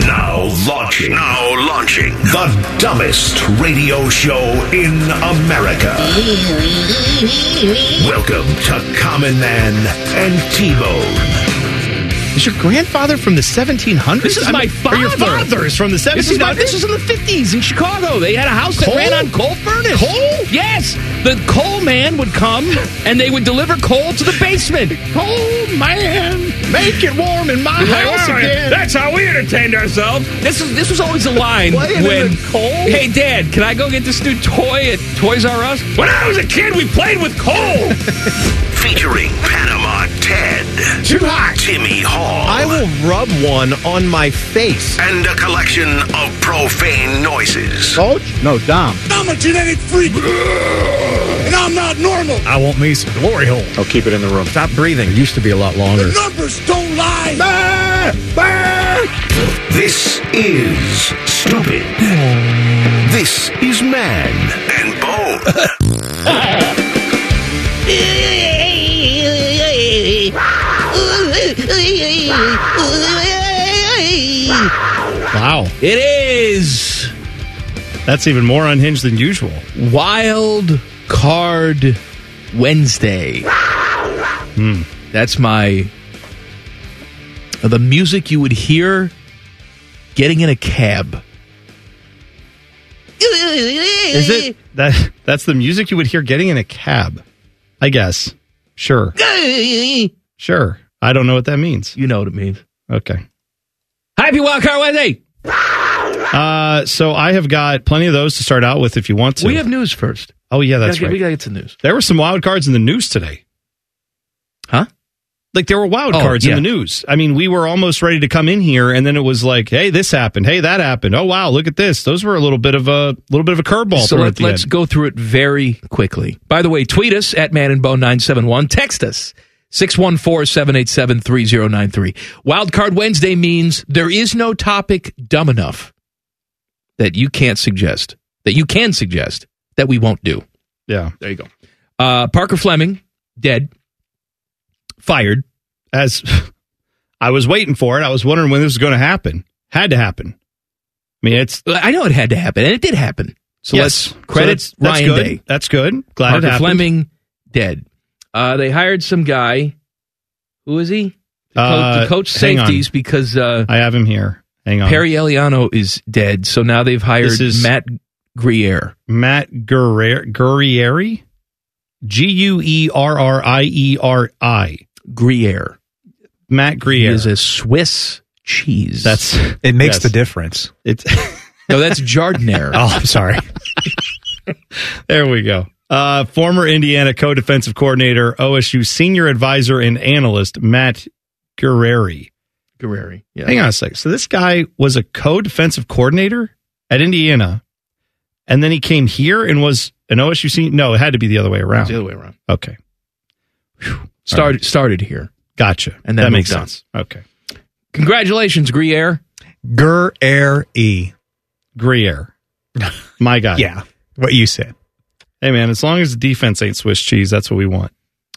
Now launching. Now launching. The dumbest radio show in America. Welcome to Common Man and T-Bone. Is your grandfather from the 1700s? This is I my mean, or your father. father is from the 1700s? This is, my, this is in the 50s in Chicago. They had a house Coal? that ran on coal furnace. Coal? Yes. The coal man would come and they would deliver coal to the basement. Coal man. Make it warm in my house again. That's how we entertained ourselves. This is this was always a line Play it in when the coal? Hey Dad, can I go get this new toy at Toys R Us? When I was a kid, we played with coal. Featuring Panama Ted. Too hot. Timmy Hall. I will rub one on my face. And a collection of profane noises. Coach? No, Dom. I'm a genetic freak. and I'm not normal. I want me some glory hole. I'll Oh, keep it in the room. Stop breathing. It used to be a lot longer. Numbers don't lie. This is stupid. This is man and bone. Wow. it is That's even more unhinged than usual. Wild Card Wednesday. Hmm. That's my the music you would hear getting in a cab. Is it that that's the music you would hear getting in a cab i guess sure sure i don't know what that means You know what it means. okay Happy Wild Card Wednesday. uh so i have got plenty of those to start out with if you want to We have news first. oh yeah that's we gotta, get- We right gotta get some news, there were some wild cards in the news today huh? like there were wild Oh, cards yeah. in the news i mean we were almost ready to come in here and then it was like hey this happened hey that happened oh wow look at this those were a little bit of a little bit of a curveball So thrown at let, the us end. go through it very quickly. By the way, tweet us at manandbone971. Text us 614-787-3093. Wildcard Wednesday means there is no topic dumb enough that you can't suggest, that you can suggest, that we won't do. yeah There you go. Uh, Parker Fleming, dead. fired as I was waiting for it. I was wondering when this was going to happen. Had to happen. I mean, it's I know it had to happen, and it did happen. So yes. let's credit So that's, that's Ryan good. Day. That's good. Glad it Parker happened. Fleming, dead. Uh, they hired some guy. Who is he? To, Uh, coach, to coach hang on. safeties because uh, I have him here. Hang on. Perry Eliano is dead. So now they've hired This is- Matt Grier. Matt Guerrier- Guerrieri. G U E R R I E R I. Grier Matt Grier. is a Swiss cheese. that's It makes Yes. the difference. it's. no, that's Jardinere. Oh, I'm sorry. there we go. Uh, former Indiana co-defensive coordinator, OSU senior advisor and analyst Matt Guerreri. Guerrieri. Yeah. Hang on a sec. So this guy was a co-defensive coordinator at Indiana, and then he came here and was an OSU senior. No, it had to be the other way It's the around. other way around. Okay, Started started here. gotcha. And then that makes moved on. sense. Okay, Congratulations, Grier. Gur air e. Grier. My guy. Yeah, what you said. Hey man, as long as the defense ain't Swiss cheese, that's what we want.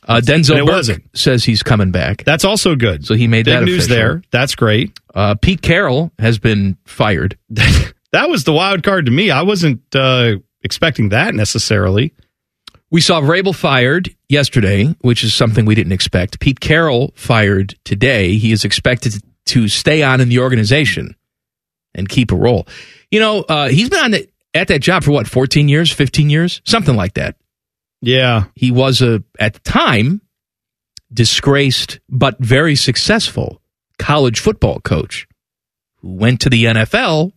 Uh, Denzel And it Burke wasn't. says he's coming back. That's also good. So he made Big that news official. there. That's great. Uh, Pete Carroll has been fired. that was the wild card to me. I wasn't uh, expecting that necessarily. We saw Rabel fired yesterday, which is something we didn't expect. Pete Carroll fired today. He is expected to stay on in the organization and keep a role. You know, uh, he's been on the, at that job for what, 14 years, 15 years, something like that. Yeah, He was a, at the time, disgraced but very successful college football coach who went to the NFL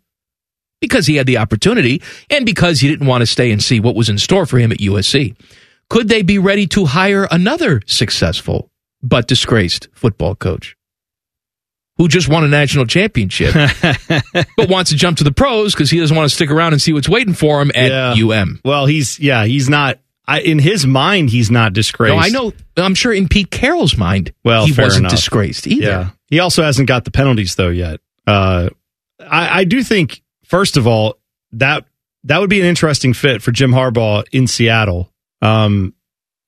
because he had the opportunity and because he didn't want to stay and see what was in store for him at USC. Could they be ready to hire another successful but disgraced football coach? who just won a national championship, but wants to jump to the pros because he doesn't want to stick around and see what's waiting for him at UM. Well, he's yeah, he's not. I, in his mind, he's not disgraced. No, I know. I'm sure in Pete Carroll's mind, Well, he fair wasn't enough. disgraced either. Yeah. He also hasn't got the penalties though yet. Uh, I, I do think, first of all, that that would be an interesting fit for Jim Harbaugh in Seattle. Um,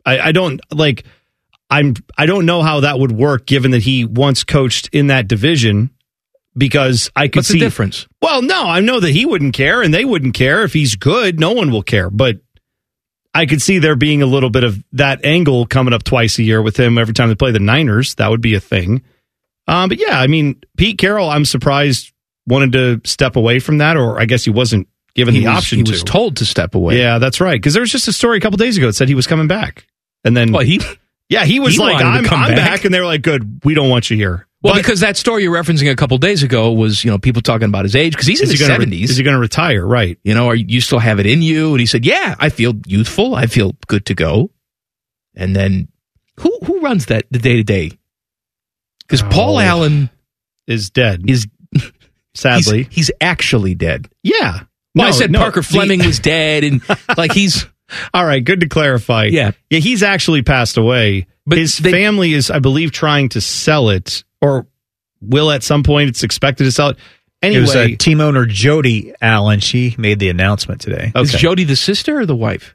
I, I don't like. I'm. I don't know how that would work, given that he once coached in that division. Because I could What's the see difference? Well, no, I know that he wouldn't care, and they wouldn't care if he's good. No one will care, but I could see there being a little bit of that angle coming up twice a year with him every time they play the Niners. That would be a thing. Um, but yeah, I mean, Pete Carroll, I'm surprised wanted to step away from that, or I guess he wasn't given He the was- option he to. was told to step away. Yeah, that's right. Because there was just a story a couple days ago that said he was coming back, and then Well, he yeah, he was he like, wanted to I'm, come I'm back." back, and they were like, good, we don't want you here. Well, because that story you're referencing a couple days ago was, you know, people talking about his age because he's in Is his he gonna re- 70s. is he going to retire? Right. you know, are you still have it in you? And he said, yeah, I feel youthful. I feel good to go. And then who who runs that the day to day? Because Paul Allen Oh. is dead. Is sadly he's, actually dead. Yeah. Well, No, I said no, Parker the- Fleming was dead, and like he's All right, good to clarify. Yeah. Yeah, he's actually passed away. But his they- family is, I believe, trying to sell it or will at some point. It's expected to sell it. Anyway, It was uh, team owner Jody Allen. She made the announcement today. is Jody the sister or the wife?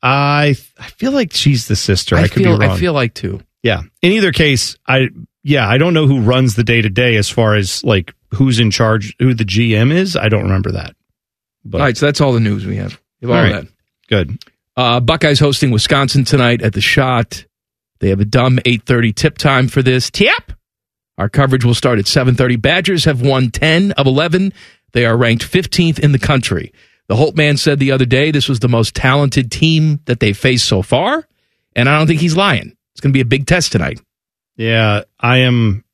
I I feel like she's the sister. I, could feel be wrong. I feel like too. yeah. In either case, I yeah, I don't know who runs the day to day as far as like who's in charge, who the GM is. I don't remember that. But all right, so that's all the news we have. We have all All right. that. good. Uh, Buckeyes hosting Wisconsin tonight at the Shot. They have a dumb 8:30 tip time for this. Tip. Our coverage will start at 7:30. Badgers have won 10 of 11. They are ranked 15th in the country. The Holt man said the other day this was the most talented team that they faced so far, and I don't think he's lying. It's going to be a big test tonight. Yeah, I am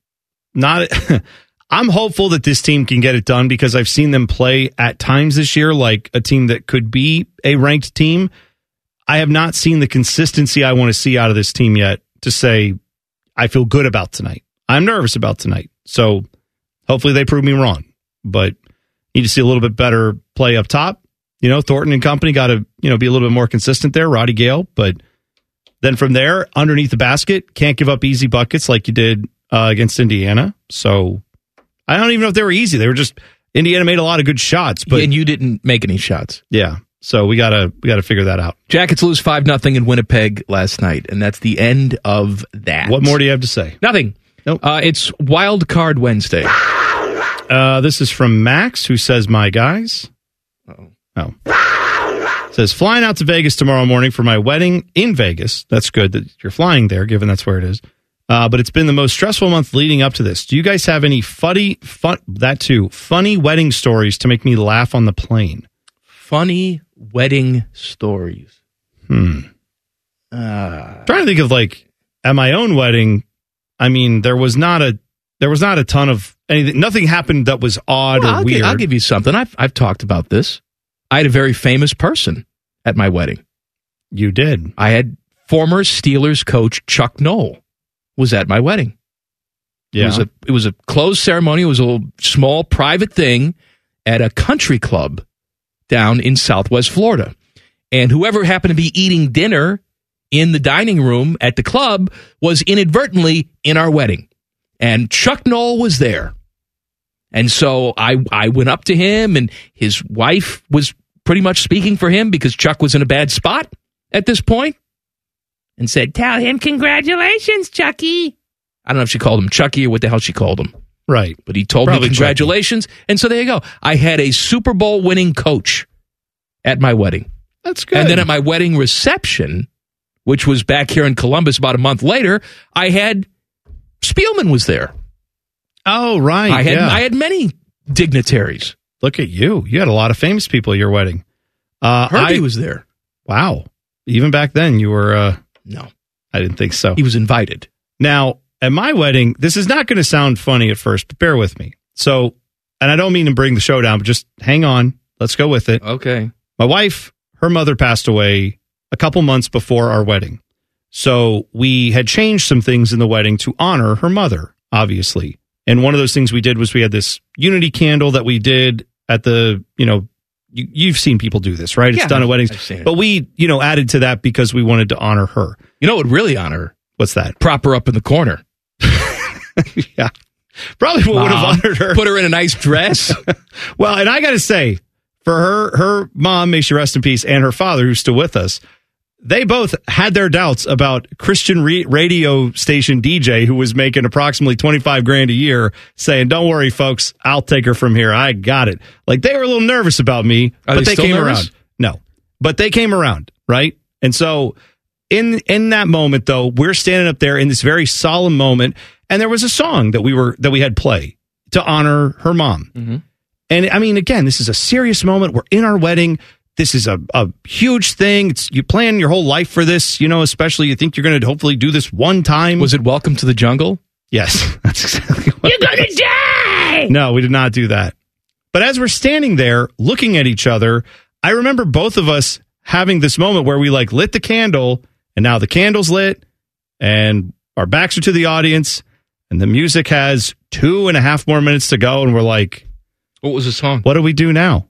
not. I'm hopeful that this team can get it done because I've seen them play at times this year like a team that could be a ranked team. I have not seen the consistency I want to see out of this team yet to say I feel good about tonight. I'm nervous about tonight. So hopefully they prove me wrong, but need to see a little bit better play up top. You know, Thornton and company got to, you know, be a little bit more consistent there, Roddy Gale, but then from there, underneath the basket, can't give up easy buckets like you did uh, against Indiana. So I don't even know if they were easy. They were just Indiana made a lot of good shots, but and you didn't make any shots. yeah. So we gotta we gotta figure that out. Jackets lose 5 nothing in Winnipeg last night, and that's the end of that. What more do you have to say? Nothing. Nope. Uh, it's Wild Card Wednesday. Uh, this is from Max, who says, "My guys." Oh. Says flying out to Vegas tomorrow morning for my wedding in Vegas. That's good that you're flying there, given that's where it is. Uh, but it's been the most stressful month leading up to this. Do you guys have any funny, fun that too funny wedding stories to make me laugh on the plane? funny wedding stories. Ah. Hmm. trying to think of like at my own wedding. I mean, there was not a there was not a ton of anything. Nothing happened that was odd Well, or I'll, gi- weird. I'll give you something. I've, I've talked about this. I had a very famous person at my wedding. you did. I had former Steelers coach Chuck Knoll was at my wedding. It Yeah. was a it was a closed ceremony. It was a little small private thing at a country club down in Southwest Florida. And whoever happened to be eating dinner in the dining room at the club was inadvertently in our wedding. And Chuck Knoll was there. And so I I went up to him and his wife was pretty much speaking for him because Chuck was in a bad spot at this point and said, "Tell him congratulations, Chucky." I don't know if she called him Chucky or what the hell she called him, right. but he told Probably me congratulations. And so there you go. I had a Super Bowl winning coach at my wedding. That's good. And then at my wedding reception, which was back here in Columbus about a month later, I had Spielman was there. oh right. I had yeah. I had many dignitaries. Look at you. You had a lot of famous people at your wedding. Uh, Herbie I- was there. wow. Even back then, you were. Uh, No, I didn't think so. he was invited. Now, at my wedding, this is not going to sound funny at first, but bear with me. So, and I don't mean to bring the show down, but just hang on. Let's go with it. Okay. My wife, her mother passed away a couple months before our wedding. So we had changed some things in the wedding to honor her mother, obviously. And one of those things we did was we had this unity candle that we did at the, you know, you, you've seen people do this, right? Yeah, it's done at weddings. I've seen it. But we, you know, added to that because we wanted to honor her. You know what would really honor her? What's that? Prop her up in the corner. yeah. Probably what would have Mom, honored her. Put her in a nice dress. well, and I got to say, for her, her mom, may she rest in peace, and her father, who's still with us, they both had their doubts about Christian re- radio station DJ who was making approximately 25 grand a year saying, don't worry, folks, I'll take her from here. I got it. Like they were a little nervous about me, but Are they they, still came nervous? around. No, but they came around. Right. And so in, in that moment though, we're standing up there in this very solemn moment. And there was a song that we were, that we had play to honor her mom. Mm-hmm. And I mean, again, this is a serious moment. We're in our wedding. This is a, a huge thing. It's, you plan your whole life for this, you know, especially you think you're going to hopefully do this one time. Was it Welcome to the Jungle? yes, that's exactly what You're going to die. No, we did not do that. But as we're standing there looking at each other, I remember both of us having this moment where we like lit the candle and now the candle's lit and our backs are to the audience and the music has two and a half more minutes to go. And we're like, What was the song? what do we do now?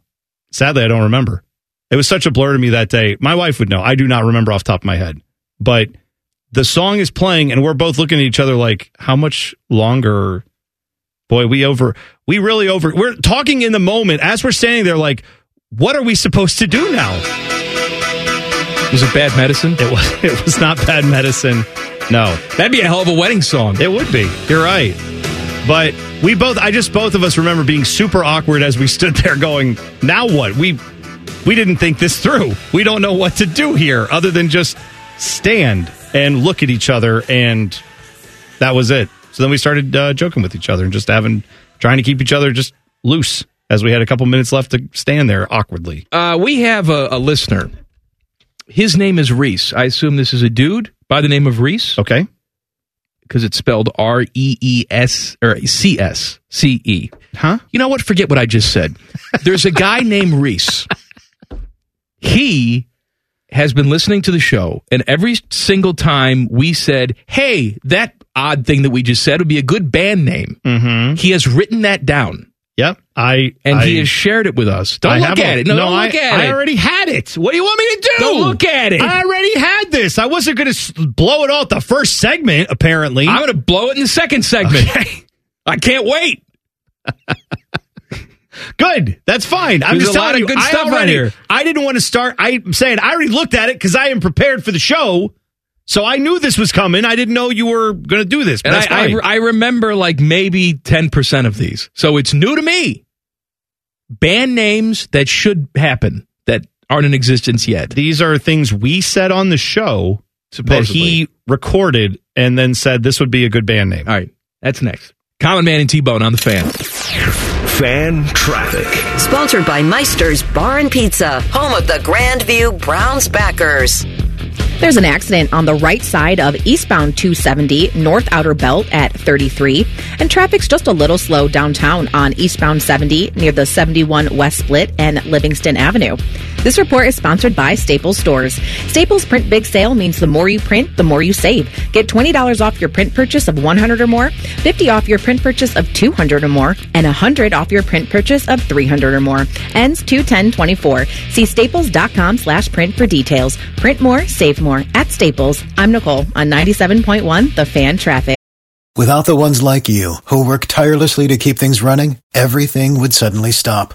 Sadly, I don't remember. It was such a blur to me that day. My wife would know. I do not remember off the top of my head. But the song is playing, and we're both looking at each other like, how much longer? Boy, we over, we really over. We're talking in the moment as we're standing there, like, what are we supposed to do now? Was it Bad Medicine? It was, it was not bad medicine. No. That'd be a hell of a wedding song. It would be. You're right. But we both I just both of us remember being super awkward as we stood there going, "Now what? We we didn't think this through. We don't know what to do here other than just stand and look at each other and that was it." So then we started uh, joking with each other and just having trying to keep each other just loose as we had a couple minutes left to stand there awkwardly. Uh, we have a, a listener. His name is Reese. I assume this is a dude by the name of Reese Okay? because it's spelled R E E S or C S C E. Huh? You know what? Forget what I just said. There's a guy named Reese. He has been listening to the show, and every single time we said, Hey, that odd thing that we just said would be a good band name, Mhm. he has written that down Yep. I and I, he has shared it with us. Don't I look have at a- it. No, no, don't I- look at I it. already had it. What do you want me to do? Don't look at it. I already had this. I wasn't going to blow it all at the first segment, apparently. I'm going to blow it in the second segment. I can't wait. good. That's fine. I'm There's just a telling lot of you. good I stuff on already- here. I didn't want to start. I'm saying I already looked at it because I am prepared for the show. So I knew this was coming. I didn't know you were going to do this. But And that's I, I, fine. I remember like maybe 10% of these. So it's new to me. Band names that should happen that aren't in existence yet. These are things we said on the show that he recorded and then said this would be a good band name. All right, that's next. Common Man and T Bone on the fan. Fan traffic. Sponsored by Meister's Bar and Pizza, home of the Grandview Browns backers. There's an accident on the right side of eastbound 270 North Outer Belt at 33, and traffic's just a little slow downtown on eastbound 70 near the 71 West Split and Livingston Avenue. This report is sponsored by Staples Stores. Staples Print Big Sale means the more you print, the more you save. Get $20 off your print purchase of 100 or more, 50 off your print purchase of 200 or more, and 100 off your print purchase of 300 or more. Ends 21024. See staples.com slash print for details. Print more, save more at Staples. I'm Nicole on 97.1 The Fan Traffic. Without the ones like you, who work tirelessly to keep things running, everything would suddenly stop.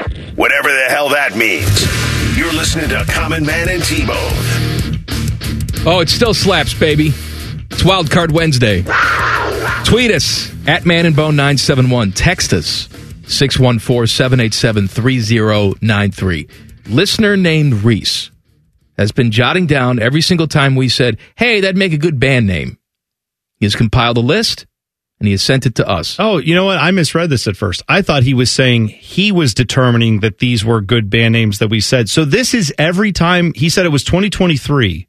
Whatever the hell that means. You're listening to Common Man and T-Bone. Oh, it still slaps, baby. It's Wild Card Wednesday. Tweet us at Man and Bone 971. Text us 614 787 3093. Listener named Reese has been jotting down every single time we said, hey, that'd make a good band name. He has compiled a list and he has sent it to us. Oh, you know what? I misread this at first. I thought he was saying he was determining that these were good band names that we said. So this is every time he said it was 2023.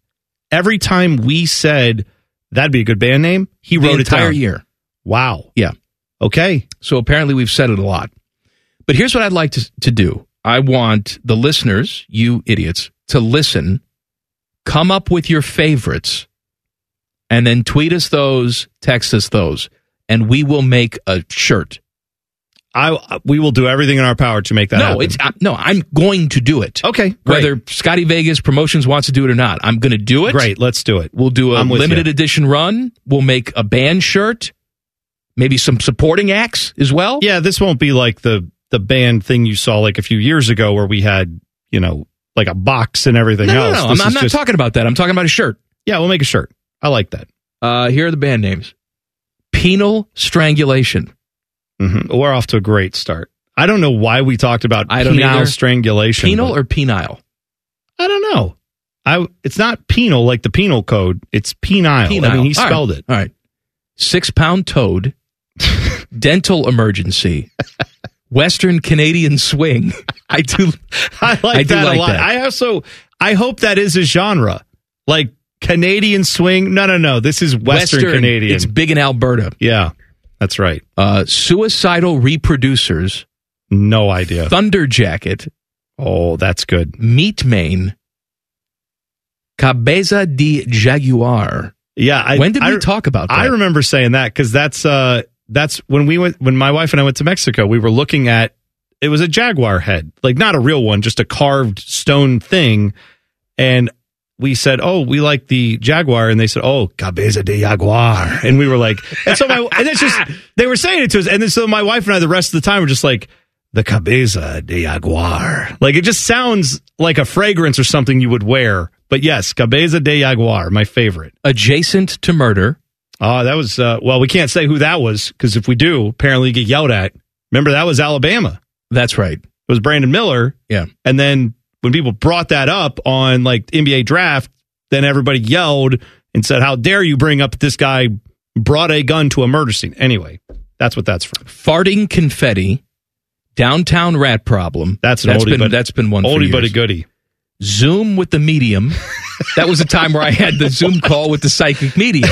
Every time we said that'd be a good band name, he The wrote entire it down. year. Wow. Yeah. Okay. So apparently we've said it a lot. But here's what I'd like to, to do I want the listeners, you idiots, to listen, come up with your favorites, and then tweet us those, text us those, and we will make a shirt. I we will do everything in our power to make that no, happen. it's I, no. I'm going to do it. Okay, Whether Scotty Vegas Promotions wants to do it or not, I'm going to do it. Great, let's do it. We'll do a I'm with limited you. edition run. We'll make a band shirt, maybe some supporting acts as well. Yeah, this won't be like the the band thing you saw like a few years ago where we had, you know, like a box and everything No, no, else. no, This I'm, I'm is not just- talking about that. I'm talking about a shirt. Yeah, we'll make a shirt. I like that. Uh, here are the band names: Penal Strangulation. Mhm. We're off to a great start. I don't know why we talked about Mm-hmm. I don't penile either. strangulation. Penal but- or penile? I don't know. I it's not penal like the penal code. It's penile. I mean, he All right. spelled it. All right. Six pound toad, dental emergency, Western Canadian swing. I do. I like I do that like a lot. that. I also I hope that is a genre like Canadian swing. No, no, no. This is Western, Canadian. It's big in Alberta. yeah, that's right. Uh, suicidal reproducers, No idea. thunder jacket, Oh, that's good. meat mane, cabeza de jaguar. Yeah. I, when did I, we talk about that? I remember saying that because that's uh that's when we went when my wife and I went to Mexico. We were looking at it was a jaguar head, like not a real one, just a carved stone thing, and we said, "Oh, we like the jaguar," and they said, "Oh, cabeza de jaguar," and we were like, and so my and it's just they were saying it to us, and then so my wife and I the rest of the time were just like. The cabeza de jaguar, like it just sounds like a fragrance or something you would wear. But yes, cabeza de jaguar, my favorite. Adjacent to murder. Oh, that was uh, well. We can't say who that was because if we do, apparently you get yelled at. Remember that was Alabama. That's right. It was Brandon Miller, Yeah. and then when people brought that up on like NBA draft, then everybody yelled and said, "How dare you bring up this guy brought a gun to a murder scene?" Anyway, that's what that's from. Farting confetti, downtown rat problem. That's an oldie, been but that's been one for oldie but a years. goodie. Zoom with the medium. that was a time where I had the Zoom call with the psychic medium.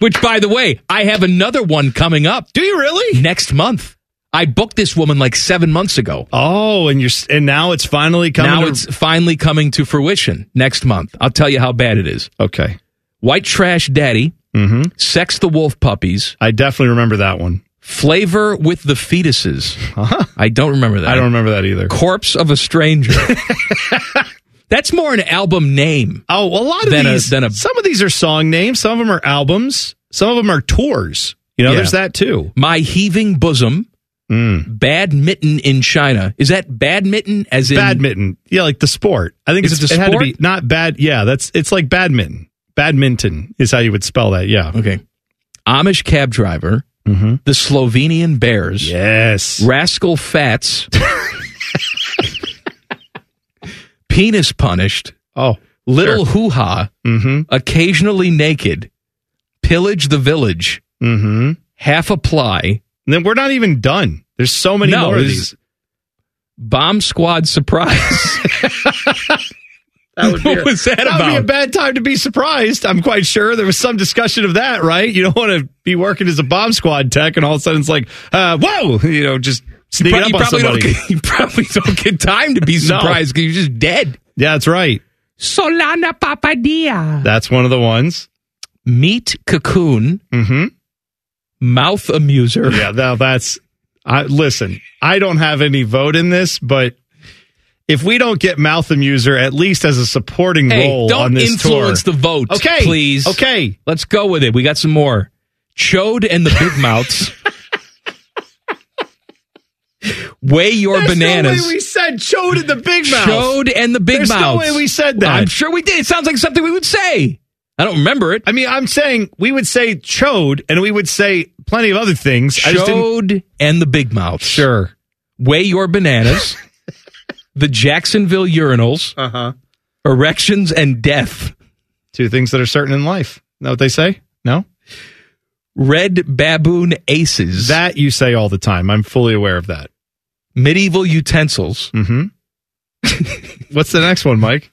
Which, by the way, I have another one coming up. Do you really? Next month. I booked this woman like seven months ago. Oh, and you're s- and now it's finally coming. now to- it's finally coming to fruition next month. I'll tell you how bad it is. okay. White Trash Daddy, hmm Sex the Wolf Puppies, I definitely remember that one. Flavor with the Fetuses. Huh? I don't remember that. I don't remember that either. Corpse of a Stranger. That's more an album name. Oh, a lot of than a- these. than a- some of these are song names. Some of them are albums. Some of them are tours. You know, Yeah. there's that too. My Heaving Bosom, Mm. Badminton in China. Is that badminton as in Badminton, yeah, like the sport. I think Is it's, it the had to sport? be not bad. Yeah, that's it's like badminton. Badminton is how you would spell that. Yeah. Okay. Amish cab driver, Mm-hmm. the Slovenian Bears, Yes. Rascal Fats, Penis Punished, oh. Little Hoo Ha, Mm-hmm. Occasionally Naked, Pillage the Village, Mm-hmm. And Half Apply, then we're not even done. There's so many No, more of this- these. Bomb Squad Surprise. what was That that would be a about? bad time to be surprised. I'm quite sure there was some discussion of that, right? You don't want to be working as a bomb squad tech, and all of a sudden it's like, uh, whoa, you know, just sneaking But up you, on probably don't somebody. get, you probably don't get time to be No. surprised because you're just dead. yeah, that's right. Solana Papadia. That's one of the ones. Meet Cocoon, Mm-hmm. Mouth Amuser. Yeah, now that's. I listen. I don't have any vote in this, but if we don't get Mouth Amuser at least as a supporting Hey, role on don't this influence tour, the vote. okay, Please. okay, Let's go with it. We got some more. Chode and the Big Mouths. Weigh your There's no way bananas. we said Chode in the Big Mouth. Chode and the Big There's no Mouths. way we said that. I'm sure we did. It sounds like something we would say. I don't remember it. I mean, I'm saying we would say chode and we would say plenty of other things. I just didn't. Chode and the Big Mouths. Sure. Weigh your bananas. the Jacksonville urinals. Uh huh. Erections and death. Two things that are certain in life. Know what they say? No? Red Baboon Aces. That you say all the time. I'm fully aware of that. Medieval utensils. Mm-hmm. What's the next one, Mike?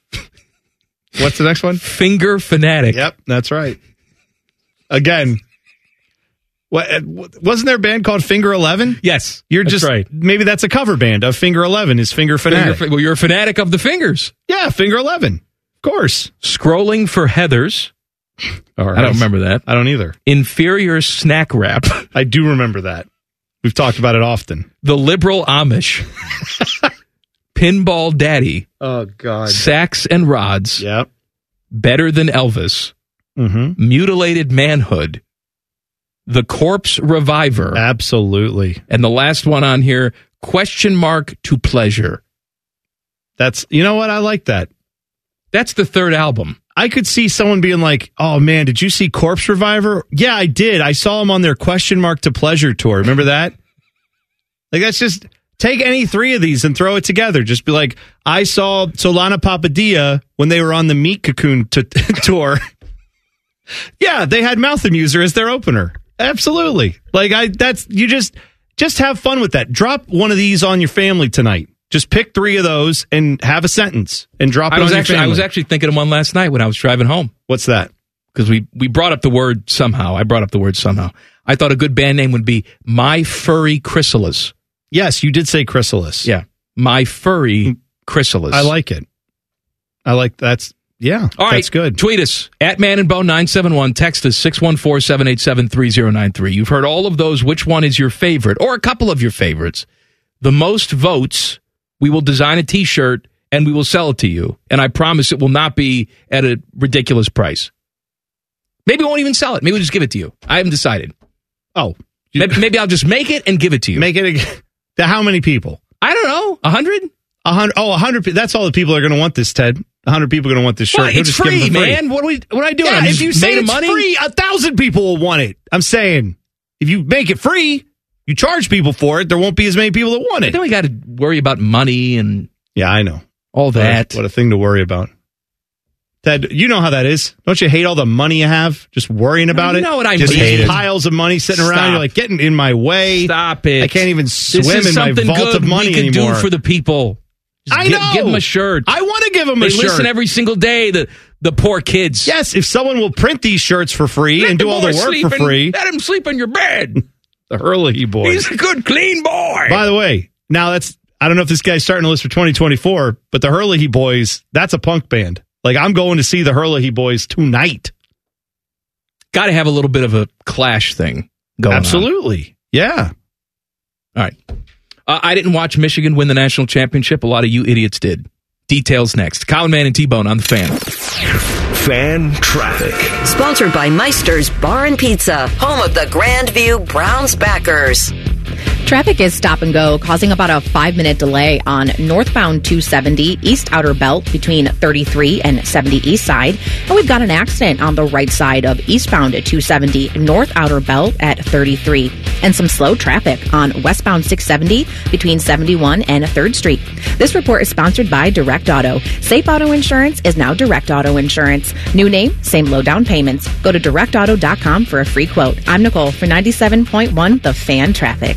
What's the next one? Finger fanatic. Yep, that's right. Again, what uh, w- wasn't there a band called Finger Eleven? Yes, You're that's just right. maybe that's a cover band of Finger Eleven. Is Finger Finger, Fanatic? well, you're a fanatic of the fingers. yeah, Finger Eleven, of course. Scrolling for heathers. All I don't remember that. I don't either. Inferior snack wrap. I do remember that. We've talked about it often. The liberal Amish. Pinball daddy. Oh God. Sacks and rods. Yep. Better than Elvis. Mm-hmm. Mutilated manhood. The corpse reviver. Absolutely. and the last one on here. Question mark to pleasure. That's you know what I like that. That's the third album. I could see someone being like, "Oh man, did you see Corpse Reviver?" Yeah, I did. I saw him on their question mark to pleasure tour. Remember that? Like that's just take any three of these and throw it together. Just be like, "I saw Solana Papadilla when they were on the Meat Cocoon t- tour." yeah, they had Mouth Amuser as their opener. Absolutely. Like I that's you just just have fun with that. Drop one of these on your family tonight. Just pick three of those and have a sentence and drop it I was on actually your family. I was actually thinking of one last night when I was driving home What's that? because we we brought up the word somehow. I brought up the word somehow. I thought a good band name would be My Furry Chrysalis. Yes, you did say chrysalis. Mm. Yeah, My Furry Chrysalis. I like it. I like that's yeah. All right, that's good. Tweet us at Man and Bone nine seven one. Text us 614-787-3093. You've heard all of those. Which one is your favorite, or a couple of your favorites? The most votes, we will design a T-shirt and we will sell it to you. And I promise it will not be at a ridiculous price. Maybe we won't even sell it. Maybe we'll just give it to you. I haven't decided. oh, you- Maybe, maybe I'll just make it and give it to you. make it again. To how many people? I don't know. A hundred? A hundred. Oh, a hundred. pe- That's all the people are going to want this. Ted. A hundred people are going to want this shirt. Well, We'll it's just give free, them for man. What are we? What are I doing? Yeah, I'm if just you say made of it's money? free, a thousand people will want it. I'm saying if you make it free, you charge people for it. There won't be as many people that want it. then we got to worry about money and Yeah, I know all that. What a thing to worry about. Ted, you know how that is. Don't you hate all the money you have? Just worrying about you it. know what I Just mean. Hate it. piles of money sitting around. Stop. You're like getting in my way. Stop it! I can't even This swim is in my something vault good of money we can anymore. do for the people. Just I gi- know. Give them a shirt. I want to give them they a shirt. listen every single day. The the poor kids. yes, if someone will print these shirts for free Let and the do all the boy work sleep for in- free, Let him sleep in your bed. the Hurley boy. He's a good, clean boy. By the way, now that's I don't know if this guy's starting a list for 2024, but the Hurley Boys, that's a punk band. Like I'm going to see the Hurley Boys tonight. Got to have a little bit of a clash thing going. on. Absolutely. Yeah. All right. Uh, I didn't watch Michigan win the national championship. A lot of you idiots did. Details next. Colin Man and T Bone on the fan. Fan traffic. Sponsored by Meister's Bar and Pizza, home of the Grandview Browns backers. Traffic is stop and go, causing about a five minute delay on northbound 270 East Outer Belt between 33 and 70 East Side. And we've got an accident on the right side of eastbound 270 North Outer Belt at 33. And some slow traffic on westbound 670 between 71 and 3rd Street. This report is sponsored by Direct Auto. Safe Auto Insurance is now Direct Auto Insurance. New name, same low down payments. Go to directauto.com for a free quote. I'm Nicole for 97.1 The Fan Traffic.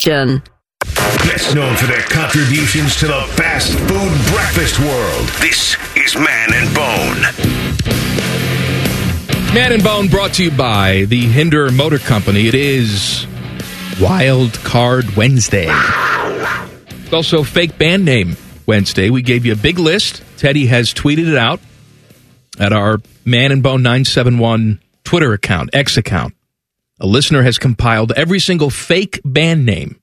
Jen. Best known for their contributions to the fast food breakfast world. This is Man and Bone. Man and Bone brought to you by the Hinder Motor Company. It is Wild Card Wednesday. It's also Fake Band Name Wednesday. We gave you a big list. Teddy has tweeted it out at our Man and Bone 971 Twitter account, X account. A listener has compiled every single fake band name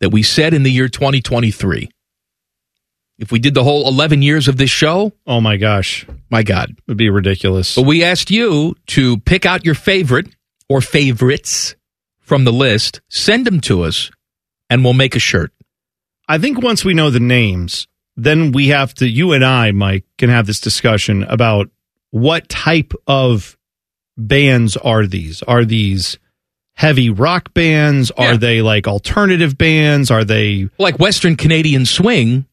that we said in the year 2023. If we did the whole 11 years of this show, Oh my gosh. my God. It'd be ridiculous. But we asked you to pick out your favorite or favorites from the list, send them to us and we'll make a shirt. I think once we know the names, then we have to, you and I, Mike, can have this discussion about what type of bands are these? Are these heavy rock bands? Are they like alternative bands? Are they like Western Canadian swing?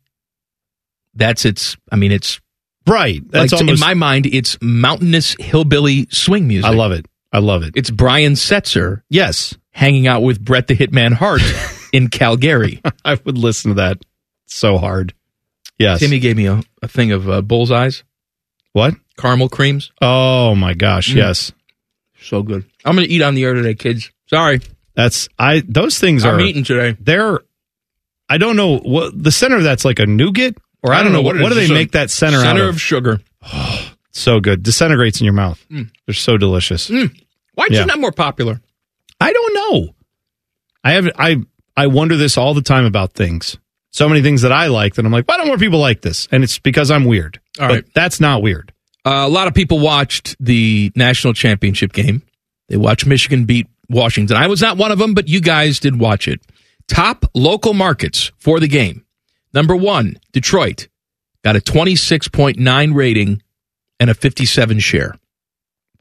That's its, I mean, it's. Right. That's like, almost- in my mind, it's mountainous hillbilly swing music. I love it. I love it. It's Brian Setzer. Yes. Hanging out with Brett the Hitman Hart in Calgary. I would listen to that so hard. Yes. Timmy gave me a, a thing of uh, bullseyes. What? Caramel creams. Mm. Oh my gosh, yes. So good. I'm going to eat on the air today, kids. Sorry. That's I those things I'm are eating today. They're I don't know what the center of that's like a nougat or I, don't know, what, it what do is. they Just a make that center, out Center of? of sugar. so good. Disintegrates in your mouth. Mm. They're so delicious. Mm. Why is Yeah. it not more popular? I don't know. I have I I wonder this all the time about things. So many things that I like that I'm like, why don't more people like this? And it's because I'm weird. All But right. that's not weird. Uh, a lot of people watched the national championship game. They watched Michigan beat Washington. I was not one of them, but you guys did watch it. Top local markets for the game. Number one, Detroit got a 26.9 rating and a 57 share.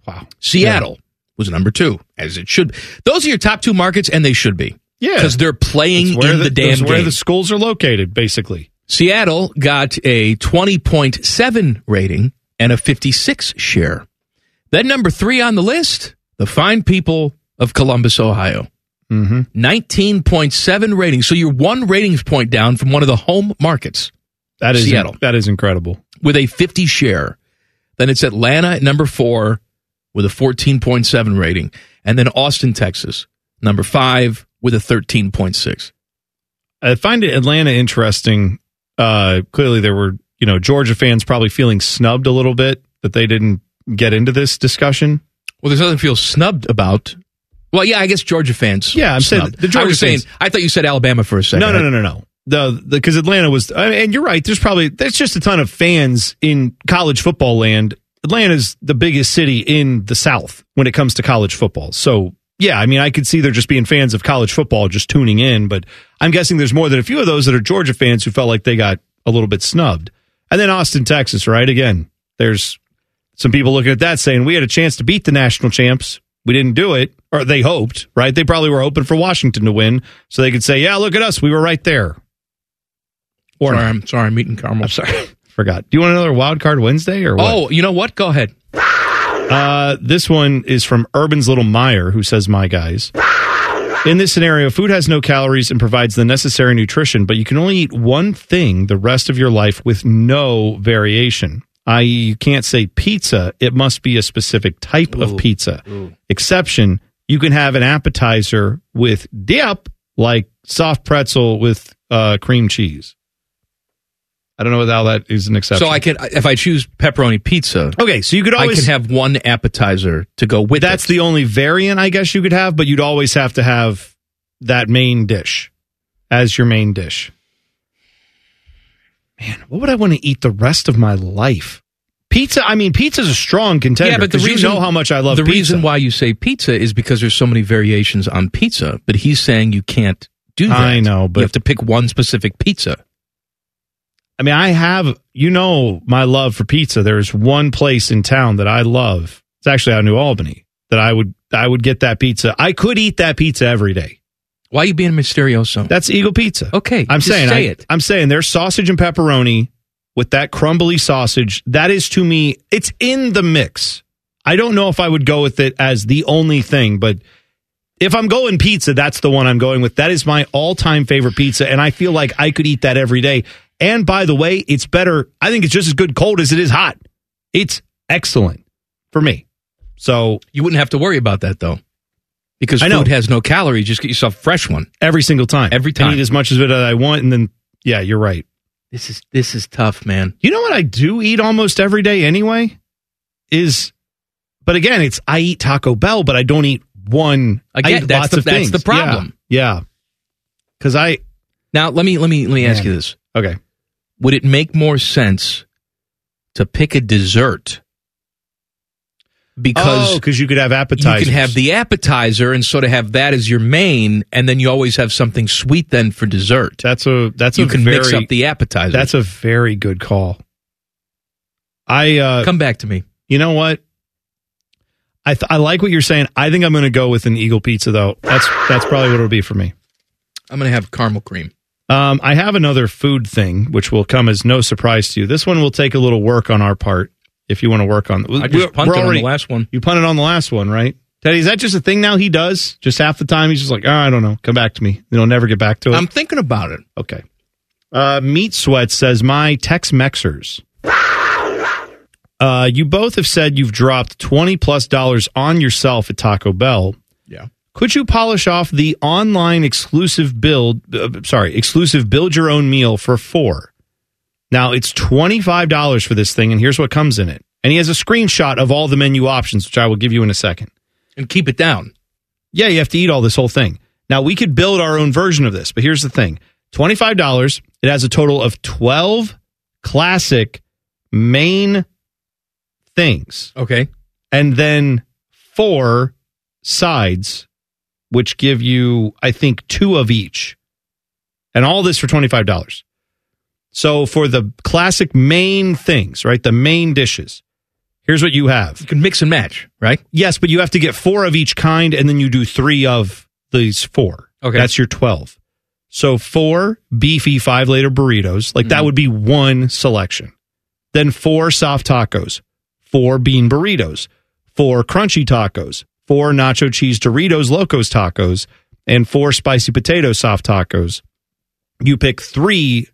Wow. Seattle was number two, as it should. Those are your top two markets, and they should be. Yeah. Because they're playing It's where in the, damn it's game. where the schools are located, basically. Seattle got a 20.7 rating and a 56 share. Then number three on the list, the fine people of Columbus, Ohio. Mm-hmm. 19.7 rating. So you're one ratings point down from one of the home markets. That is Seattle. That is incredible. With a 50 share. Then it's Atlanta at number four with a 14.7 rating. And then Austin, Texas, number five with a 13.6. I find it Atlanta interesting. Uh, clearly, there were you know Georgia fans probably feeling snubbed a little bit that they didn't get into this discussion. Well, there's nothing to feel snubbed about. Well, yeah, I guess Georgia fans. Yeah, I'm saying snubbed. the Georgia I was fans- saying. I thought you said Alabama for a second. No, no, no, no, no. The because Atlanta was, I mean, and you're right. There's probably there's just a ton of fans in college football land. Atlanta's the biggest city in the South when it comes to college football. So yeah, I mean, I could see there just being fans of college football just tuning in, but I'm guessing there's more than a few of those that are Georgia fans who felt like they got a little bit snubbed. And then Austin, Texas, right? Again, there's some people looking at that saying we had a chance to beat the national champs. We didn't do it, or they hoped, right? They probably were hoping for Washington to win so they could say, yeah, look at us. We were right there. Or Sorry, I'm sorry. I'm eating caramel. I'm sorry. Forgot. Do you want another wild card Wednesday or what? Oh, you know what? Go ahead. Uh, this one is from Urban's Little Meyer, who says, My guys. In this scenario, food has no calories and provides the necessary nutrition, but you can only eat one thing the rest of your life with no variation. I.e., you can't say pizza. It must be a specific type of pizza. Exception, you can have an appetizer with dip, like soft pretzel with uh, cream cheese. I don't know how that is an exception. So I can, if I choose pepperoni pizza, okay, so you could I always can have one appetizer to go with. that's it. the only variant I guess you could have, but you'd always have to have that main dish as your main dish. Man, what would I want to eat the rest of my life? Pizza. I mean, pizza's a strong contender. yeah, but the 'cause reason you know how much I love the pizza. reason why you say pizza is because there's so many variations on pizza. But he's saying you can't do that. I know, but- you have to pick one specific pizza. I mean, I have you know my love for pizza. There's one place in town that I love. It's actually out of New Albany that I would I would get that pizza. I could eat that pizza every day. Why are you being mysterioso? That's Eagle Pizza. okay, I'm just saying, say I, it. I'm saying there's sausage and pepperoni with that crumbly sausage. That is to me, it's in the mix. I don't know if I would go with it as the only thing, but if I'm going pizza, that's the one I'm going with. That is my all time favorite pizza, and I feel like I could eat that every day. And by the way, it's better. I think it's just as good cold as it is hot. It's excellent for me. So You wouldn't have to worry about that though, because I know. food has no calories. Just get yourself a fresh one. every single time, Every And time. eat as much as it as I want, and then yeah, you're right. This is this is tough, man. You know what I do eat almost every day anyway? Is but again, it's I eat Taco Bell, but I don't eat one. I Again, eat that's lots the- of that's things. the problem. Yeah. Because I Now let me let me let me ask you this: okay. Would it make more sense to pick a dessert because because Oh, you could have appetizers. You can have the appetizer and sort of have that as your main, and then you always have something sweet then for dessert. That's a that's you a can mix very- up the appetizer. That's a very good call. I uh, come back to me. You know what? I th- I like what you're saying. I think I'm going to go with an Eagle Pizza though. That's that's probably what it'll be for me. I'm going to have caramel cream. Um, I have another food thing, which will come as no surprise to you. This one will take a little work on our part if you want to work on. I just punted on the last one. You punted on the last one, right? Teddy, is that just a thing now he does? Just half the time he's just like, oh, I don't know. Come back to me. And he'll never get back to it. I'm thinking about it. Okay. Uh, Meat Sweat says, My Tex Mexers. Uh, you both have said you've dropped 20 plus dollars on yourself at Taco Bell. Yeah. Could you polish off the online exclusive build, uh, sorry, exclusive build your own meal for four? Now it's $25 for this thing, and here's what comes in it. And he has a screenshot of all the menu options, which I will give you in a second. And keep it down. Yeah, you have to eat all this whole thing. Now we could build our own version of this, but here's the thing. $25, it has a total of 12 classic main things. Okay. And then four sides, which give you, I think, two of each. And all this for $25. So for the classic main things, right? The main dishes, here's what you have. You can mix and match, right? Yes, but you have to get four of each kind and then you do three of these four. Okay. That's your 12. So four beefy five later burritos, like Mm-hmm. that would be one selection. Then four soft tacos, four bean burritos, four crunchy tacos, four nacho cheese Doritos Locos tacos, and four spicy potato soft tacos. You pick three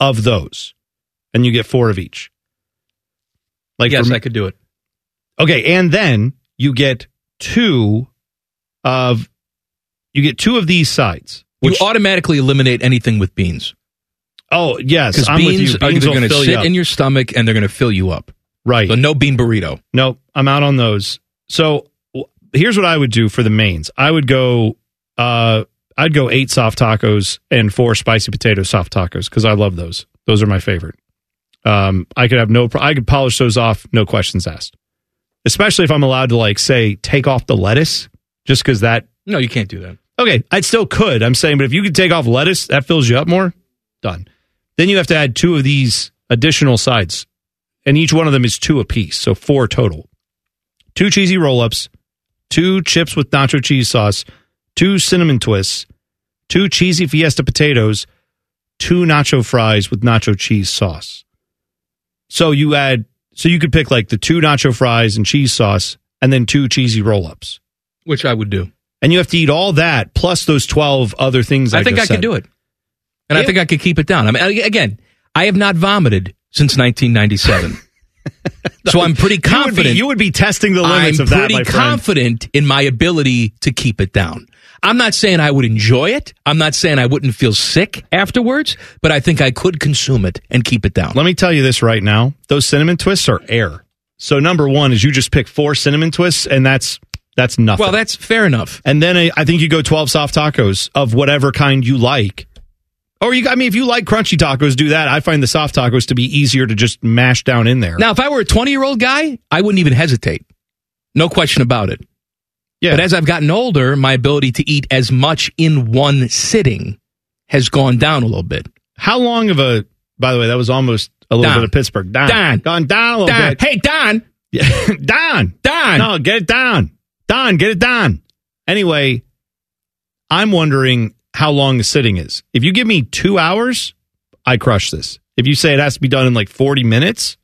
of those and you get four of each. Like yes, for- I could do it. Okay, and then you get two of you get two of these sides. you automatically eliminate anything with beans. Oh yes, Because I'm with beans, you. are Beans will going to fill you sit up. in your stomach and they're going to fill you up. Right. So no bean burrito. Nope, I'm out on those. So w- here's what I would do for the mains. I would go. Uh, I'd go eight soft tacos and four spicy potato soft tacos because I love those. Those are my favorite. Um, I could have no. Pro- I could polish those off, no questions asked. Especially if I'm allowed to like say take off the lettuce, just because that No, you can't do that. Okay, I still could. I'm saying, but if you could take off lettuce, that fills you up more. Done. Then you have to add two of these additional sides, and each one of them is two apiece, so four total. Two cheesy roll-ups, two chips with nacho cheese sauce, two cinnamon twists, two cheesy fiesta potatoes, two nacho fries with nacho cheese sauce. So you add, so you could pick like the two nacho fries and cheese sauce, and then two cheesy roll-ups Which I would do. and you have to eat all that plus those 12 other things I, I think I just could said. do it. And I think I could keep it down. I mean, I- again, I have not vomited since 1997. so I'm pretty You would, confident. be, you would be testing the limits I'm of that, pretty my friend. confident in my ability to keep it down. I'm not saying I would enjoy it. I'm not saying I wouldn't feel sick afterwards, but I think I could consume it and keep it down. Let me tell you this right now. Those cinnamon twists are air. So number one is you just pick four cinnamon twists and that's that's nothing. Well, that's fair enough. and then I, I think you go 12 soft tacos of whatever kind you like. Or you I mean if you like crunchy tacos, do that. I find the soft tacos to be easier to just mash down in there. Now, if I were a 20 year old guy, I wouldn't even hesitate. No question about it. Yeah. But as I've gotten older, my ability to eat as much in one sitting has gone down a little bit. How long of a by the way, that was almost a little Don. bit of Pittsburgh. Don. Don. Gone down a little Don, bit. hey, Don, Yeah. Don. Don. No, get it down. Don, get it down. Anyway, I'm wondering how long the sitting is. If you give me two hours, I crush this. If you say it has to be done in like 40 minutes,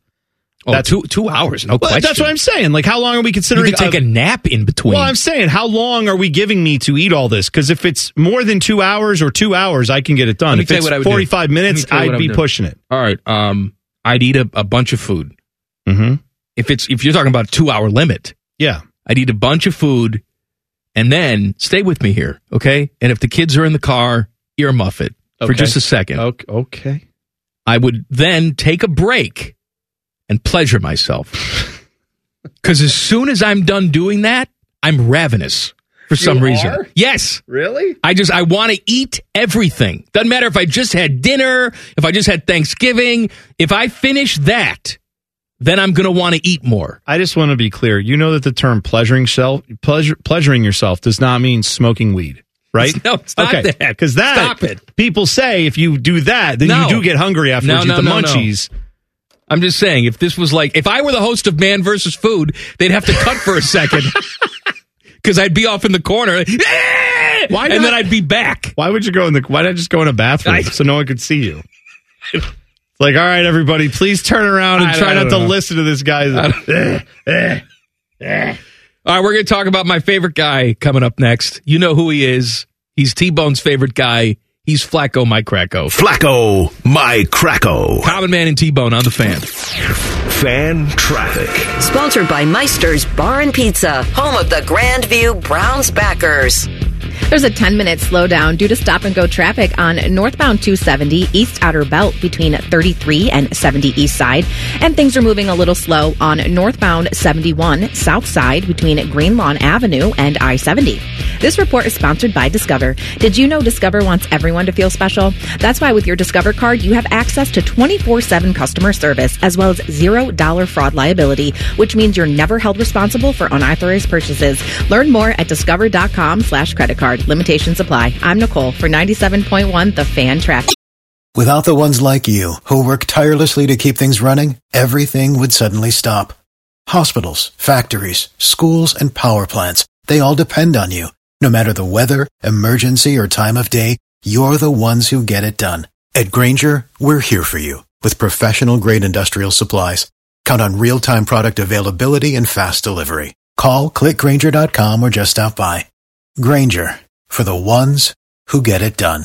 Oh, that's- two two hours, no well, question. that's what I'm saying. Like, how long are we You considering? could take a nap in between. well, I'm saying, how long are we giving me to eat all this? Because if it's more than two hours or two hours, I can get it done. Let me If tell you it's what I would do. 45 minutes, Let me tell you what I'd I be would do. pushing it. All right, um, I'd eat a, a bunch of food. Mm-hmm. If it's if you're talking about a two hour limit, Yeah. I'd eat a bunch of food, and then stay with me here, okay? And if the kids are in the car, earmuff it for Okay. just a second. Okay. I would then take a break and pleasure myself. Because as soon as I'm done doing that, I'm ravenous for some reason. are? Yes. Really? I just I want to eat everything. Doesn't matter if I just had dinner, if I just had Thanksgiving. If I finish that, then I'm going to want to eat more. I just want to be clear. You know that the term pleasuring self pleasure, pleasuring yourself does not mean smoking weed, right? No, stop okay. that. Because that Stop it. people say if you do that, then No. you do get hungry afterwards. No, you no, get the no, no. munchies. I'm just saying, if this was like, if I were the host of Man versus Food, they'd have to cut for a second because I'd be off in the corner. Why? And not? then I'd be back. Why would you go in the? Why did I just go in a bathroom I- so no one could see you? It's like, all right, everybody, please turn around and I- try I not don't to know. listen to this guy. Eh, All right, we're going to talk about my favorite guy coming up next. You know who he is. He's T Bone's favorite guy. He's Flacco, my Cracko. Flacco, my cracko. Common Man and T Bone on the fan. Fan traffic. Sponsored by Meister's Bar and Pizza, home of the Grand View Browns backers. There's a 10 minute slowdown due to stop and go traffic on northbound 270 East Outer Belt between 33 and 70 East Side. And things are moving a little slow on northbound 71 South Side between Green Lawn Avenue and I 70. This report is sponsored by Discover. Did you know Discover wants everyone to feel special? That's why with your Discover card, you have access to 24 7 customer service as well as $0 fraud liability, which means you're never held responsible for unauthorized purchases. Learn more at discover.com slash credit card. Limitations apply. I'm Nicole for 97.1 The Fan Traffic. Without the ones like you, who work tirelessly to keep things running, everything would suddenly stop. Hospitals, factories, schools, and power plants, they all depend on you. No matter the weather, emergency, or time of day, you're the ones who get it done. At Granger, we're here for you with professional grade industrial supplies. Count on real time product availability and fast delivery. Call clickgranger.com or just stop by. Granger for the ones who get it done.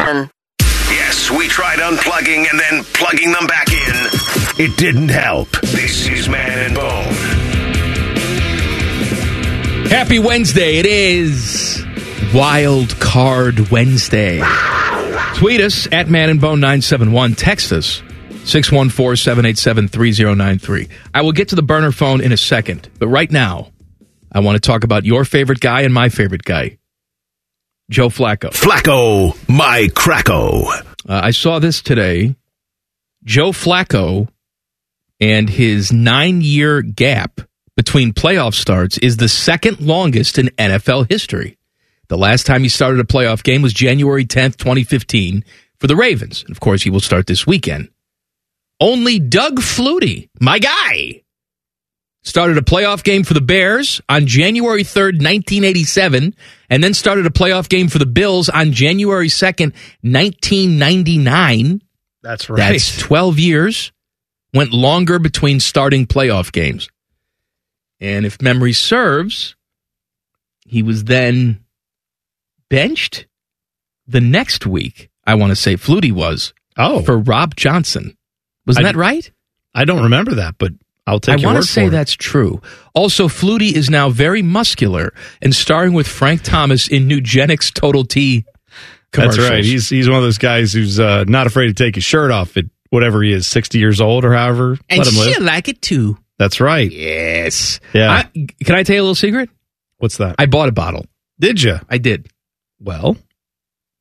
Yes, we tried unplugging and then plugging them back in. It didn't help. This is Man and Bone. Happy Wednesday. It is Wild Card Wednesday. Tweet us at Man and Bone 971. Text us 614 787 3093. I will get to the burner phone in a second, but right now, I want to talk about your favorite guy and my favorite guy, Joe Flacco. Flacco, my cracko. Uh, I saw this today. Joe Flacco and his nine year gap between playoff starts is the second longest in NFL history. The last time he started a playoff game was January 10th, 2015, for the Ravens. And of course, he will start this weekend. Only Doug Flutie, my guy, started a playoff game for the Bears on January 3rd, 1987, and then started a playoff game for the Bills on January 2nd, 1999. That's That's 12 years. Went longer between starting playoff games. And if memory serves, he was then benched the next week. I want to say Flutie was oh, for Rob Johnson. Wasn't I- that right? I don't remember that, but I'll take. I your want word to say for it. that's true. Also, Flutie is now very muscular and starring with Frank Thomas in Nugenics Total T commercials. That's right. He's he's one of those guys who's uh, not afraid to take his shirt off at whatever he is, sixty years old or however. and Let him she live. like it too. That's right. Yes. Yeah. I, can I tell you a little secret? What's that? I bought a bottle. Did you? I did. Well,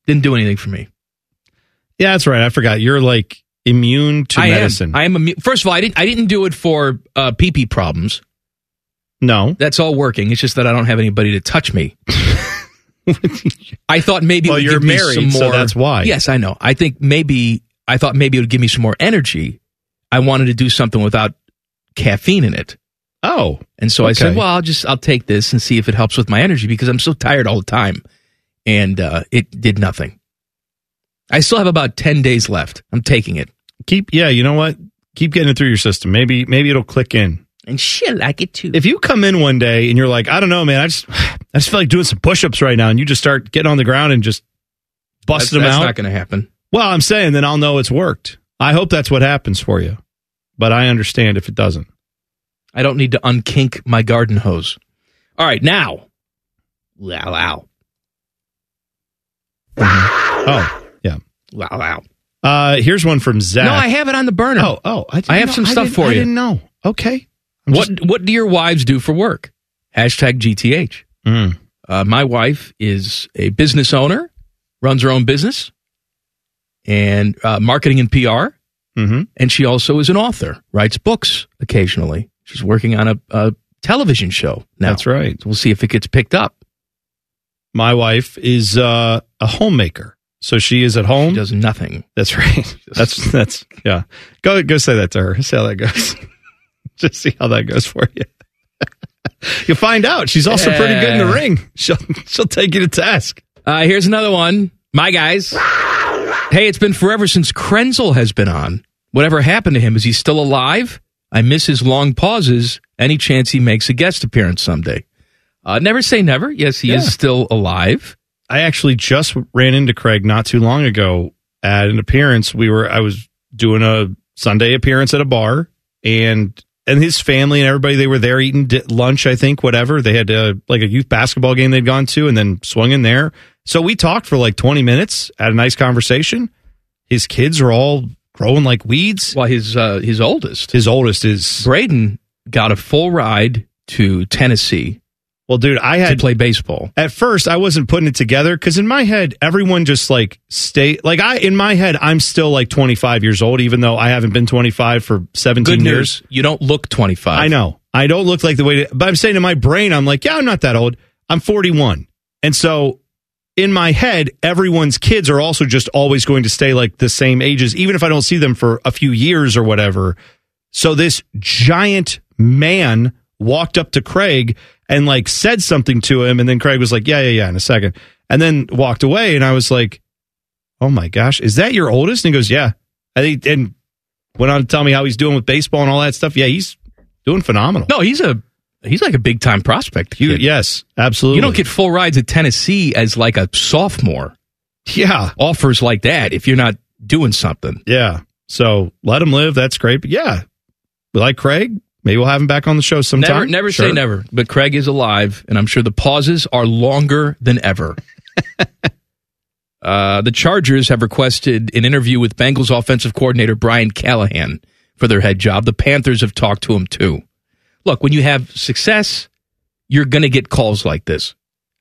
Didn't do anything for me. yeah, that's right. I forgot. You're like immune to I medicine. am. I am. A, mu- first of all, I didn't. I didn't do it for uh, pee pee problems. no. That's all working. It's just that I don't have anybody to touch me. I thought maybe it Well, would you're give me married, some so more. that's why. Yes, I know. I think maybe I thought maybe it would give me some more energy. I wanted to do something without caffeine in it, Oh, and so I Okay. said, "Well, I'll just I'll take this and see if it helps with my energy because I'm so tired all the time." And uh, it did nothing. I still have about ten days left. I'm taking it, keep. Yeah, you know what? Keep getting it through your system. Maybe maybe it'll click in. and she'll like it too. If you come in one day and you're like, I don't know, man, I just I just feel like doing some push-ups right now, and you just start getting on the ground and just that's, busting them that's out. not going to happen. well, I'm saying then I'll know it's worked. I hope that's what happens for you, but I understand if it doesn't. I don't need to unkink my garden hose. All right, now. Wow, wow, Oh, yeah. wow, wow. Uh, here's one from Zach. No, I have it on the burner. Oh, oh, I, didn't I have know- some stuff didn't- for I you. didn't know. Okay. I'm what just- What do your wives do for work? Hashtag GTH. Mm. Uh, my wife is a business owner, runs her own business, and uh, marketing and PR. Mm-hmm. And she also is an author, writes books occasionally. She's working on a, a television show now. That's right. we'll see if it gets picked up. My wife is uh, a homemaker, so she is at home. She does nothing. That's right. That's that's yeah. Go go say that to her. See how that goes. Just see how that goes for you. You'll find out. She's also pretty good in the Yeah. ring. She'll she'll take you to task. Uh, here's another one. My guys. Hey, it's been forever since Krenzel has been on. Whatever happened to him? Is he still alive? I miss his long pauses. Any chance he makes a guest appearance someday? Uh, never say never. Yes, he is still alive. I actually just ran into Craig not too long ago at an appearance. We were I was doing a Sunday appearance at a bar, and and his family and everybody they were there eating di- lunch. I think whatever they had uh like a youth basketball game they'd gone to, and then swung in there. So we talked for like twenty minutes, had a nice conversation. His kids are all growing like weeds. Well, his uh, his oldest, his oldest is Braden. Got a full ride to Tennessee. Well, dude, I had to play baseball. at first I wasn't putting it together because in my head everyone just like stay like I in my head I'm still like 25 years old even though I haven't been 25 for 17 Good years. news, you don't look 25. I know I don't look like the way, to, but I'm saying in my brain I'm like yeah I'm not that old I'm 41 and so in my head everyone's kids are also just always going to stay like the same ages even if I don't see them for a few years or whatever. So this giant man walked up to Craig and like said something to him. And then Craig was like, yeah, yeah, yeah, in a second. And then walked away. And I was like, oh my gosh, is that your oldest? And he goes, yeah. I think, and went on to tell me how he's doing with baseball and all that stuff. Yeah, he's doing phenomenal. No, he's a he's like a big time prospect. You, yes, absolutely. You don't get full rides at Tennessee as like a sophomore. Yeah. Offers like that if you're not doing something. Yeah. So let him live. That's great. But yeah, we like Craig. Maybe we'll have him back on the show sometime. Never never say Sure. never. But Craig is alive and I'm sure the pauses are longer than ever. uh, the Chargers have requested an interview with Bengals offensive coordinator Brian Callahan for their head job. The Panthers have talked to him too. Look, when you have success, you're going to get calls like this.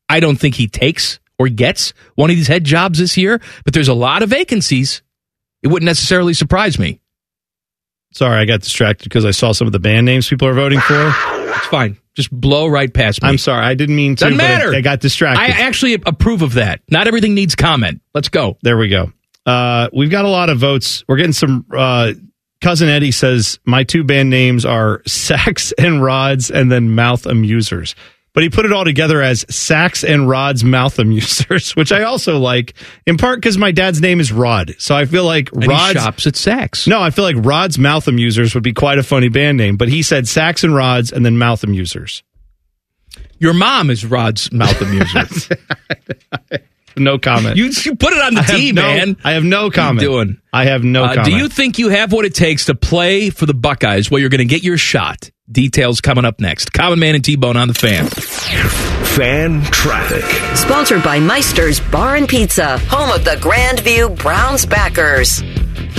I don't think he takes or gets one of these head jobs this year, but there's a lot of vacancies. It wouldn't necessarily surprise me. Sorry, I got distracted because I saw some of the band names people are voting for. It's fine. Just blow right past me. I'm sorry. I didn't mean to. Doesn't but I- matter. I, got distracted. I actually approve of that. Not everything needs comment. Let's go. There we go. Uh, we've got a lot of votes. We're getting some. Uh, Cousin Eddie says my two band names are Sax and Rods, and then Mouth Amusers. But he put it all together as Sax and Rods Mouth Amusers, which I also like in part because my dad's name is Rod, so I feel like he Rod's shops at Sax. No, I feel like Rod's Mouth Amusers would be quite a funny band name. But he said Sax and Rods, and then Mouth Amusers. Your mom is Rod's mouth amuser. no comment. You, you put it on the I have tee, no- man. I have no comment. doing? I have no Uh, comment. do you think you have what it takes to play for the Buckeyes? Well, you're going to get your shot. Details coming up next. Common Man and T Bone on the fan. Fan traffic. Sponsored by Meister's Bar and Pizza, home of the Grandview Browns backers.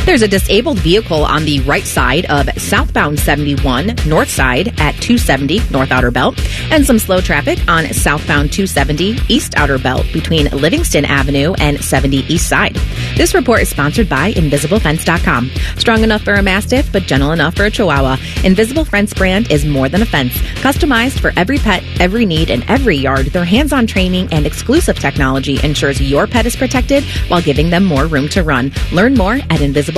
There's a disabled vehicle on the right side of southbound 71, north side at 270 North Outer Belt, and some slow traffic on southbound 270 East Outer Belt between Livingston Avenue and 70 East Side. This report is sponsored by InvisibleFence.com. Strong enough for a Mastiff, but gentle enough for a Chihuahua, Invisible Fence brand is more than a fence. Customized for every pet, every need, and every yard, their hands on training and exclusive technology ensures your pet is protected while giving them more room to run. Learn more at InvisibleFence.com.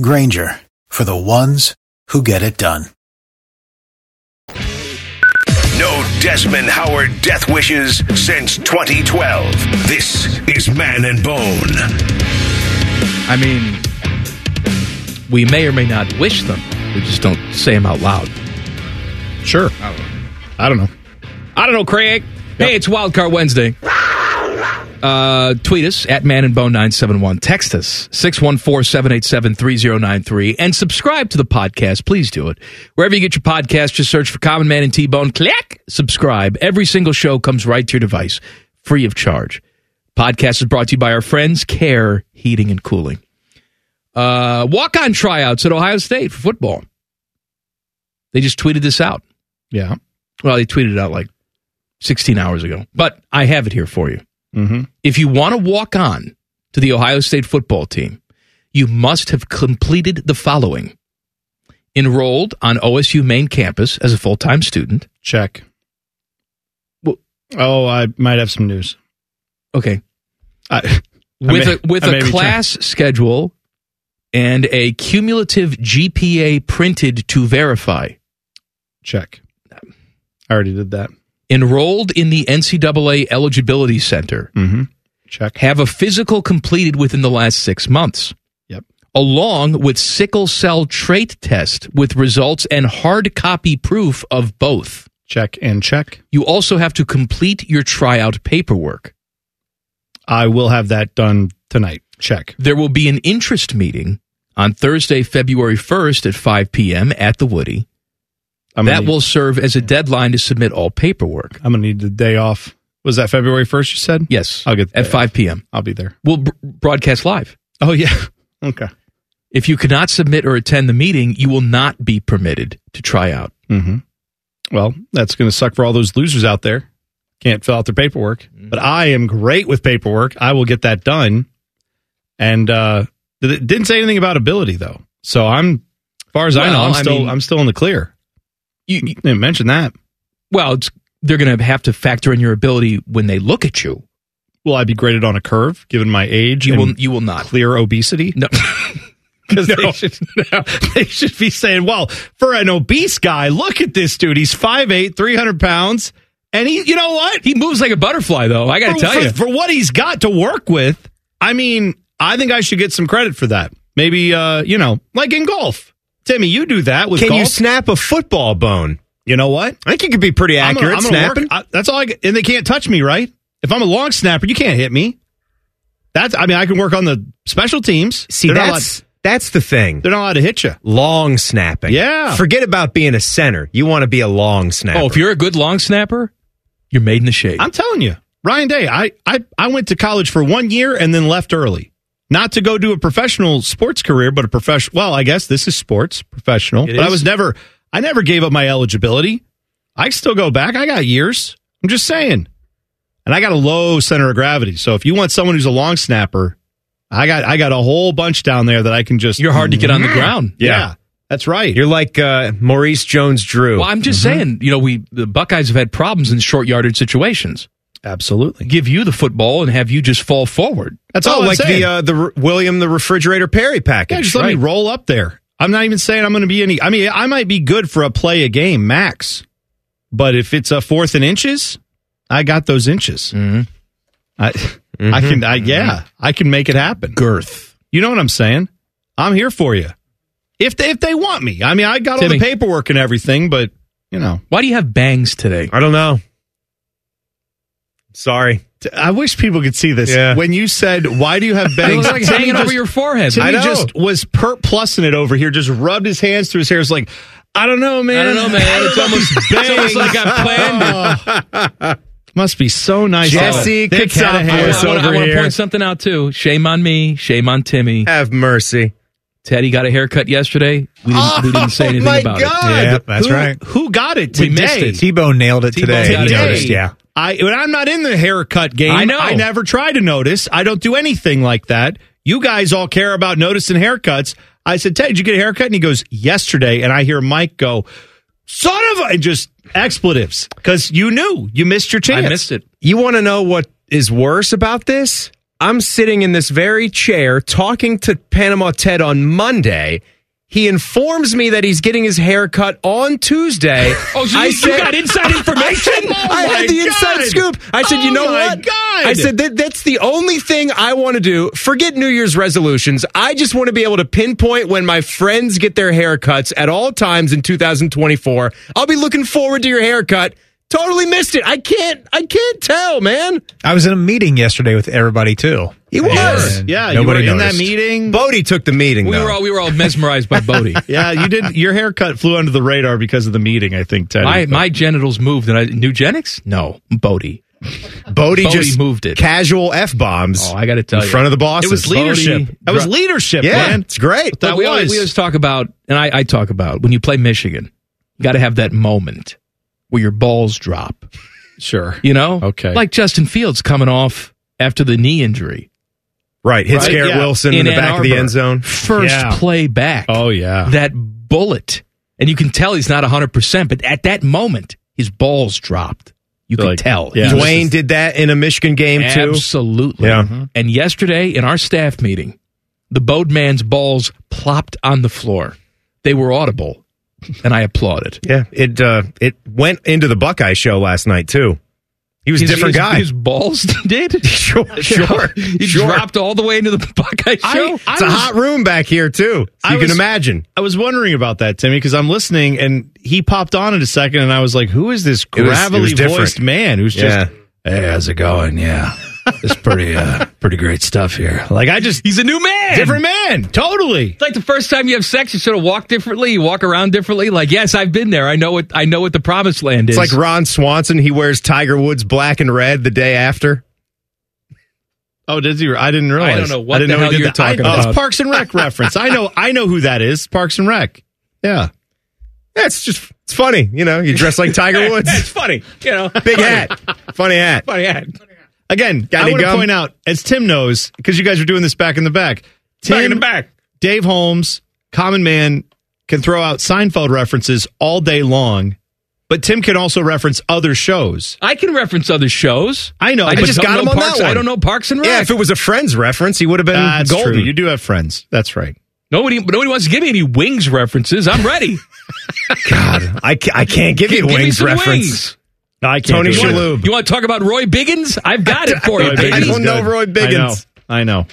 Granger for the ones who get it done. No Desmond Howard death wishes since 2012. This is Man and Bone. I mean, we may or may not wish them. We just don't say them out loud. Sure. I don't know. I don't know, Craig. Hey, it's Wildcard Wednesday. Uh, tweet us at Man and Bone 971. Text us 614 787 3093. And subscribe to the podcast. Please do it. Wherever you get your podcast, just search for Common Man and T Bone. Click subscribe. Every single show comes right to your device, free of charge. Podcast is brought to you by our friends Care Heating and Cooling. Uh, Walk on tryouts at Ohio State for football. They just tweeted this out. Yeah. Well, they tweeted it out like 16 hours ago, but I have it here for you. Mm-hmm. If you want to walk on to the Ohio State football team, you must have completed the following enrolled on OSU main campus as a full time student. Check. Oh, I might have some news. Okay. I, I With may- a, with I may a be class schedule and a cumulative GPA printed to verify. Check. I already did that. Enrolled in the NCAA Eligibility Center. Mm-hmm. Check. Have a physical completed within the last six months. Yep. Along with sickle cell trait test with results and hard copy proof of both. Check and check. You also have to complete your tryout paperwork. I will have that done tonight. Check. There will be an interest meeting on Thursday, February 1st at 5 p.m. at the Woody. I'm that gonna- will serve as a deadline to submit all paperwork. I'm gonna need the day off. Was that February first? You said Yes. I'll get the At day 5 p.m. I'll be there. We'll br- broadcast live. Oh yeah. okay. If you cannot submit or attend the meeting, you will not be permitted to try out. Mm-hmm. Well, that's gonna suck for all those losers out there. Can't fill out their paperwork, Mm-hmm. but I am great with paperwork. I will get that done. And uh, th- it didn't say anything about ability though, so I'm, as far as I know, Well, I'm I still mean- I'm still in the clear. You, you- Didn't mention that. well, it's, they're going to have to factor in your ability when they look at you. Will I be graded on a curve given my age? You and will. You will not. clear obesity. No. because they, should, they should be saying, well, for an obese guy, look at this dude. He's 5'8, 300 pounds. And he, you know what? He moves like a butterfly, though. I got for, to tell for- you. for what he's got to work with, I mean, I think I should get some credit for that. Maybe, uh, you know, like in golf. Timmy, you do that with Can golf. you snap a football bone? You know what? I think you could be pretty I'm accurate gonna- I'm gonna work- snapping. I- that's all I get. And they can't touch me, right? If I'm a long snapper, you can't hit me. That's, I mean, I can work on the special teams. See, they're not that's allowed- that's the thing. they're not allowed to hit you. Long snapping. Yeah. Forget about being a center. You want to be a long snapper. Oh, if you're a good long snapper, you're made in the shade. I'm telling you, Ryan Day. I, I I went to college for one year and then left early, not to go do a professional sports career, but a professional. Well, I guess this is sports professional. It but I is. was never. I never gave up my eligibility. I still go back. I got years. I'm just saying. And I got a low center of gravity. So if you want someone who's a long snapper, I got I got a whole bunch down there that I can just You're hard to get on the ground. Yeah. That's right. You're like uh, Maurice Jones-Drew. Well, I'm just Mm-hmm. saying, you know, we the Buckeyes have had problems in short yardage situations. absolutely. Give you the football and have you just fall forward. That's all oh, I'm like saying. the uh, the R- William the refrigerator Perry package. Yeah, just let right? me roll up there. I'm not even saying I'm going to be any. I mean, I might be good for a play a game max, but if it's a fourth and inches, I got those inches. Mhm. I, I can. I yeah, I can make it happen. Mm-hmm. Girth. You know what I'm saying? I'm here for you. If they, if they want me, I mean, I got all Timmy. the paperwork and everything, but you know, Why do you have bangs today? I don't know. Sorry. T- I wish people could see this. Yeah. When you said, "Why do you have It bangs?" looks like Timmy hanging over just- your forehead. Timmy I know. just was per plussing it over here, just rubbed his hands through his hair. It's like, I don't know, man. I don't know, man. It's almost, it's almost like I planned it. Must be so nice. Jesse Dick Katsopoulos Callahan. It's I wanna- I over want to here. point something out too. Shame on me. Shame on Timmy. Have mercy. Teddy got a haircut yesterday. We didn't, we didn't say Oh, anything my about God. it. Yeah, that's who, right. Who got it We today? missed it. T Bone nailed it T-Bone today. got it He Today, noticed, yeah. I when I'm not in the haircut game. I know. I never try to notice. I don't do anything like that. You guys all care about noticing haircuts. I said, Ted, did you get a haircut? And he goes, yesterday. And I hear Mike go, son of a, and just expletives because you knew you missed your chance. I missed it. You want to know what is worse about this? I'm sitting in this very chair talking to Panama Ted on Monday. He informs me that he's getting his hair cut on Tuesday. Oh, so you, I you said- got inside information? Oh I had the inside scoop. I said, Oh you know my what? God. I said that that's the only thing I want to do. Forget New Year's resolutions. I just want to be able to pinpoint when my friends get their haircuts at all times in 2024. I'll be looking forward to your haircut. Totally missed it. I can't. I can't tell, man. I was in a meeting yesterday with everybody too. He was. And nobody noticed. meeting. Bodie took the meeting. We though. were all we were all mesmerized by Bodie. yeah, you did. Your haircut flew under the radar because of the meeting. I think Teddy. My my genitals moved, and I nugenics? No, Bodie. Bodie, just moved it. Casual f bombs. Oh, I got to tell in you, front of the bosses. It was leadership. Bodie- That was leadership, Yeah, man. it's great. But That we, Always, was. we always talk about, and I, I talk about when you play Michigan, you got to have that moment where your balls drop. Sure. You know, Okay. like Justin Fields coming off after the knee injury, Right. Hits Right, Garrett yeah. Wilson in, In the Ann back of the Arbor. end zone. first Yeah. play back. Oh yeah. that bullet, and you can tell he's not hundred percent. But at that moment, his balls dropped. You can Like, tell. yeah. He was Dwayne did that in a Michigan game too. Absolutely. Yeah. Mm-hmm. And yesterday in our staff meeting, the Bodeman's balls plopped on the floor. They were audible, and I applauded. Yeah, it uh, it went into the Buckeye show last night too. He was a His- different his- guy. His balls did. sure, sure, He sure. dropped all the way into the Buckeye I- show. I it's a was- hot room back here too. So I you can was- imagine. I was wondering about that, Timmy, because I'm listening and he popped on in a second, and I was like, "Who is this It was- it was gravelly voiced different. man who's just Eh. Hey, how's it going? Yeah. It's pretty uh pretty great stuff here. like I just He's a new man. different man, totally." It's like the first time you have sex, you sort of walk differently, you walk around differently. Like, yes, I've been there. I know what I know what the promised land It's is. like Ron Swanson, he wears Tiger Woods black and red the day after. Oh, did he? I didn't realize. I don't know what I didn't the know hell he did you're that. I- talking oh, about. It's Parks and Rec reference. I know. I know who that is. Parks and Rec. Yeah. Yeah, it's just it's funny, you know, you dress like Tiger it's Woods. funny, you know. Big hat. Funny hat. funny hat. Again, Got I any want to gum? point out, as Tim knows, because you guys are doing this back in the back. Tim, Back in the back. Dave Holmes, Common Man, can throw out Seinfeld references all day long, but Tim can also reference other shows. I can reference other shows. I know. but I just don't got know him on that Parks, one. I don't know Parks and Rec. Yeah, if it was a friend's reference, he would have been That's golden. true. You do have friends. That's right. Nobody, nobody wants to give me any wings references. I'm ready. God, I, ca- I can't give you a give me wings some reference. wings. I Tony do it. Shalhoub. You want to talk about Roy Biggins? I've got it for Roy you, Biggins I is baby. don't know good. Roy Biggins. I know. I know.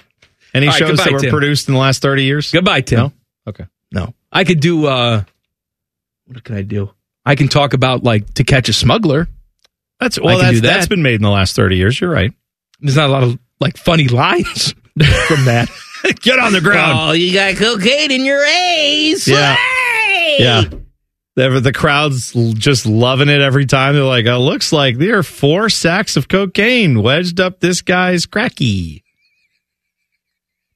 Any All right, shows goodbye, that were Tim. produced in the last 30 years? Goodbye, Tim. No? Okay. No. I could do uh what can I do? I can talk about like to catch a smuggler. That's I well. can That's, do that. that's been made in the last 30 years. You're right. There's not a lot of like funny lines from that. Get on the ground. Oh, you got cocaine in your A's. Yeah. Yeah. The, the crowd's l- just loving it every time. They're like, it looks like there are four sacks of cocaine wedged up this guy's cracky.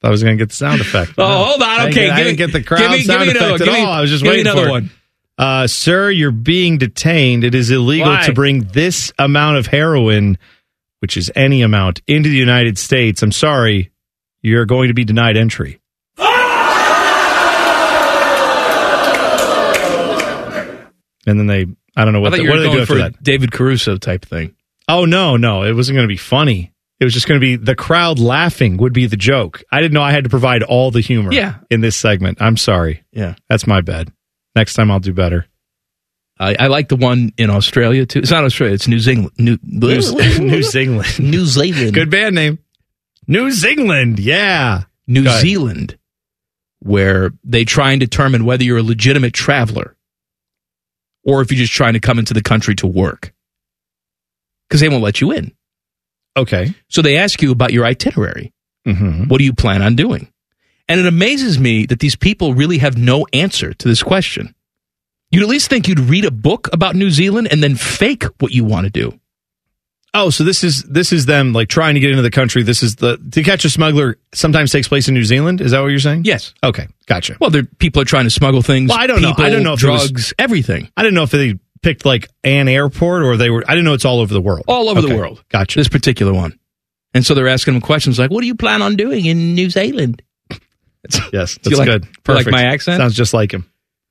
I was going to get the sound effect. Oh, hold on. I didn't Okay, get- I give didn't me- get the give crowd me- give sound me another effect one. at Give me- all. I was just give me waiting another for it. one. Uh, sir, you're being detained. It is illegal Why? to bring this amount of heroin, which is any amount, into the United States. I'm sorry, you're going to be denied entry. and then they, I don't know I what, thought they, you what do were they do going after for that. a David Caruso type thing. Oh no, no, it wasn't going to be funny. It was just going to be the crowd laughing would be the joke. I didn't know I had to provide all the humor Yeah. in this segment. I'm sorry. Yeah. That's my bad. Next time I'll do better. I, I like the one in Australia too. It's not Australia. It's New Zealand. New New, New Zealand. New Zealand. Good band name. New Zealand. Yeah. New Go ahead. Zealand, where they try and determine whether you're a legitimate traveler or if you're just trying to come into the country to work, because they won't let you in. Okay. So they ask you about your itinerary. Mm-hmm. What do you plan on doing? And it amazes me that these people really have no answer to this question. You'd at least think you'd read a book about New Zealand and then fake what you want to do. Oh, so this is this is them like trying to get into the country. This is the to catch a smuggler sometimes takes place in New Zealand. Is that what you're saying? Yes. Okay. Gotcha. Well, there- people are trying to smuggle things. Well, I don't know. I people, don't know if it was- drugs, everything. I didn't know if they picked like an airport or they were. I didn't know it's all over the world. all over the Okay. world. Gotcha. This particular one. And so they're asking him questions like, "What do you plan on doing in New Zealand?" Yes, Do you that's like- good. do you like my accent? Sounds just like him.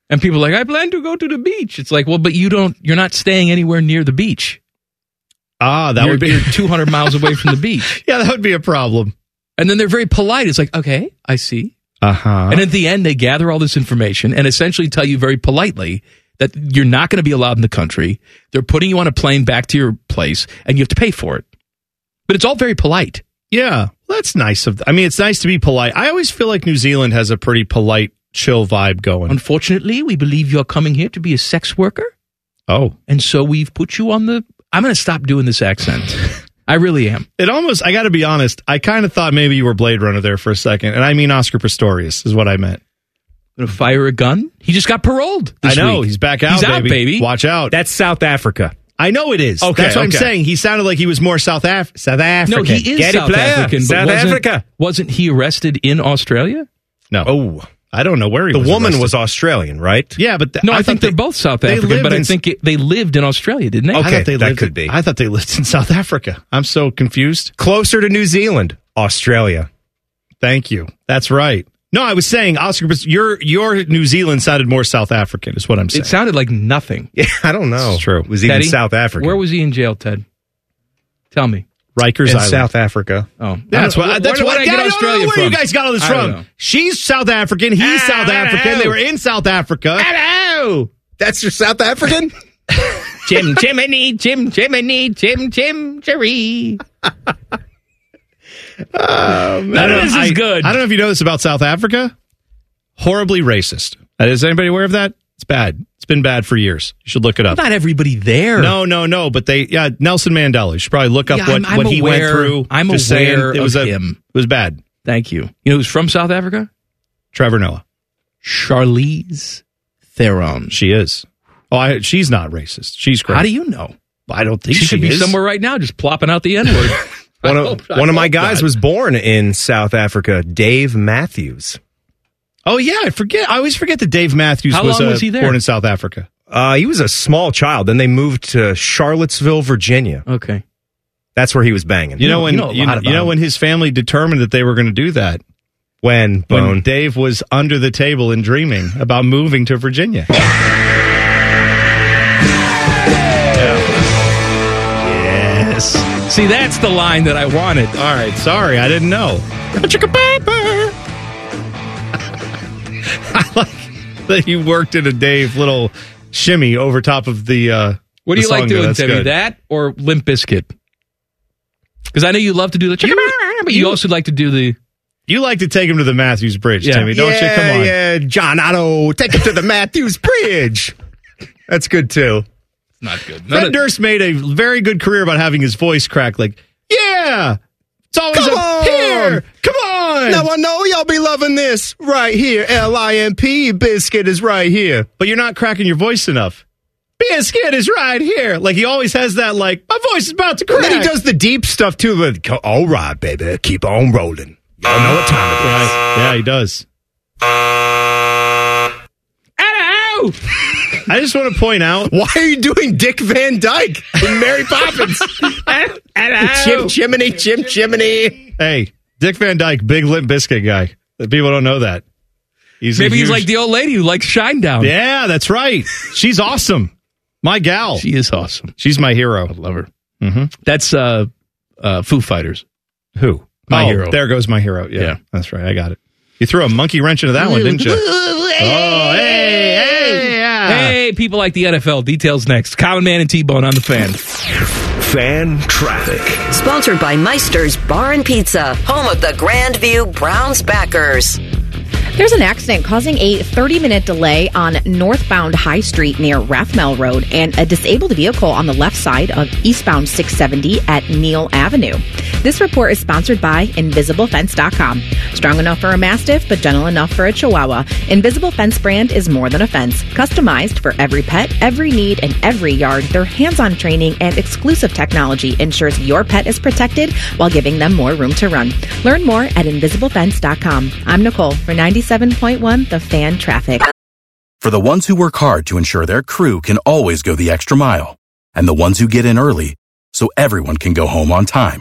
And people are like, "I plan to go to the beach." It's like, "Well, but you don't. You're not staying anywhere near the beach. Ah, that you're, would be. you're 200 miles away from the beach." yeah, that would be a problem. And then they're very polite. It's like, "Okay, I see." Uh huh. And at the end, they gather all this information and essentially tell you very politely that you're not going to be allowed in the country. They're putting you on a plane back to your place, and you have to pay for it. But it's all very polite. Yeah, that's nice of. I mean, it's nice to be polite. I always feel like New Zealand has a pretty polite, chill vibe going. Unfortunately, we believe you're coming here to be a sex worker. Oh. And so we've put you on the. I'm going to stop doing this accent. I really am. It almost, I got to be honest, I kind of thought maybe you were Blade Runner there for a second. And I mean Oscar Pistorius is what I meant. Going to fire a gun? He just got paroled. this I know. week. He's back out, He's out, baby. Watch out. That's South Africa. I know it is. Okay, That's what I'm okay. saying. He sounded like he was more South, Af- South African. No, he is South African. but wasn't- Wasn't he arrested in Australia? No. Oh, I don't know where he The was. woman was Australian, right? Yeah, but th- No, I, thought think they- they're both South they African, lived but I in- think it, they lived in Australia, didn't they? I thought they lived in- I thought they lived in South Africa. I'm so confused. Closer to New Zealand, Australia. Thank you. That's right. No, I was saying Oscar. Pis- Your your New Zealand sounded more South African, is what I'm saying. It sounded like nothing. Yeah, I don't know. It's true. Was even Teddy, South Africa. Where was he in jail, Ted? Tell me. Rikers in Island. South Africa. Oh, That's I what. don't- That's where what. did I get I don't Australia know where from? you guys got all this I don't from. know. Ah, She's South African. He's South African. They were in South Africa. oh. Hello. That's your South African. Jim, Jiminy, Jim, Jiminy, Jim, Jim, Jerry. I None don't of this know, is Oh, I- good. I don't know if you know this about South Africa. Horribly racist. Uh, Is anybody aware of that? It's bad. It's been bad for years. You should look it up. Not everybody there. No, no, no. But they, yeah, Nelson Mandela. You should probably look up Yeah, what, I'm- I'm what he went aware- through. I'm Just aware saying it was of a, him. It was bad. Thank you. You know who's from South Africa? Trevor Noah. Charlize Theron. She is. Oh, I, she's not racist. She's great. How do you know? I don't think She, she, should be is. somewhere right now, just plopping out the N word. One of, one of my guys was born in South Africa, Dave Matthews. Oh yeah, I forget. I always forget that Dave Matthews How was, long uh, was he there? born in South Africa. Uh, he was a small child. Then they moved to Charlottesville, Virginia. Okay. That's where he was banging. You know when you know, you know when his family determined that they were going to do that. When when Bone? Dave was under the table and dreaming about moving to Virginia. Yes. See, that's the line that I wanted. All right, sorry, I didn't know. I like that you worked in a Dave little shimmy over top of the. Uh, What do the you song like there. doing, That's Timmy? good. That or Limp Biscuit? Because I know you love to do the chicka but you, also like to do the. You like to take him to the Matthews Bridge, Timmy, don't you? Come on. Yeah, John Otto, take it to the Matthews Bridge. That's good too. Not good. Fred Durst made a very good career about having his voice crack. Like, yeah, it's always Come up on. here. Come on. Now I know y'all be loving this right here. L I M P biscuit is right here. but you're not cracking your voice enough. Biscuit is right here. Like he always has that. Like my voice is about to crack. And then he does the deep stuff too. But co- all right, baby, keep on rolling. Y'all know what time it is. Right. Yeah, he does. Ow! I just want to point out. Why are you doing Dick Van Dyke in Mary Poppins? Chim chimney, chim chimney. Hey, Dick Van Dyke, big limp biscuit guy. The People don't know that. He's a Maybe he's huge- like the old lady who likes Shine Down. Yeah, that's right. She's awesome. My gal. She is awesome. She's my hero. I love her. Mm-hmm. That's uh, uh, Foo Fighters. Who? My Oh, hero. There goes my hero. Yeah, Yeah. That's right. I got it. You threw a monkey wrench into that one, didn't you? Oh, hey, hey, yeah. Hey, people like the NFL. Details next. Common Man and T Bone on the fan. Fan traffic. Sponsored by Meister's Bar and Pizza, home of the Grand View Browns backers. There's an accident causing a 30 minute delay on northbound High Street near Rathmel Road and a disabled vehicle on the left side of eastbound 670 at Neal Avenue. This report is sponsored by InvisibleFence.com. Strong enough for a Mastiff, but gentle enough for a Chihuahua, Invisible Fence brand is more than a fence. Customized for every pet, every need, and every yard, their hands on training and exclusive technology ensures your pet is protected while giving them more room to run. Learn more at InvisibleFence.com. I'm Nicole for 97.1 The Fan Traffic. For the ones who work hard to ensure their crew can always go the extra mile, and the ones who get in early so everyone can go home on time,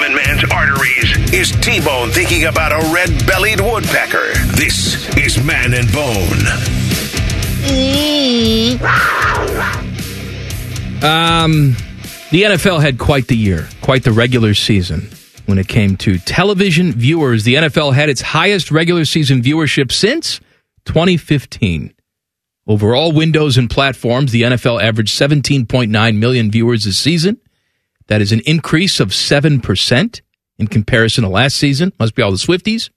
man's arteries is T Bone thinking about a red bellied woodpecker. This is Man and Bone. Um, the NFL had quite the year, quite the regular season. When it came to television viewers, the NFL had its highest regular season viewership since 2015. Over all windows and platforms, the NFL averaged 17.9 million viewers this season. That is an increase of 7% in comparison to last season. Must be all the Swifties.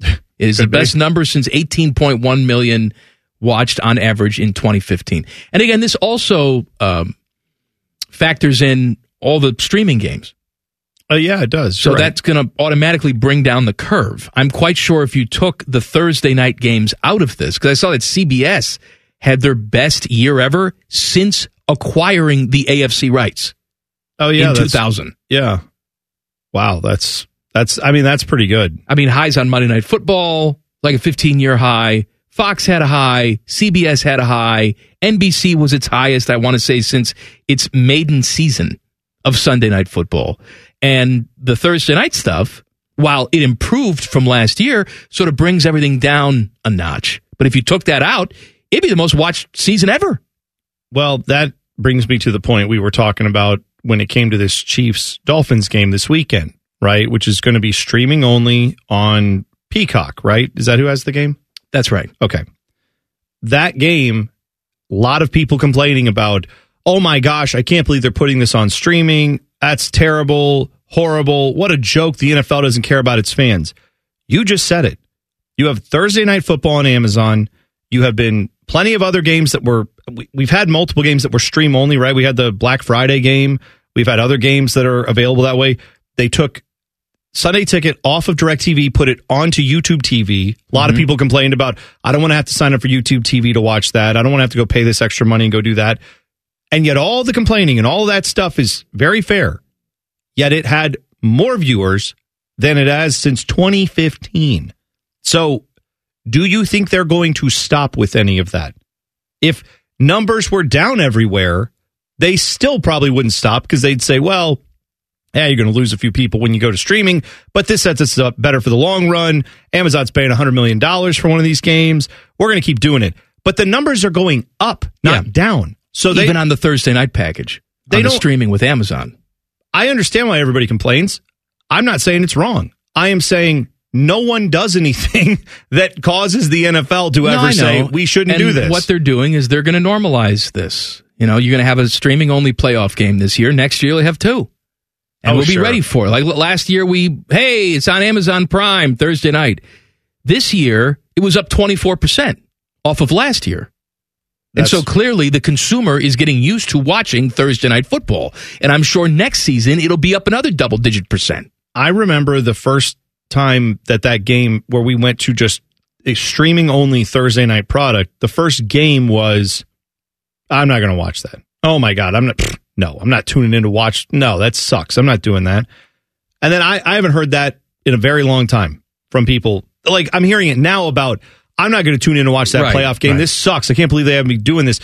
It is the best number since 18.1 million watched on average in 2015. And again, this also um, factors in all the streaming games. Oh yeah, it does. So that's going to automatically bring down the curve. I'm quite sure if you took the Thursday night games out of this, because I saw that CBS had their best year ever since acquiring the AFC rights. Oh yeah, in that's- 2000. Yeah. Wow, that's that's. I mean, that's pretty good. I mean, highs on Monday Night Football, like a 15 year high. Fox had a high. CBS had a high. NBC was its highest, I want to say, since its maiden season of Sunday Night Football. And the Thursday night stuff, while it improved from last year, sort of brings everything down a notch. But if you took that out, it'd be the most watched season ever. Well, that brings me to the point we were talking about when it came to this Chiefs Dolphins game this weekend, right? Which is going to be streaming only on Peacock, right? Is that who has the game? That's right. Okay. That game, a lot of people complaining about, oh my gosh, I can't believe they're putting this on streaming. That's terrible, horrible. What a joke. The NFL doesn't care about its fans. You just said it. You have Thursday night football on Amazon. You have been plenty of other games that were we, we've had multiple games that were stream only, right? We had the Black Friday game. We've had other games that are available that way. They took Sunday ticket off of DirecTV, put it onto YouTube TV. A lot of people complained about, I don't want to have to sign up for YouTube TV to watch that. I don't want to have to go pay this extra money and go do that. And yet, all the complaining and all that stuff is very fair. Yet, it had more viewers than it has since 2015. So, do you think they're going to stop with any of that? If numbers were down everywhere, they still probably wouldn't stop because they'd say, well, yeah, you're going to lose a few people when you go to streaming, but this sets us up better for the long run. Amazon's paying $100 million for one of these games. We're going to keep doing it. But the numbers are going up, not down. So they, Even on the Thursday night package, They on the don't- streaming with Amazon. I understand why everybody complains. I'm not saying it's wrong. I am saying no one does anything that causes the NFL to No, ever I say know. we shouldn't And do this. What they're doing is they're going to normalize this. You know, you're going to have a streaming only playoff game this year. Next year, you'll have two. And Oh, we'll be sure. ready for it. Like l- last year, we, hey, it's on Amazon Prime Thursday night. This year, it was up 24% off of last year. and so clearly, the consumer is getting used to watching Thursday night football. And I'm sure next season, it'll be up another double digit percent. I remember the first time that that game where we went to just a streaming only Thursday night product. The first game was, I'm not going to watch that. Oh my god, I'm not. pfft, No, I'm not tuning in to watch. No, that sucks. I'm not doing that. And then I, I haven't heard that in a very long time from people. Like I'm hearing it now about I'm not going to tune in to watch that Right, playoff game. right. This sucks. I can't believe they have me doing this.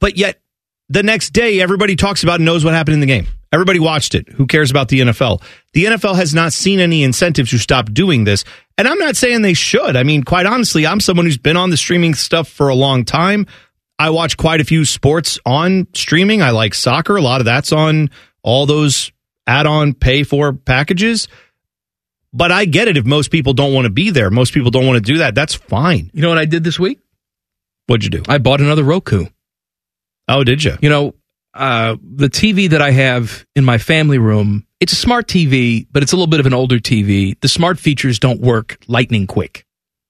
But yet, the next day, everybody talks about and knows what happened in the game. Everybody watched it. Who cares about the NFL? The NFL has not seen any incentive to stop doing this. And I'm not saying they should. I mean, quite honestly, I'm someone who's been on the streaming stuff for a long time. I watch quite a few sports on streaming. I like soccer. A lot of that's on all those add on pay for packages. But I get it if most people don't want to be there. Most people don't want to do that. That's fine. You know what I did this week? What'd you do? I bought another Roku. Oh, did you? You know, uh, the TV that I have in my family room, it's a smart TV, but it's a little bit of an older TV. The smart features don't work lightning quick.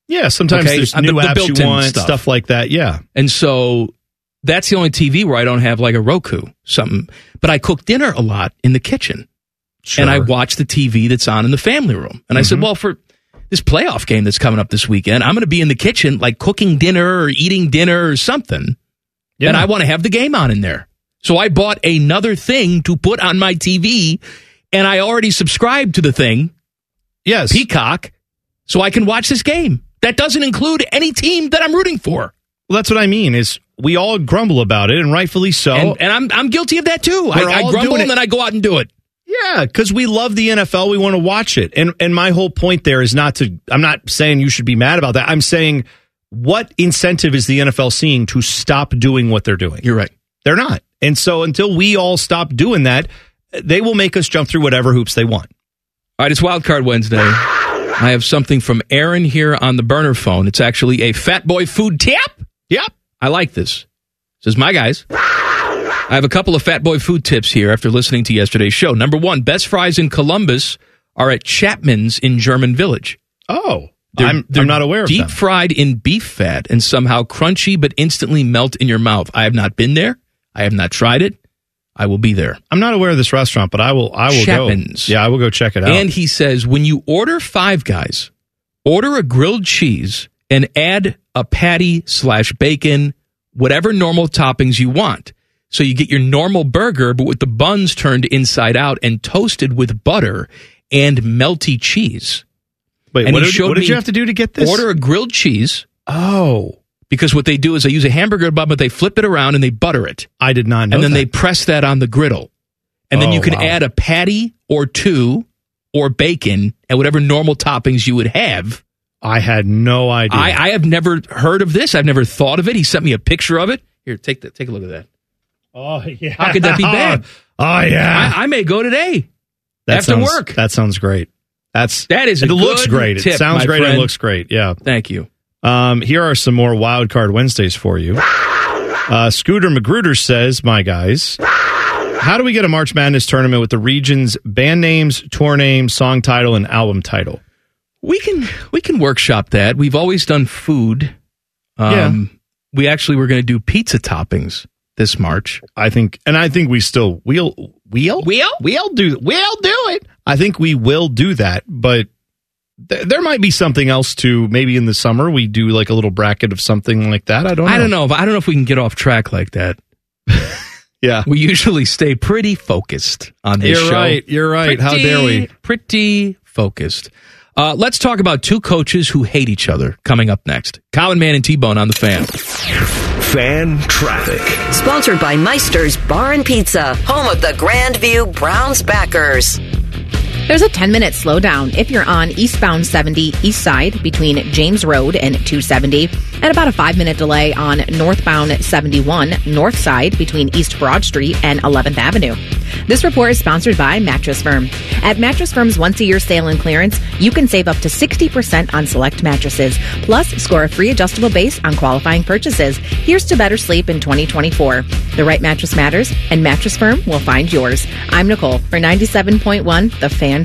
Yeah, sometimes Okay, there's uh, the- new the apps you built-in want, stuff. stuff like that. Yeah. And so that's the only TV where I don't have like a Roku, something. But I cook dinner a lot in the kitchen. And I watch the TV that's on in the family room. And I said, well, for this playoff game that's coming up this weekend, I'm going to be in the kitchen, like cooking dinner or eating dinner or something. And I want to have the game on in there. So I bought another thing to put on my TV. And I already subscribed to the thing. Yes. Peacock. So I can watch this game. That doesn't include any team that I'm rooting for. Well, that's what I mean. Is we all grumble about it, and rightfully so. And, and I'm I'm guilty of that too. I, We're I all grumble doing and it. then I go out and do it. Yeah, because we love the NFL. We want to watch it. And and my whole point there is not to I'm not saying you should be mad about that. I'm saying what incentive is the NFL seeing to stop doing what they're doing? You're right. They're not. And so until we all stop doing that, they will make us jump through whatever hoops they want. All right, it's Wildcard Wednesday. I have something from Aaron here on the burner phone. It's actually a Fat Boy food tip. Yep. I like this. Says, my guys, I have a couple of Fat Boy food tips here after listening to yesterday's show. Number one, best fries in Columbus are at Chapman's in German Village. Oh, They're- I'm, they're I'm not aware of deep them. fried in beef fat and somehow crunchy but instantly melt in your mouth. I have not been there. I have not tried it. I will be there. I'm not aware of this restaurant, but I will. I will Chapman's. go. Yeah, I will go check it out. And he says when you order Five Guys, order a grilled cheese and add a patty slash bacon, whatever normal toppings you want. So you get your normal burger, but with the buns turned inside out and toasted with butter and melty cheese. Wait, And what he did- showed what did me you have to do to get this? Order a grilled cheese. Oh. Because what they do is they use a hamburger bun, but they flip it around and they butter it. I did not know. And then that. they press that on the griddle. And then Oh, you can wow. add a patty or two or bacon and whatever normal toppings you would have. I had no idea. I, I have never heard of this. I've never thought of it. He sent me a picture of it. Here, take that. Take a look at that. Oh yeah. How could that be bad? Oh yeah. I, I may go today That after sounds, work. That sounds great. That's That is a It looks good great. tip, it sounds my great. friend. It looks great. Yeah. Thank you. Um, here are some more wild card Wednesdays for you. Uh, Scooter Magruder says, "My guys, how do we get a March Madness tournament with the region's band names, tour name, song title, and album title?" We can we can workshop that. We've always done food. Um, We actually were going to do pizza toppings this March. I think, and I think we still we'll we'll we'll we'll do we'll do it. I think we will do that, but th- there might be something else to maybe in the summer we do like a little bracket of something like that. I don't. know. I don't know. If, I don't know if we can get off track like that. yeah, we usually stay pretty focused on this You're show. right. You're right. How dare we? Pretty focused. Uh, let's talk about two coaches who hate each other. Coming up next, Colin Man and T Bone on the fan. Fan traffic. Sponsored by Meister's Bar and Pizza, home of the Grand View Browns backers. There's a 10 minute slowdown if you're on eastbound 70 east side between James Road and 270, and about a 5 minute delay on northbound 71 north side between East Broad Street and 11th Avenue. This report is sponsored by Mattress Firm. At Mattress Firm's once a year sale and clearance, you can save up to 60% on select mattresses, plus score a free adjustable base on qualifying purchases. Here's to better sleep in 2024. The right mattress matters, and Mattress Firm will find yours. I'm Nicole for 97.1 The Fan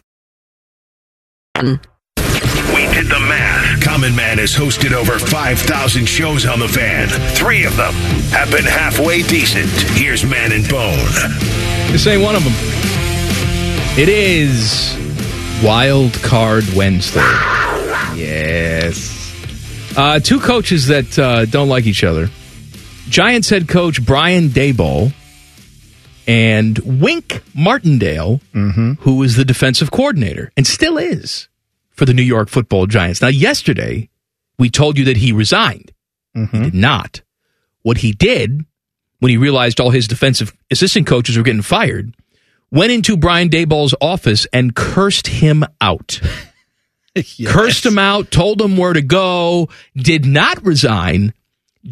We did the math. Common Man has hosted over 5,000 shows on the fan. Three of them have been halfway decent. Here's Man and Bone. This ain't one of them. It is Wild Card Wednesday. Yes. Uh, two coaches that uh, don't like each other Giants head coach Brian Dayball and Wink Martindale, who was the defensive coordinator and still is for the New York football Giants. Now, yesterday, we told you that he resigned. He did not. What he did when he realized all his defensive assistant coaches were getting fired, went into Brian Dayball's office and cursed him out. Cursed him out, told him where to go, did not resign,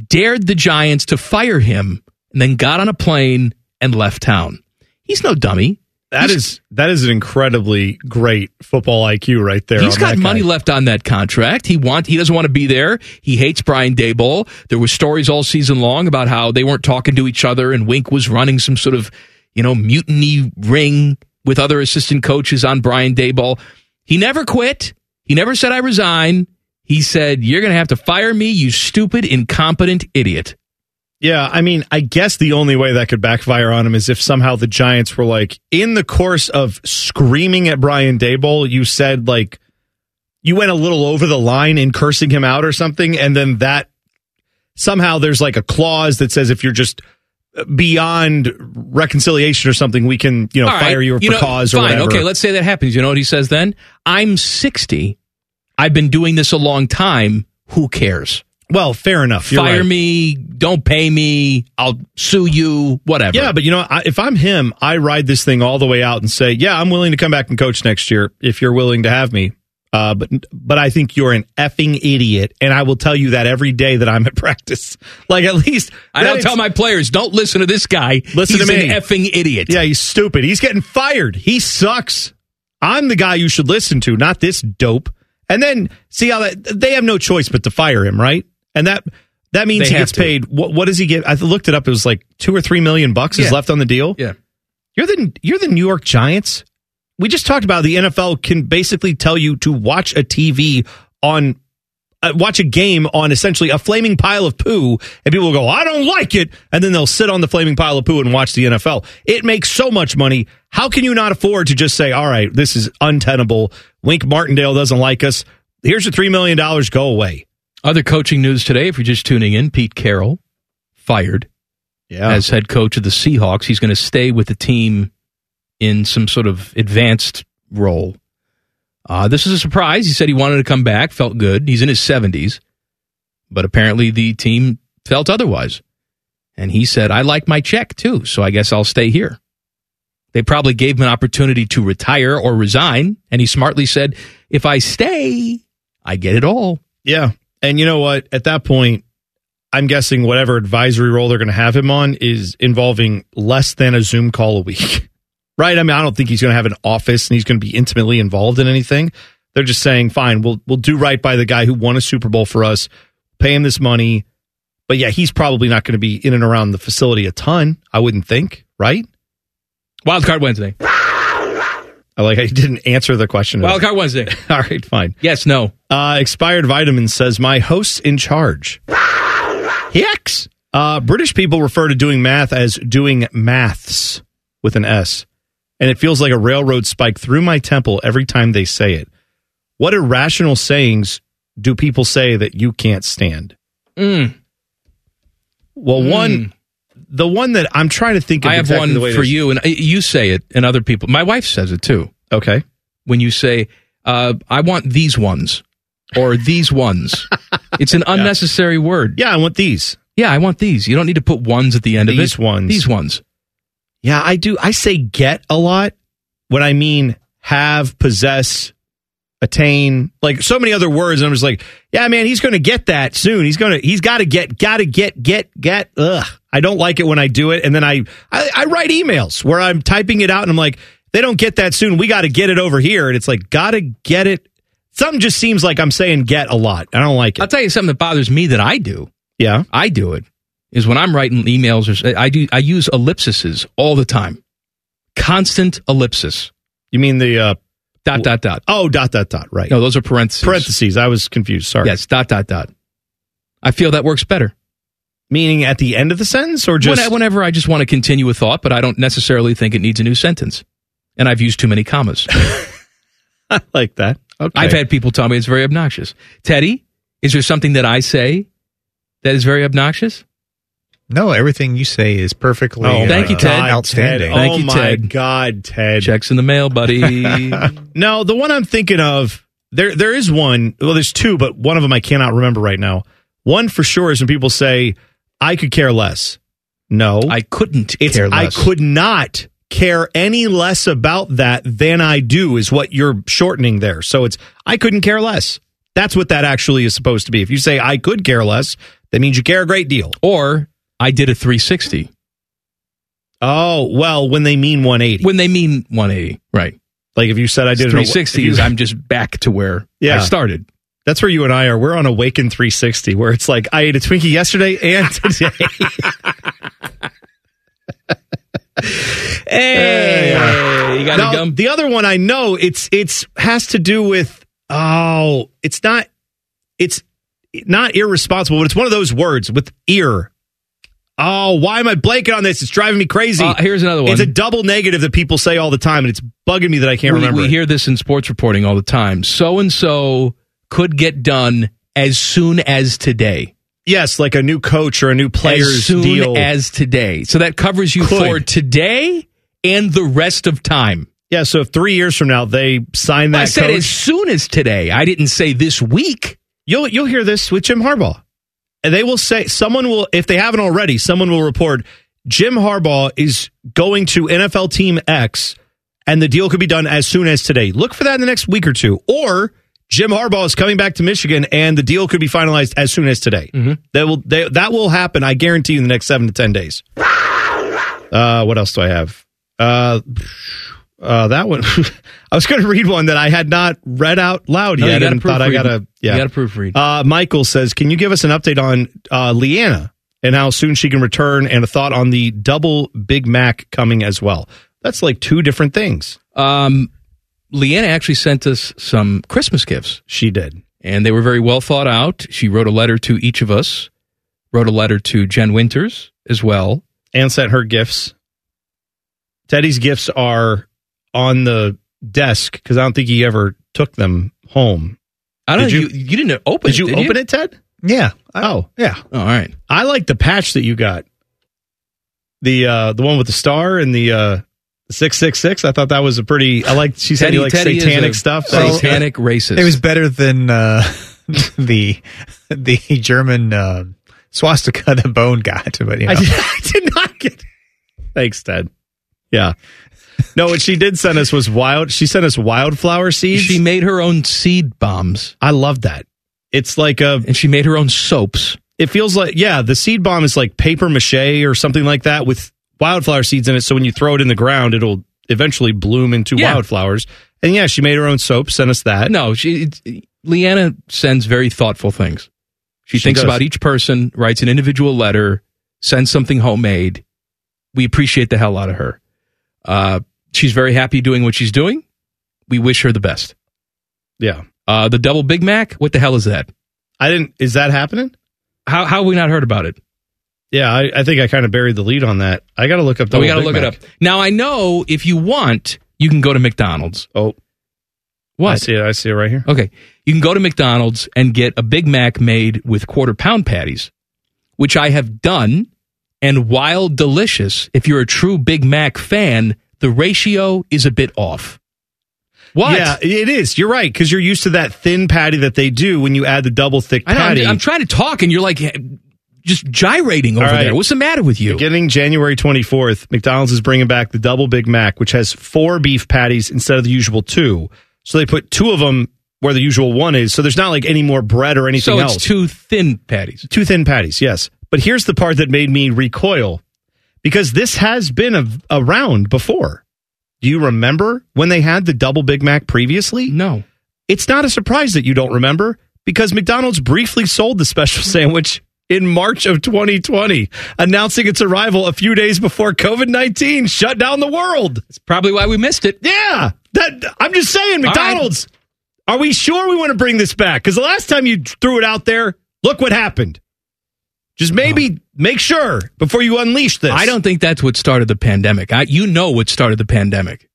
dared the Giants to fire him, and then got on a plane and left town. He's no dummy. That is that is an incredibly great football IQ right there. He's on got that guy. money left on that contract. He want he doesn't want to be there. He hates Brian Dayball. There were stories all season long about how they weren't talking to each other, and Wink was running some sort of you know mutiny ring with other assistant coaches on Brian Dayball. He never quit. He never said I resign. He said you're going to have to fire me, you stupid, incompetent idiot. Yeah, I mean, I guess the only way that could backfire on him is if somehow the Giants were like, in the course of screaming at Brian Dable, you said like you went a little over the line in cursing him out or something, and then that somehow there's like a clause that says if you're just beyond reconciliation or something, we can you know All right, fire you, for know, cause fine, or whatever. Okay, let's say that happens. You know what he says then? I'm 60. I've been doing this a long time. Who cares? Well, fair enough. You're Fire right. me. Don't pay me. I'll sue you. Whatever. Yeah, but you know, I, if I'm him, I ride this thing all the way out and say, "Yeah, I'm willing to come back and coach next year if you're willing to have me." Uh, but but I think you're an effing idiot, and I will tell you that every day that I'm at practice. Like at least I don't tell my players, don't listen to this guy. Listen He's to me, an effing idiot. Yeah, he's stupid. He's getting fired. He sucks. I'm the guy you should listen to, not this dope. And then see how that they have no choice but to fire him, right? And that that means They he have gets to. paid. What, what does he get? I looked it up. It was like two or three million bucks is Yeah. left on the deal. Yeah, you're the you're the New York Giants. We just talked about how the NFL can basically tell you to watch a TV on. Uh, watch a game on essentially a flaming pile of poo, and people will go, "I don't like it," and then they'll sit on the flaming pile of poo and watch the NFL. It makes so much money. How can you not afford to just say, "All right, this is untenable." Wink Martindale doesn't like us. Here's your three million dollars. Go away. Other coaching news today, if you're just tuning in, Pete Carroll fired as head coach of the Seahawks. He's going to stay with the team in some sort of advanced role. Uh, this is a surprise. He said he wanted to come back, felt good. He's in his 70s, but apparently the team felt otherwise. And he said, I like my check too, so I guess I'll stay here. They probably gave him an opportunity to retire or resign, and he smartly said, If I stay, I get it all. Yeah. And you know what? At that point, I'm guessing whatever advisory role they're going to have him on is involving less than a Zoom call a week. Right? I mean, I don't think he's going to have an office and he's going to be intimately involved in anything. They're just saying, "Fine, we'll we'll do right by the guy who won a Super Bowl for us. Pay him this money." But yeah, he's probably not going to be in and around the facility a ton, I wouldn't think, right? Wildcard Wednesday. I like I didn't answer the question. Wildcard Wednesday. All right, fine. Yes, no. Uh, expired vitamin says my host's in charge. Hicks. Uh, British people refer to doing math as doing maths with an S, and it feels like a railroad spike through my temple every time they say it. What irrational sayings do people say that you can't stand? Well, Hmm. one, the one that I'm trying to think. of I have exactly the one way for this- you, and uh, you say it, and other people. My wife says it too. Okay. When you say, uh, "I want these ones," or "these ones," it's an unnecessary word. Yeah, I want these. Yeah, I want these. You don't need to put ones at the end of it. These ones. These ones. Yeah, I do. I say get a lot when I mean have, possess, attain, like so many other words. And I'm just like, yeah, man, he's going to get that soon. He's going to, he's got to get, got to get, get, get. Ugh. I don't like it when I do it. And then I, I, I write emails where I'm typing it out and I'm like, they don't get that soon. We got to get it over here. And it's like, got to get it. Something just seems like I'm saying get a lot. I don't like it. I'll tell you something that bothers me that I do. Yeah, I do it. Is when I'm writing emails or s- I do. I use ellipses all the time. Constant ellipsis. You mean the uh, dot dot dot? Oh, dot, dot, dot. Right. No, those are parentheses. Parentheses. I was confused. Sorry. Yes, dot dot dot. I feel that works better. Meaning at the end of the sentence or just. When- whenever I just want to continue a thought, but I don't necessarily think it needs a new sentence. And I've used too many commas. I like that. Okay. I've had people tell me it's very obnoxious. Teddy, is there something that I say that is very obnoxious? No, everything you say is perfectly. Oh, uh, Thank you, Ted. Outstanding. Ted. Thank oh you, my Ted. God, Ted. Checks in the mail, buddy. No, the one I'm thinking of, there there is one. Well, there's two, but one of them I cannot remember right now. One for sure is when people say, "I could care less." No, I couldn't it's care I less. could not care any less about that than I do is what you're shortening there. So it's I couldn't care less. That's what that actually is supposed to be. If you say I could care less, that means you care a great deal. Or I did a 360 Oh well, when they mean 180, when they mean 180. Right. like if you said I did an- 360 if is you- I'm just back to where Yeah. I started. That's where you and I are. We're on Awaken 360, where it's like I ate a Twinkie yesterday and today. Hey, you got Now, a gum? the other one I know it's it's has to do with oh, it's not it's not irresponsible, but it's one of those words with ear. Oh, why am I blanking on this? It's driving me crazy. Uh, here's another one. It's a double negative that people say all the time, and it's bugging me that I can't we, remember. we it. hear this in sports reporting all the time. So and so could get done as soon as today. Yes, like a new coach or a new player's as soon deal. as today. So that covers you Could. for today and the rest of time. Yeah, so if three years from now they sign that I said coach- as soon as today. I didn't say this week. You'll you'll hear this with Jim Harbaugh. And they will say someone will if they haven't already, someone will report Jim Harbaugh is going to NFL team X and the deal could be done as soon as today. Look for that in the next week or two. Or Jim Harbaugh is coming back to Michigan and the deal could be finalized as soon as today. Mm-hmm. That will they, that will happen, I guarantee you in the next 7 to 10 days. Uh, what else do I have? Uh, uh, that one. I was going to read one that I had not read out loud No, you yet, gotta and thought I proofread. gotta. You Yeah, gotta proofread. Uh, Michael says, "Can you give us an update on uh, Leanna and how soon she can return, and a thought on the double Big Mac coming as well? That's like two different things." Um, Leanna actually sent us some Christmas gifts. She did. And they were very well thought out. She wrote a letter to each of us, wrote a letter to Jen Winters as well. And sent her gifts. Teddy's gifts are on the desk because I don't think he ever took them home. I don't Did know, you- didn't open Did it, you did you? open it, Ted? Yeah. oh, yeah. all right. I like the patch that you got. The uh the one with the star and the uh 666. I thought that was a pretty I like she said Teddy- you like Teddy is satanic a stuff. satanic racist. It was better than uh, the the German uh, swastika that Bone got. But you know. I, did, I did not get Thanks, Ted. Yeah. No, what she did send us was wild. She sent us wildflower seeds. She made her own seed bombs. I love that. It's like a and she made her own soaps. It feels like yeah, the seed bomb is like paper mache or something like that with wildflower seeds in it. So when you throw it in the ground, it'll eventually bloom into Yeah. wildflowers. And yeah, she made her own soap. Sent us that. No, she it, Leanna sends very thoughtful things. She, She thinks does. about each person, writes an individual letter, sends something homemade. We appreciate the hell out of her. Uh, she's very happy doing what she's doing. We wish her the best. Yeah. Uh, the double Big Mac. What the hell is that? I didn't. Is that happening? How how have we not heard about it? Yeah, I, I think I kind of buried the lead on that. I got to look up. Oh, we got Double to Big look Mac. it up. Now I know if you want, you can go to McDonald's. Oh, what? I see it. I see it right here. Okay. You can go to McDonald's and get a Big Mac made with quarter pound patties, which I have done. And while delicious, if you're a true Big Mac fan, the ratio is a bit off. What? Yeah, it is. You're right because you're used to that thin patty that they do when you add the double thick I know, I'm, patty. I'm trying to talk, and you're like just gyrating over All right. there. What's the matter with you? Beginning January 24th, McDonald's is bringing back the double Big Mac, which has four beef patties instead of the usual two. So they put two of them where the usual one is. So there's not like any more bread or anything So else. it's two thin patties. Two thin patties, yes. But here's the part that made me recoil because this has been a, around before. Do you remember when they had the double Big Mac previously? No. It's not a surprise that you don't remember because McDonald's briefly sold the special sandwich in March of 2020, announcing its arrival a few days before COVID 19 shut down the world. That's probably why we missed it. Yeah. That I'm just saying, All right. McDonald's. Are we sure we want to bring this back? Because the last time you threw it out there, look what happened. Just maybe make sure before you unleash this. I don't think that's what started the pandemic. I, you know what started the pandemic.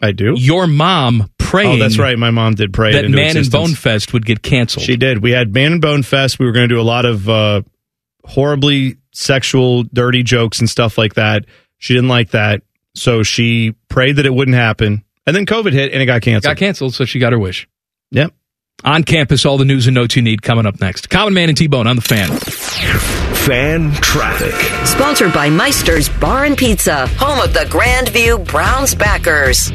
I do. Your mom praying. Oh, that's right. My mom did pray it that into Man and existence. Bone Fest would get canceled. She did. We had Man and Bone Fest. We were going to do a lot of uh, horribly sexual, dirty jokes and stuff like that. She didn't like that, so she prayed that it wouldn't happen. And then COVID hit, and it got canceled. got canceled, so she got her wish. Yep. On campus, all the news and notes you need coming up next. Common Man and T Bone on the fan. Fan traffic. Sponsored by Meister's Bar and Pizza, home of the Grandview Browns backers.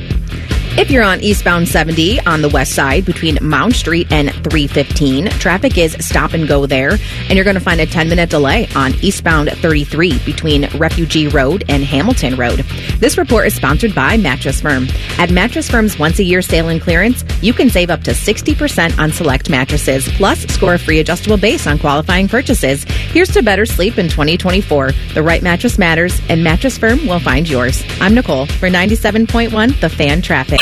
If you're on eastbound 70 on the west side between Mound Street and 315, traffic is stop and go there, and you're going to find a 10 minute delay on eastbound 33 between Refugee Road and Hamilton Road. This report is sponsored by Mattress Firm. At Mattress Firm's once a year sale and clearance, you can save up to 60% on select mattresses, plus score a free adjustable base on qualifying purchases. Here's to better sleep in 2024. The right mattress matters, and Mattress Firm will find yours. I'm Nicole for 97.1 The Fan Traffic.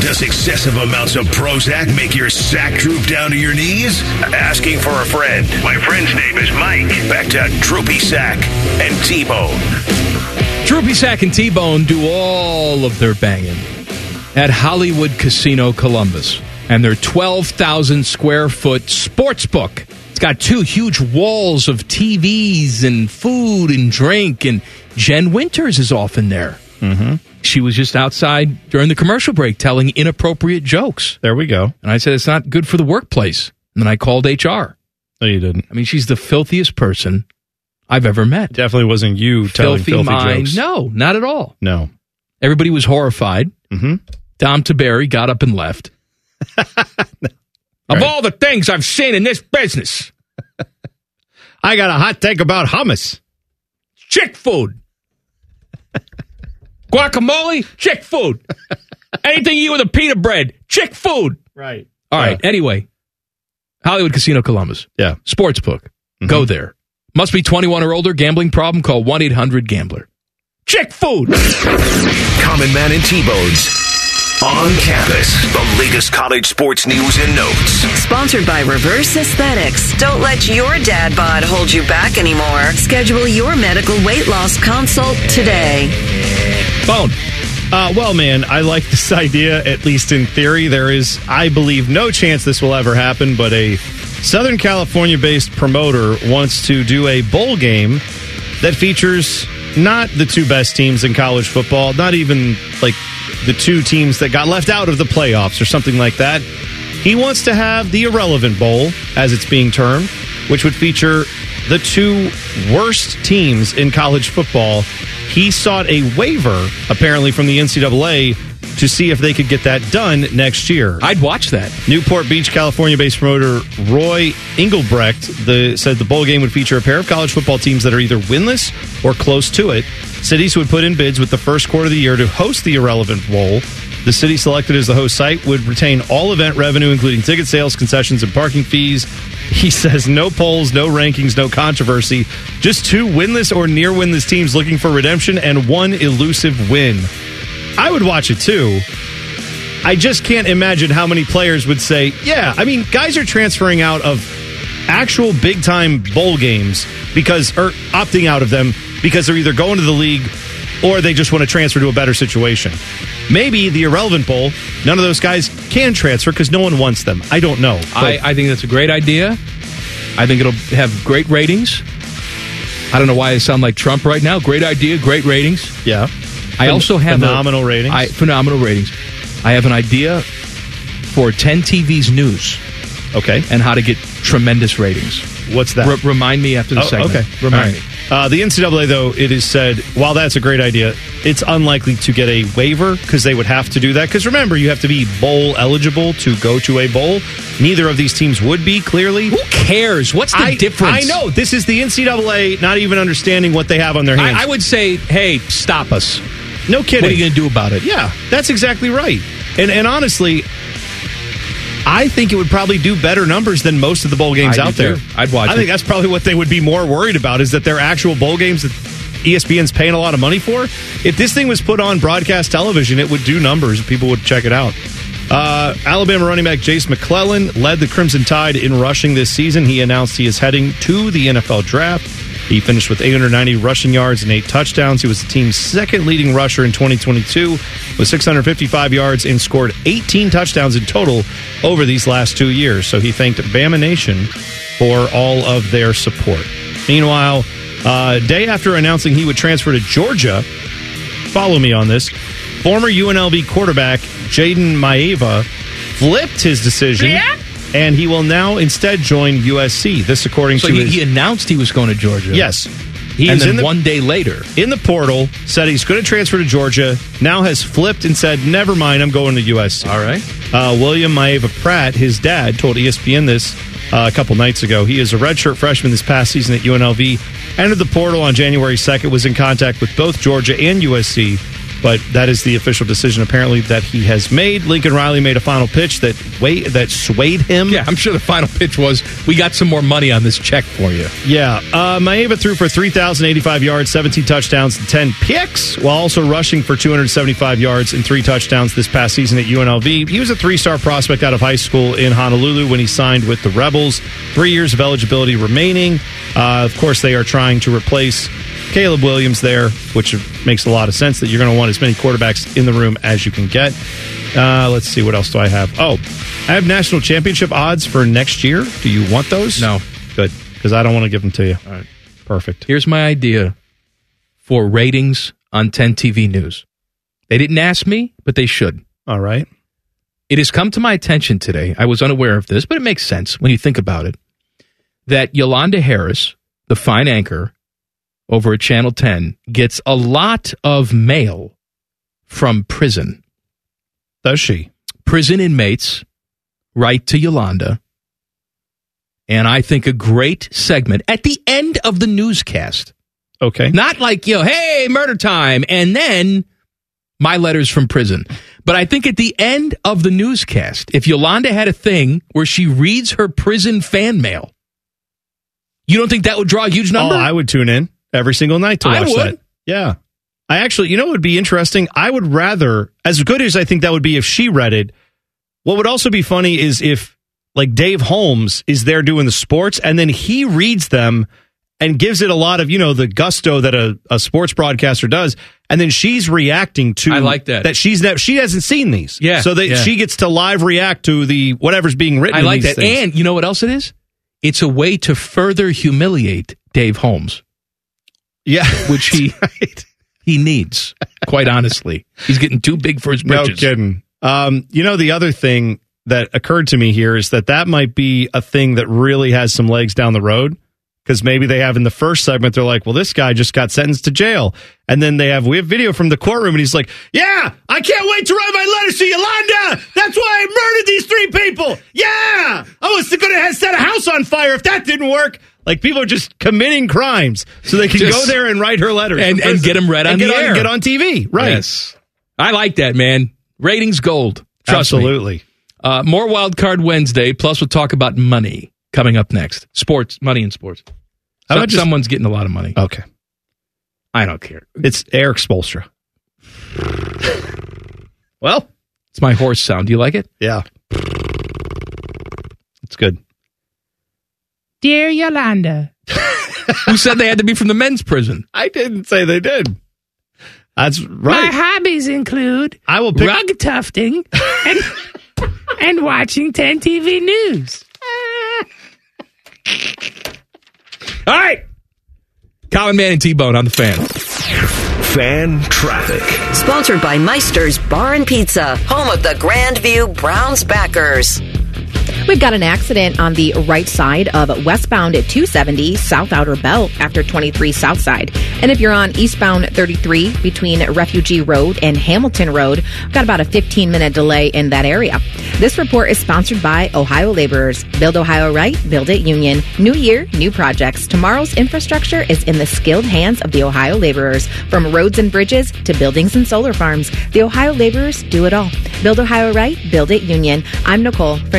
Does excessive amounts of Prozac make your sack droop down to your knees? Asking for a friend. My friend's name is Mike. Back to Droopy Sack and T Bone. Droopy Sack and T Bone do all of their banging at Hollywood Casino Columbus and their 12,000 square foot sports book. It's got two huge walls of TVs and food and drink, and Jen Winters is often there. Mm-hmm. She was just outside during the commercial break telling inappropriate jokes. There we go. And I said, it's not good for the workplace. And then I called HR. No, you didn't. I mean, she's the filthiest person I've ever met. Definitely wasn't you telling filthy mind. jokes. No, not at all. No. Everybody was horrified. Mm-hmm. Dom Taberi got up and left. Of all the things I've seen in this business, I got a hot take about hummus. Chick food. Guacamole, chick food. Anything you eat with a pita bread, chick food. Right. All right. Anyway, Hollywood Casino Columbus. Yeah. Mm-hmm. Sportsbook. Go there. Must be 21 or older. Gambling problem? Call 1 800 Gambler. Chick food. Common Man and T Bones. On campus, the latest college sports news and notes. Sponsored by Reverse Aesthetics. Don't let your dad bod hold you back anymore. Schedule your medical weight loss consult today. Bone. Uh, well, man, I like this idea, at least in theory. There is, I believe, no chance this will ever happen, but a Southern California based promoter wants to do a bowl game that features not the two best teams in college football, not even like the two teams that got left out of the playoffs or something like that. He wants to have the Irrelevant Bowl, as it's being termed, which would feature the two worst teams in college football. He sought a waiver, apparently, from the NCAA to see if they could get that done next year. I'd watch that. Newport Beach, California based promoter Roy Engelbrecht the, said the bowl game would feature a pair of college football teams that are either winless or close to it. Cities would put in bids with the first quarter of the year to host the Irrelevant Bowl. The city selected as the host site would retain all event revenue, including ticket sales, concessions, and parking fees. He says no polls, no rankings, no controversy. Just two winless or near winless teams looking for redemption and one elusive win. I would watch it too. I just can't imagine how many players would say, yeah, I mean, guys are transferring out of actual big time bowl games because, or opting out of them because they're either going to the league or they just want to transfer to a better situation. Maybe the irrelevant bowl, none of those guys can transfer because no one wants them. I don't know. I, I think that's a great idea. I think it'll have great ratings. I don't know why I sound like Trump right now. Great idea, great ratings. Yeah. I Phen- also have a- phenomenal ratings. I, phenomenal ratings. I have an idea for 10 TV's news. Okay. And how to get tremendous ratings. What's that? Oh, Re- remind me after the segment. Okay, Remind me. Uh, the NCAA, though, it is said while that's a great idea, it's unlikely to get a waiver because they would have to do that. Because remember, you have to be bowl eligible to go to a bowl. Neither of these teams would be clearly. Who cares? What's the I, difference? I know this is the NCAA not even understanding what they have on their hands. I, I would say, hey, stop us. No kidding. What are you going to do about it? Yeah, that's exactly right. And and honestly, I think it would probably do better numbers than most of the bowl games I do out there. too. I'd watch I think it. that's probably what they would be more worried about is that their actual bowl games that E ESPN's paying a lot of money for. If this thing was put on broadcast television, it would do numbers. People would check it out. Uh, Alabama running back Jace McClellan led the Crimson Tide in rushing this season. He announced he is heading to the NFL draft. He finished with 890 rushing yards and eight touchdowns. He was the team's second leading rusher in 2022 with 655 yards and scored 18 touchdowns in total over these last two years. So he thanked Bama Nation for all of their support. Meanwhile, uh, day after announcing he would transfer to Georgia, follow me on this. Former UNLV quarterback Jaden Maeva flipped his decision, and he will now instead join USC. This, according So to he, his, he announced he was going to Georgia. Yes. He and is then in the- one day later. in the portal, said he's going to transfer to Georgia, now has flipped and said, never mind, I'm going to USC. All right. Uh, William Maeva Pratt, his dad, told E ESPN this uh, a couple nights ago. He is a redshirt freshman this past season at UNLV, entered the portal on January 2nd, was in contact with both Georgia and USC. But that is the official decision apparently that he has made. Lincoln Riley made a final pitch that way that swayed him. Yeah, I'm sure the final pitch was we got some more money on this check for you. Yeah, uh, Maeva threw for 3,085 yards, 17 touchdowns, and 10 picks, while also rushing for 275 yards and three touchdowns this past season at UNLV. He was a three star prospect out of high school in Honolulu when he signed with the Rebels. Three years of eligibility remaining. Uh, of course, they are trying to replace Caleb Williams there, which makes a lot of sense that you're going to want as many quarterbacks in the room as you can get. Uh, let's see, what else do I have? Oh, I have national championship odds for next year. Do you want those? No. Good, because I don't want to give them to you. All right. Perfect. Here's my idea for ratings on 10 TV News. They didn't ask me, but they should. All right. It has come to my attention today. I was unaware of this, but it makes sense when you think about it that Yolanda Harris, the fine anchor over at Channel 10, gets a lot of mail from prison. Does she? Prison inmates write to Yolanda. And I think a great segment at the end of the newscast. Okay. Not like, you know, hey, murder time. And then my letters from prison. But I think at the end of the newscast, if Yolanda had a thing where she reads her prison fan mail, you don't think that would draw a huge number? Oh, I would tune in every single night to I watch would. that. Yeah. I actually, you know what would be interesting? I would rather, as good as I think that would be if she read it, what would also be funny is if, like, Dave Holmes is there doing the sports and then he reads them and gives it a lot of, you know, the gusto that a, a sports broadcaster does. And then she's reacting to I like that. that she's that she hasn't seen these Yeah, so that yeah. she gets to live react to the whatever's being written I in like these that. things. And you know what else it is? It's a way to further humiliate Dave Holmes. Yeah, which he he needs. Quite honestly, he's getting too big for his britches. No kidding. Um, you know, the other thing that occurred to me here is that that might be a thing that really has some legs down the road because maybe they have in the first segment they're like, well, this guy just got sentenced to jail, and then they have we have video from the courtroom and he's like, yeah, I can't wait to write my letters to Yolanda. That's why I murdered these three people. Yeah, I was going to set a house on fire if that didn't work. Like people are just committing crimes, so they can go Just- there and write her letters and from and prison get him read and on get the air. get on TV, right? Yes, I like that man. Ratings gold. Trust me. Absolutely. Uh, more wild card Wednesday. Plus, we'll talk about money coming up next. Sports, money, and sports. How So- about just- someone's getting a lot of money. Okay. I don't care. It's Eric Spolstra. well, it's my horse sound. Do you like it? Yeah. It's good. Dear Yolanda. Who said they had to be from the men's prison? I didn't say they did. That's My hobbies include I will pick- rug tufting and, and watching 10 TV news. All right. Colin Man and T Bone on the fan. Fan traffic. Sponsored by Meister's Bar and Pizza, home of the Grandview Browns backers. We've got an accident on the right side of westbound at 270 South Outer Belt after 23 South Side. And if you're on eastbound 33 between Refugee Road and Hamilton Road, we've got about a 15 minute delay in that area. This report is sponsored by Ohio Laborers. Build Ohio right, build it union. New year, new projects. Tomorrow's infrastructure is in the skilled hands of the Ohio Laborers. From roads and bridges to buildings and solar farms, the Ohio Laborers do it all. Build Ohio right, build it union. I'm Nicole for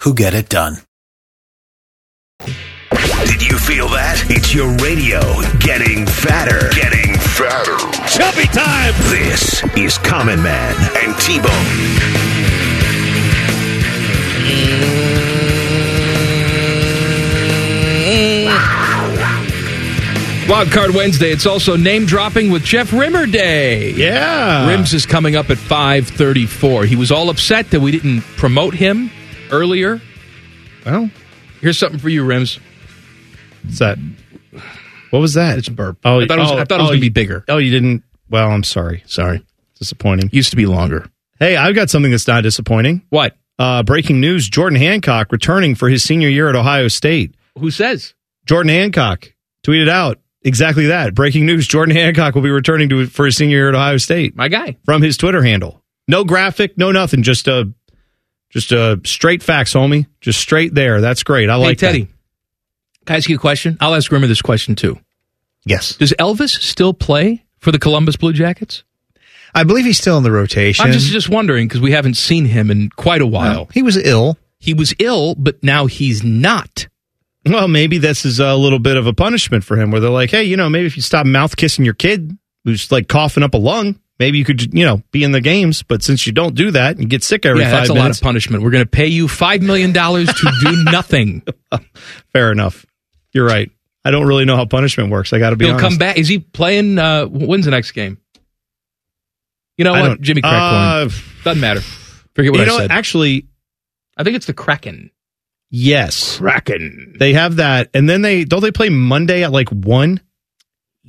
who get it done. Did you feel that? It's your radio getting fatter. Getting fatter. Chubby time! This is Common Man and T Bone. Wild Card Wednesday. It's also name dropping with Jeff Rimmer Day. Yeah. Rims is coming up at 534. He was all upset that we didn't promote him earlier. Well, here's something for you, Rims. What's that? What was that? It's burp. I thought it was- I thought it was gonna be bigger. Oh, you didn't. oh, Well, I'm sorry. Sorry. Disappointing. Used to be longer. Hey, I've got something that's not disappointing. What? Uh, breaking news Jordan Hancock returning for his senior year at Ohio State. Who says? Jordan Hancock tweeted out exactly that. Breaking news Jordan Hancock will be returning to for his senior year at Ohio State. My guy. From his Twitter handle. No graphic, no nothing. Just a, just a straight facts, homie. Just straight there. That's great. I hey, like that. Teddy. Can I ask you a question? I'll ask Grimmer this question too. Yes. Does Elvis still play for the Columbus Blue Jackets? I believe he's still in the rotation. I'm just just wondering because we haven't seen him in quite a while. he was ill. He was ill, but now he's not. Well, maybe this is a little bit of a punishment for him where they're like, hey, you know, maybe if you stop mouth kissing your kid who's like coughing up a lung, maybe you could, you know, be in the games. But since you don't do that, you get sick every yeah, five that's a lot minutes. of punishment. We're going to pay you five million dollars to do nothing. Fair enough. You're right. I don't really know how punishment works. I got to be He'll honest. come back. Is he playing? Uh, when's the next game? You know I what, don't- Jimmy Crackhorn. Uh, Doesn't matter. Forget what you I know what? said. Actually, I think it's the Kraken. Yes. Kraken. They have that. And then they don't they play Monday at like one?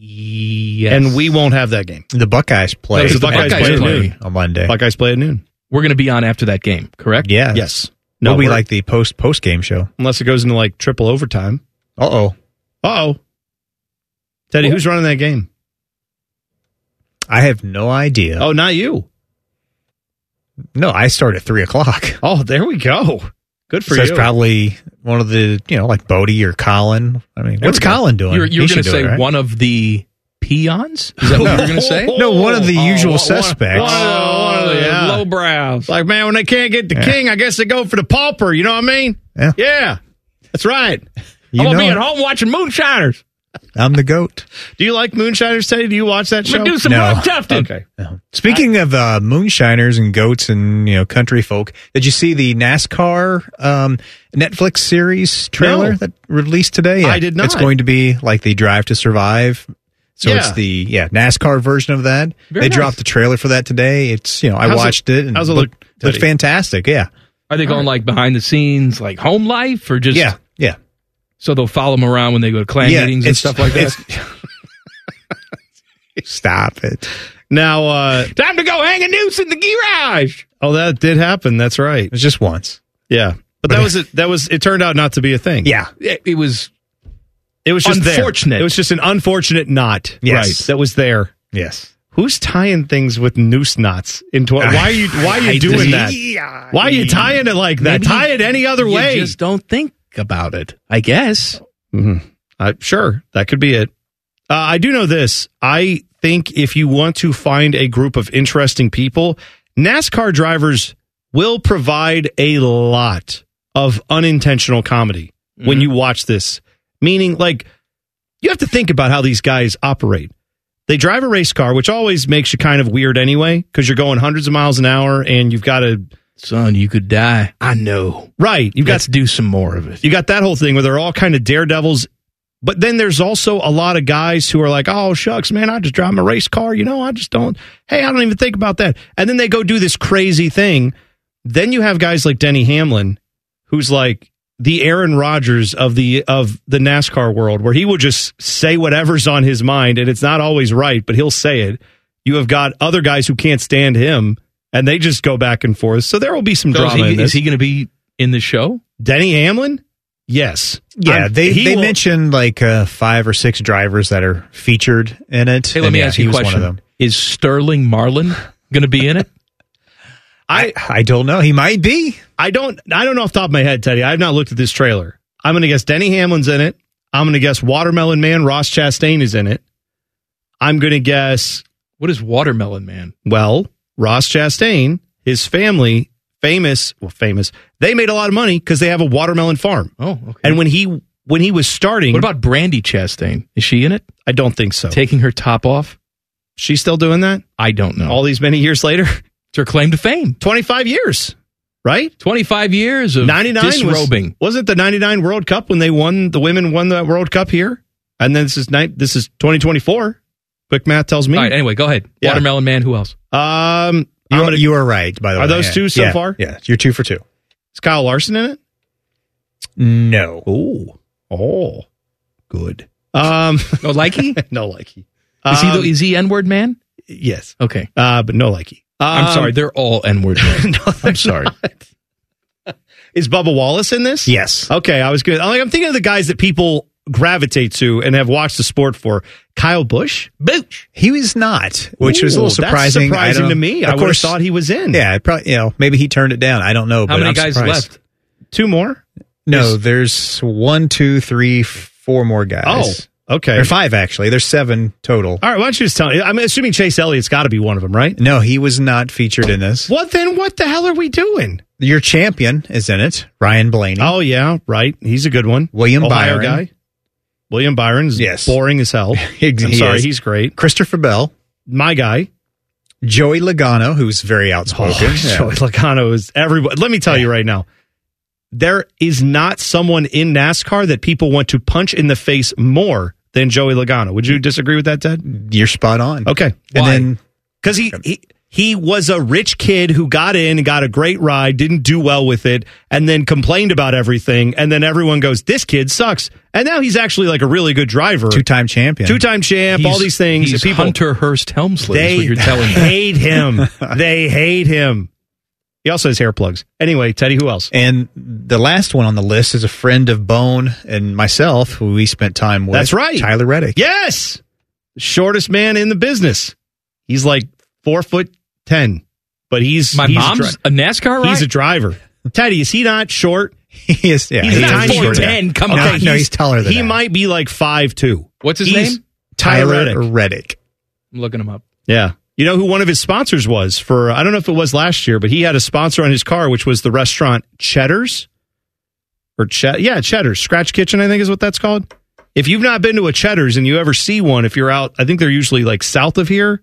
Yes. And we won't have that game. The Buckeyes play. Oh The Buckeyes, play, at noon. on Monday. Buckeyes play at noon. We're going to be on after that game, correct? Yeah. Yes. No, we we're- like the post post game show. Unless it goes into like triple overtime. Uh oh. Uh oh. Teddy, who's running that game? I have no idea. Oh, not you. No, I start at three o'clock. Oh, there we go. Good for so you. it's probably one of the you know like Bodie or Colin. I mean, There what's we go. Colin doing? You're, He going to should do say it, right? one of the peons? Is that what you're going to say? No, one of the Oh, usual one- suspects. one of the- one of Oh, the Yeah. lowbrows. Like, man, when they can't get the Yeah. king, I guess they go for the pauper. You know what I mean? Yeah. That's right. You I'm going to know be it. at home watching Moonshiners. I'm the goat. Do you like Moonshiners, Teddy? Do you watch that I'm show? going to do some No. Rob Tufton. Okay. Speaking of uh, moonshiners and goats and you know country folk, did you see the NASCAR um, Netflix series trailer No. that released today? I did not. It's going to be like the Drive to Survive. So Yeah. it's the yeah NASCAR version of that. Very they nice. dropped the trailer for that today. It's you know I How's it- watched it. and how's it look, looked- looked Teddy? fantastic. Yeah, Are they going like behind the scenes, like home life, or just yeah, yeah. so they'll follow them around when they go to clan Yeah, meetings and it's- stuff like that? Stop it. Now, uh, Time to go hang a noose in the garage. oh, that did happen. That's right. It was just once. Yeah. But that was it. That was it. Turned out not to be a thing. Yeah. It, it was It was just there. Unfortunate. It was just an unfortunate knot. Yes. Right. That was there. Yes. Who's tying things with noose knots into it? Why are you Why are I you doing just- that? Why are you tying it like that? Maybe Tie it any other you way. Just don't think about it. I guess. Uh, sure, that could be it. Uh, I do know this. I think if you want to find a group of interesting people, NASCAR drivers will provide a lot of unintentional comedy when you watch this. Meaning, like, you have to think about how these guys operate. They drive a race car, which always makes you kind of weird anyway, because you're going hundreds of miles an hour and you've got to, Son, you could die. I know. right, you've You got got to do some more of it. you got that whole thing where they're all kind of daredevils. But then there's also a lot of guys who are like, oh, shucks, man, I just drive my race car. You know, I just don't, hey, I don't even think about that. And then they go do this crazy thing. Then you have guys like Denny Hamlin, who's like the Aaron Rodgers of the of the NASCAR world, where he will just say whatever's on his mind, and it's not always right, but he'll say it. You have got other guys who can't stand him, and they just go back and forth. So there will be some So is drama. in he, this. is he going to be in the show? Denny Hamlin? Yes. Yeah, I'm- they he they will- mentioned like uh, five or six drivers that are featured in it. Hey, let and me yeah, ask he you a was question. One of them. Is Sterling Marlin going to be in it? I I don't know. He might be. I don't I don't know off the top of my head, Teddy. I've not looked at this trailer. I'm gonna guess Denny Hamlin's in it. I'm gonna guess Watermelon Man Ross Chastain is in it. I'm gonna guess What is Watermelon Man? well, Ross Chastain, his family, famous well, famous. They made a lot of money because they have a watermelon farm. Oh, okay. And when he when he was starting what about Brandy Chastain? Is she in it? I don't think so. Taking her top off? She's still doing that? I don't know. All these many years later? it's her claim to fame. Twenty five years. Right? 25 years of 99 was- disrobing. wasn't the 99 World Cup when they won the women won the World Cup here? And then this is ni- this is 2024. Quick math tells me. All right, anyway, go ahead. Yeah. Watermelon Man, who else? Um You I'm are, gonna- you are right. By the Are way, those Yeah. two so Yeah. far? Yeah, you're two for two. is Kyle Larson in it? No, Oh. Oh. Good. Um Oh, Likey? no likey. Is, he Um, the, is he N-word man? Yes. Okay. Uh, but no likey. Um, I'm sorry, they're all N word. no, I'm sorry. Is Bubba Wallace in this? Yes. Okay, I was good. I'm, like, I'm thinking of the guys that people gravitate to and have watched the sport for. Kyle Bush? Booch. He was not, which was a little surprising. I That's surprising don't- to me. Of I would have course- thought he was in. Yeah, probably. You know, maybe he turned it down. I don't know. How but many I'm guys surprised. left? Two more. No, there's one, two, three, four more guys. Oh, okay. Or five actually. There's seven total. All right, why don't you just tell me? I'm assuming Chase Elliott's got to be one of them, right? No, he was not featured in this. What then? What the hell are we doing? Your champion is in it, Ryan Blaney. Oh yeah, right. He's a good one. William Ohio Byron. guy. William Byron's Yes. boring as hell. I'm he sorry, is. he's great. Christopher Bell, my guy. Joey Logano, who's very outspoken. Oh, Joey Logano is everybody. Let me tell you right now, there is not someone in NASCAR that people want to punch in the face more than Joey Logano. Would you disagree with that, Ted? You're spot on. Okay, And then because he, he he was a rich kid who got in and got a great ride, didn't do well with it, and then complained about everything, and then everyone goes, "This kid sucks," and now he's actually like a really good driver, two-time champion, two-time champ, all these things. He's and people, Hunter Hurst Helmsley. is they what you're telling me. hate him. they hate him. He also has hair plugs. Anyway, Teddy, who else? And the last one on the list is a friend of Bone and myself, who we spent time with. That's right. Tyler Reddick. Yes. Shortest man in the business. He's like four foot ten, but he's My he's mom's a NASCAR He's ride? a driver. Teddy, is he not short? He is. Yeah, he's he is tiny short. short. Yeah. No, no, he's taller than He that. might be like five two. What's his name? Tyler Reddick. Reddick. I'm looking him up. Yeah. You know who one of his sponsors was for, I don't know if it was last year, but he had a sponsor on his car, which was the restaurant Cheddar's or Chet. Yeah, Cheddar's. Scratch Kitchen, I think is what that's called. If you've not been to a Cheddar's and you ever see one, if you're out, I think they're usually like south of here.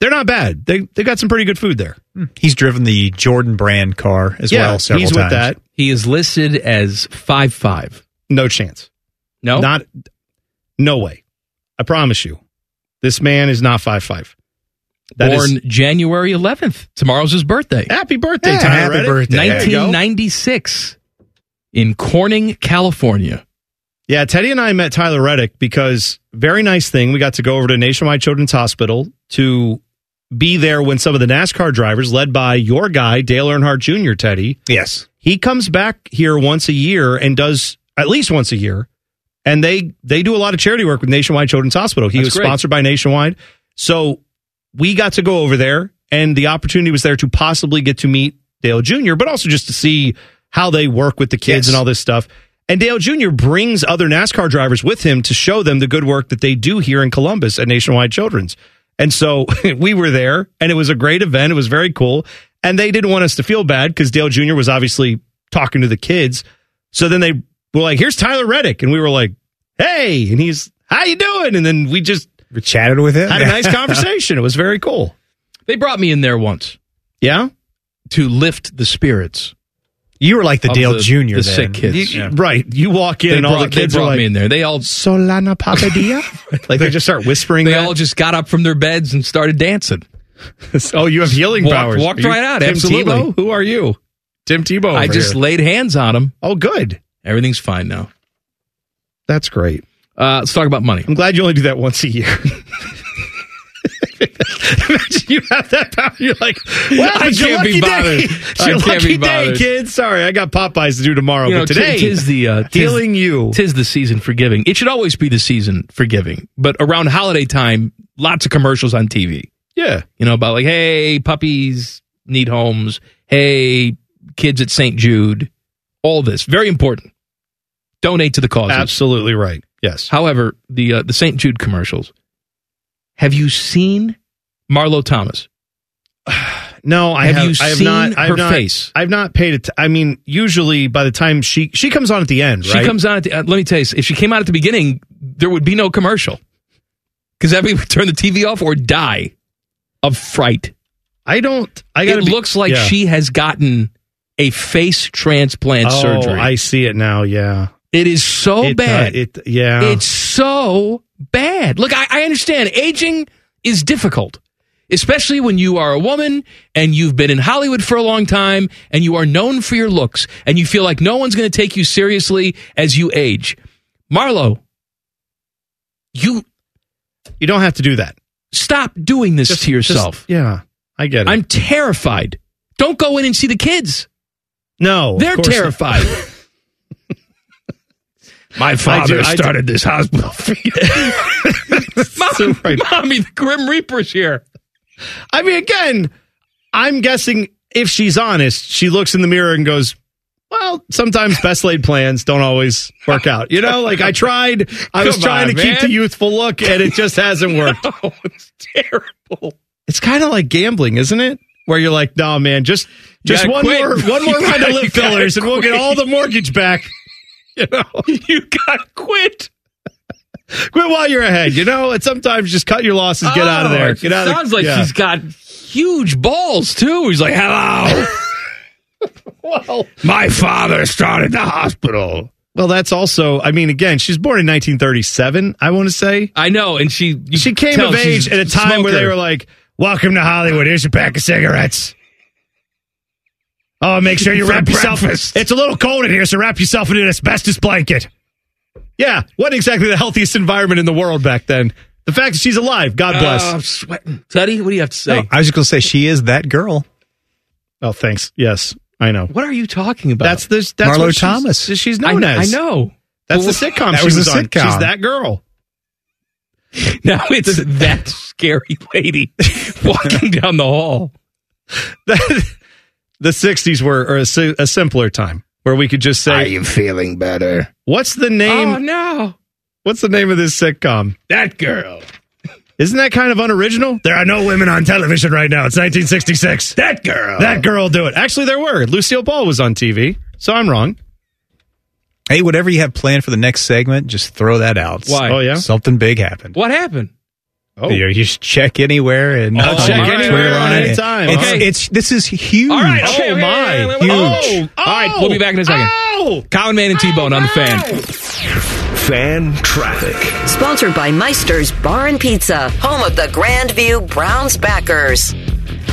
They're not bad. They they got some pretty good food there. Hmm. He's driven the Jordan brand car as Yeah, well several he's with times. that. He is listed as five five. No chance. No, not no way. I promise you, this man is not five five. Born January 11th. Tomorrow's his birthday. Happy birthday, Yeah, Tyler happy Reddick. birthday. There you go. 1996 in Corning, California. Yeah, Teddy and I met Tyler Reddick because very nice thing. We got to go over to Nationwide Children's Hospital to be there when some of the NASCAR drivers, led by your guy Dale Earnhardt Jr., Teddy. Yes, he comes back here once a year and does at least once a year, and they they do a lot of charity work with Nationwide Children's Hospital. He That's was great. sponsored by Nationwide, so we got to go over there, and the opportunity was there to possibly get to meet Dale Jr., but also just to see how they work with the kids and all this stuff. And Dale Jr. brings other NASCAR drivers with him to show them the good work that they do here in Columbus at Nationwide Children's. And so we were there, and it was a great event. It was very cool. And they didn't want us to feel bad because Dale Jr. was obviously talking to the kids. So then they were like, "Here's Tyler Reddick," and we were like, "Hey!" And he's, "How you doing?" And then we just we chatted with him, had a nice conversation. It was very cool. They brought me in there once. Yeah? To lift the spirits. You were like the Of Dale the- Jr. the then. sick kids. You- Right. You walk in, They and all brought- the kids they are brought like, me in there. They all Solana Papadia? like they just start whispering. They all just got up from their beds and started dancing. oh, you have healing walked, powers. Walked Are you right out. Tim absolutely. Tebow? Who are you? Tim Tebow. I over just here. laid hands on him. Oh, good. Everything's fine now. That's great. Uh, let's talk about money. I'm glad you only do that once a year. Imagine you have that power. You're like, well, I it's your can't lucky be bothered. Day. It's I your can't lucky be day, bothered. kids. Sorry, I got Popeyes to do tomorrow, You know, but today tis the uh, tis- healing you. Tis the season for giving. It should always be the season for giving, but around holiday time, lots of commercials on TV. yeah, You know about like, hey, puppies need homes. Hey, kids at St. Jude. All this very important. Donate to the cause. absolutely right. Yes. However, the uh, the St. Jude commercials. Have you seen Marlo Thomas? No, I Have have, you I have seen not, I her have not, face? I've not paid it. I mean, usually by the time she she comes on at the end, She right? comes on at the. Uh, let me tell you, if she came out at the beginning, there would be no commercial because everybody would turn the TV off or die of fright. I don't. I got. it looks like she has gotten a face transplant oh, surgery. I see it now. Yeah. it is so It, uh, bad. it yeah. It's so bad. Look, I, I understand aging is difficult, especially when you are a woman and you've been in Hollywood for a long time and you are known for your looks and you feel like no one's going to take you seriously as you age. Marlo, you you don't have to do that. Stop doing this to yourself. yeah, I get it. I'm terrified. Don't go in and see the kids. No, they're course terrified. My father started this hospital Mom, Mommy, the Grim Reaper's here. I mean, again, I'm guessing if she's honest, she looks in the mirror and goes, well, sometimes best laid plans don't always work out. You know, like I tried, I was Come trying on, to keep man. the youthful look and it just hasn't worked. it's terrible. It's kind of like gambling, isn't it? Where you're like, no, man, just just gotta one quit. more one more You round of gotta- lip you gotta fillers, and we'll get quit. all the mortgage back. You know, you gotta quit. Quit while you're ahead. You know, and sometimes just cut your losses, get out of Oh, there. it Get out. sounds of, like yeah. she's got huge balls too. He's like, hello. well, My father started the hospital. Well, that's also. I mean, again, she's born in 1937. I want to say. I know, and she she came tell of she's age at a time where they smoker. were like, "Welcome to Hollywood. Here's your pack of cigarettes." Oh, make sure you For wrap yourself. breakfast. It's a little cold in here, so wrap yourself in an asbestos blanket. Yeah, what exactly the healthiest environment in the world back then? The fact that she's alive, God bless. Oh, I'm sweating. Teddy, what do you have to say? I was just gonna say she is that girl. Oh, thanks. Yes, I know. What are you talking about? That's the that's Marlo what she's- Thomas. She's, known I- as. I know. That's the Oh. sitcom Well, that she was was, the on. sitcom. She's that girl. Now it's that scary lady walking down the hall. the 60s were or a, si- a simpler time where we could just say are you feeling better what's the name Oh, no. what's the name of this sitcom that girl isn't that kind of unoriginal there are no women on television right now it's 1966 that girl that girl do it actually there were lucille ball was on tv so i'm wrong Hey, whatever you have planned for the next segment, just throw that out. Why? Oh, yeah? Something big happened. What happened? Oh. You, you just check anywhere and I'll check anywhere at any time. It's, Okay. it's this is huge. All right. okay, okay, okay, okay, okay. Huge. Oh, all right. We'll be back in a second. Colin Man and T Bone on the fan. Fan traffic. Sponsored by Meister's Bar and Pizza, home of the Grandview Browns backers.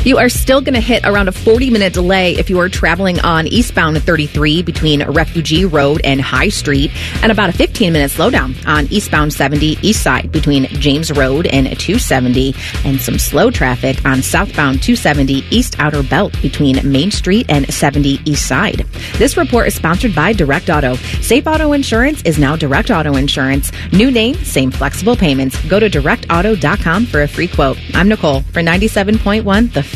You are still going to hit around a 40 minute delay if you are traveling on eastbound 33 between Refugee Road and High Street, and about a 15 minute slowdown on eastbound 70 east side between James Road and 270, and some slow traffic on southbound 270 east outer belt between Main Street and 70 east side. This report is sponsored by Direct Auto. Safe Auto Insurance is now Direct Auto Insurance. New name, same flexible payments. Go to directauto.com for a free quote. I'm Nicole for 97.1 The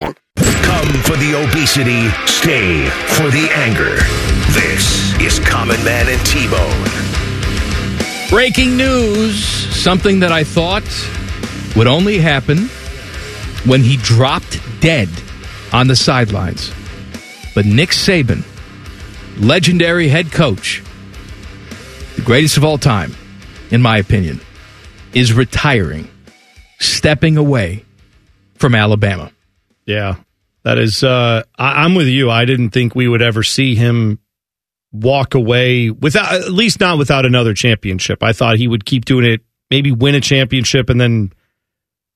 Come for the obesity, stay for the anger. This is Common Man and T Bone. Breaking news. Something that I thought would only happen when he dropped dead on the sidelines. But Nick Saban, legendary head coach, the greatest of all time, in my opinion, is retiring, stepping away from Alabama. Yeah, that is. Uh, I, I'm with you. I didn't think we would ever see him walk away without, at least not without another championship. I thought he would keep doing it, maybe win a championship, and then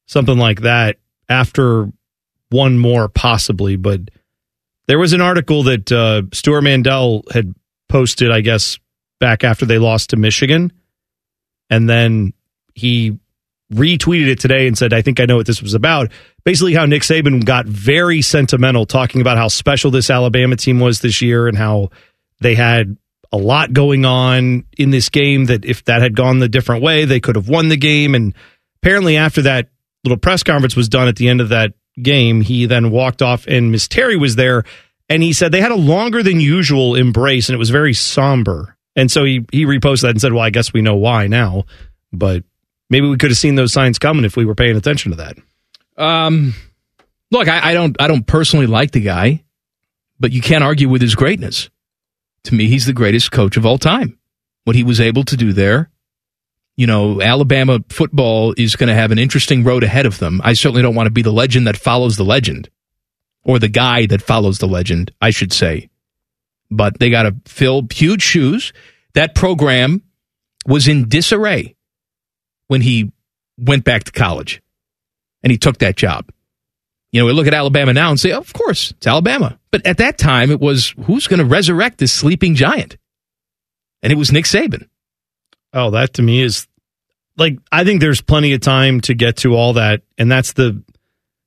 something like that after one more, possibly. But there was an article that uh, Stuart Mandel had posted, I guess, back after they lost to Michigan, and then he retweeted it today and said, I think I know what this was about. Basically, how Nick Saban got very sentimental talking about how special this Alabama team was this year and how they had a lot going on in this game that if that had gone the different way, they could have won the game. And apparently, after that little press conference was done at the end of that game, he then walked off and Miss Terry was there. And he said they had a longer than usual embrace and it was very somber. And so he, he reposted that and said, Well, I guess we know why now. But maybe we could have seen those signs coming if we were paying attention to that. Um, look, I, I don't, I don't personally like the guy, but you can't argue with his greatness. To me, he's the greatest coach of all time. What he was able to do there you know, Alabama football is going to have an interesting road ahead of them. I certainly don't want to be the legend that follows the legend or the guy that follows the legend, I should say. But they got to fill huge shoes. That program was in disarray when he went back to college and he took that job. You know, we look at Alabama now and say, of course, it's Alabama. But at that time, it was who's going to resurrect this sleeping giant? And it was Nick Saban. Oh, that to me is like I think there's plenty of time to get to all that, and that's the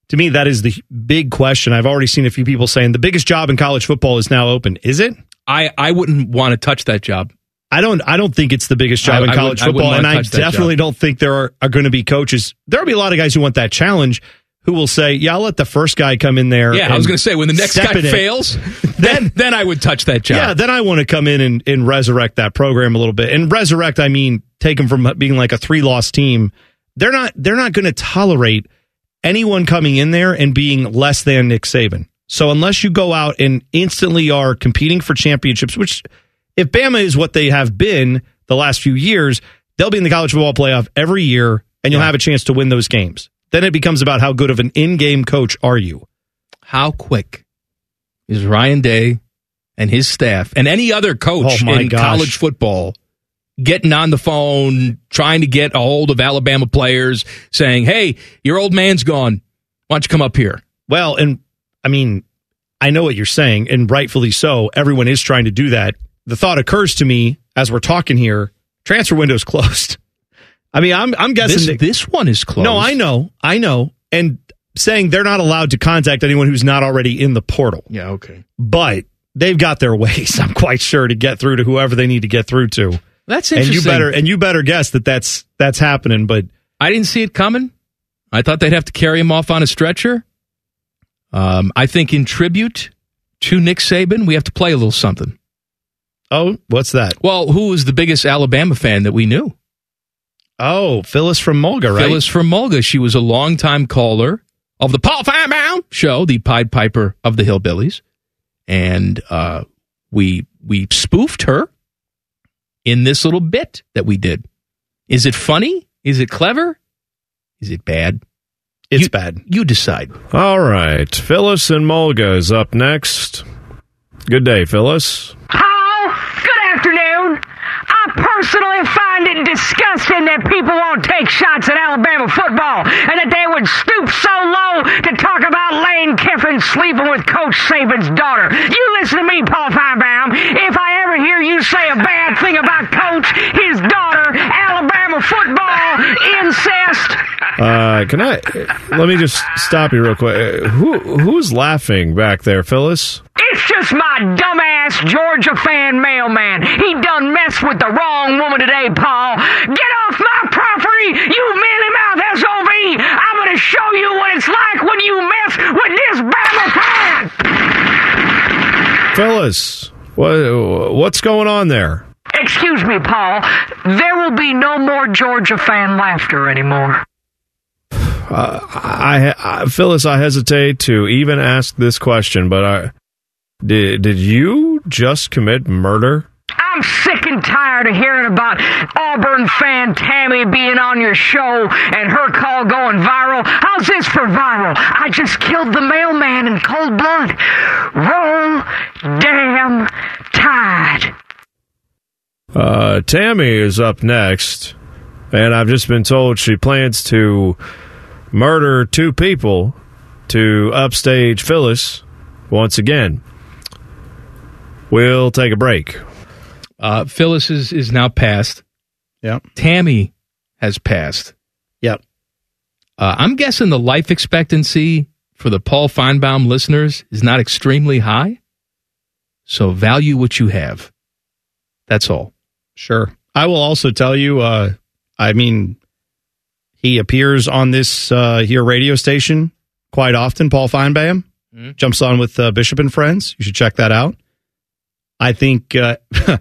to me that is the big question. I've already seen a few people saying the biggest job in college football is now open. Is it? I I wouldn't want to touch that job. I don't. I don't think it's the biggest I- job in I college wouldn't- I wouldn't football, wanna and I touch that job. definitely don't think there are, are going to be coaches. There will be a lot of guys who want that challenge who will say, "Yeah, I'll let the first guy come in there." Yeah, I and was going to say when the next step guy in it." fails, then then I would touch that job. Yeah, then I want to come in and, and resurrect that program a little bit. And resurrect, I mean, take them from being like a three loss team. They're not. They're not going to tolerate anyone coming in there and being less than Nick Saban. So unless you go out and instantly are competing for championships, which if Bama is what they have been the last few years, they'll be in the college football playoff every year, and you'll have a chance to win those games. Then it becomes about how good of an in-game coach are you. How quick is Ryan Day and his staff and any other coach Oh, my in gosh. college football getting on the phone, trying to get a hold of Alabama players, saying, "Hey, your old man's gone. Why don't you come up here?" Well, and I mean, I know what you're saying, and rightfully so. Everyone is trying to do that. The thought occurs to me as we're talking here: transfer window's closed. I mean, I'm I'm guessing This- that- this one is closed. No, I know, I know, and saying they're not allowed to contact anyone who's not already in the portal. Yeah, okay. But they've got their ways. I'm quite sure to get through to whoever they need to get through to. That's And you interesting. better and you better guess that that's that's happening. But I didn't see it coming. I thought they'd have to carry him off on a stretcher. Um, I think in tribute to Nick Saban, we have to play a little something. Oh, what's that? Well, who was the biggest Alabama fan that we knew? Oh, Phyllis from Mulga, right? Phyllis from Mulga. She was a longtime caller of the Paul Feinbaum show, the Pied Piper of the Hillbillies, and uh, we we spoofed her in this little bit that we did. Is it funny? Is it clever? Is it bad? It's bad. You decide. All right. Phyllis and Mulga is up next. Good day, Phyllis. Good afternoon. I personally find it disgusting that people won't take shots at Alabama football and that they would stoop so low to talk about Lane Kiffin sleeping with Coach Saban's daughter. You listen to me, Paul Feinbaum. If I ever hear you say a bad thing about Coach, his daughter, Alabama football, incest, Uh, can I? Let me just stop you real quick. Uh, Who who's laughing back there, Phyllis? It's just my dumbass Georgia fan mailman. He done messed with the wrong woman today, Paul. Get off my property, you mealy mouth SOB! I'm gonna show you what it's like when you mess with this Bama fan! Phyllis, what what's going on there? Excuse me, Paul. There will be no more Georgia fan laughter anymore. Uh, I, I Phyllis, I hesitate to even ask this question, but I did did you just commit murder? I'm sick and tired of hearing about Auburn fan Tammy being on your show and her call going viral. How's this for viral? I just killed the mailman in cold blood. Roll damn tide. Uh, Tammy is up next, and I've just been told she plans to murder two people to upstage Phyllis once again. We'll take a break. Uh, Phyllis is, is now passed. Yep. Tammy has passed. Yep. Uh, I'm guessing the life expectancy for the Paul Feinbaum listeners is not extremely high. So value what you have. That's all. Sure. I will also tell you, uh, I mean, he appears on this uh, here radio station quite often. Paul Feinbaum jumps on with uh, Bishop and Friends. You should check that out. I think uh,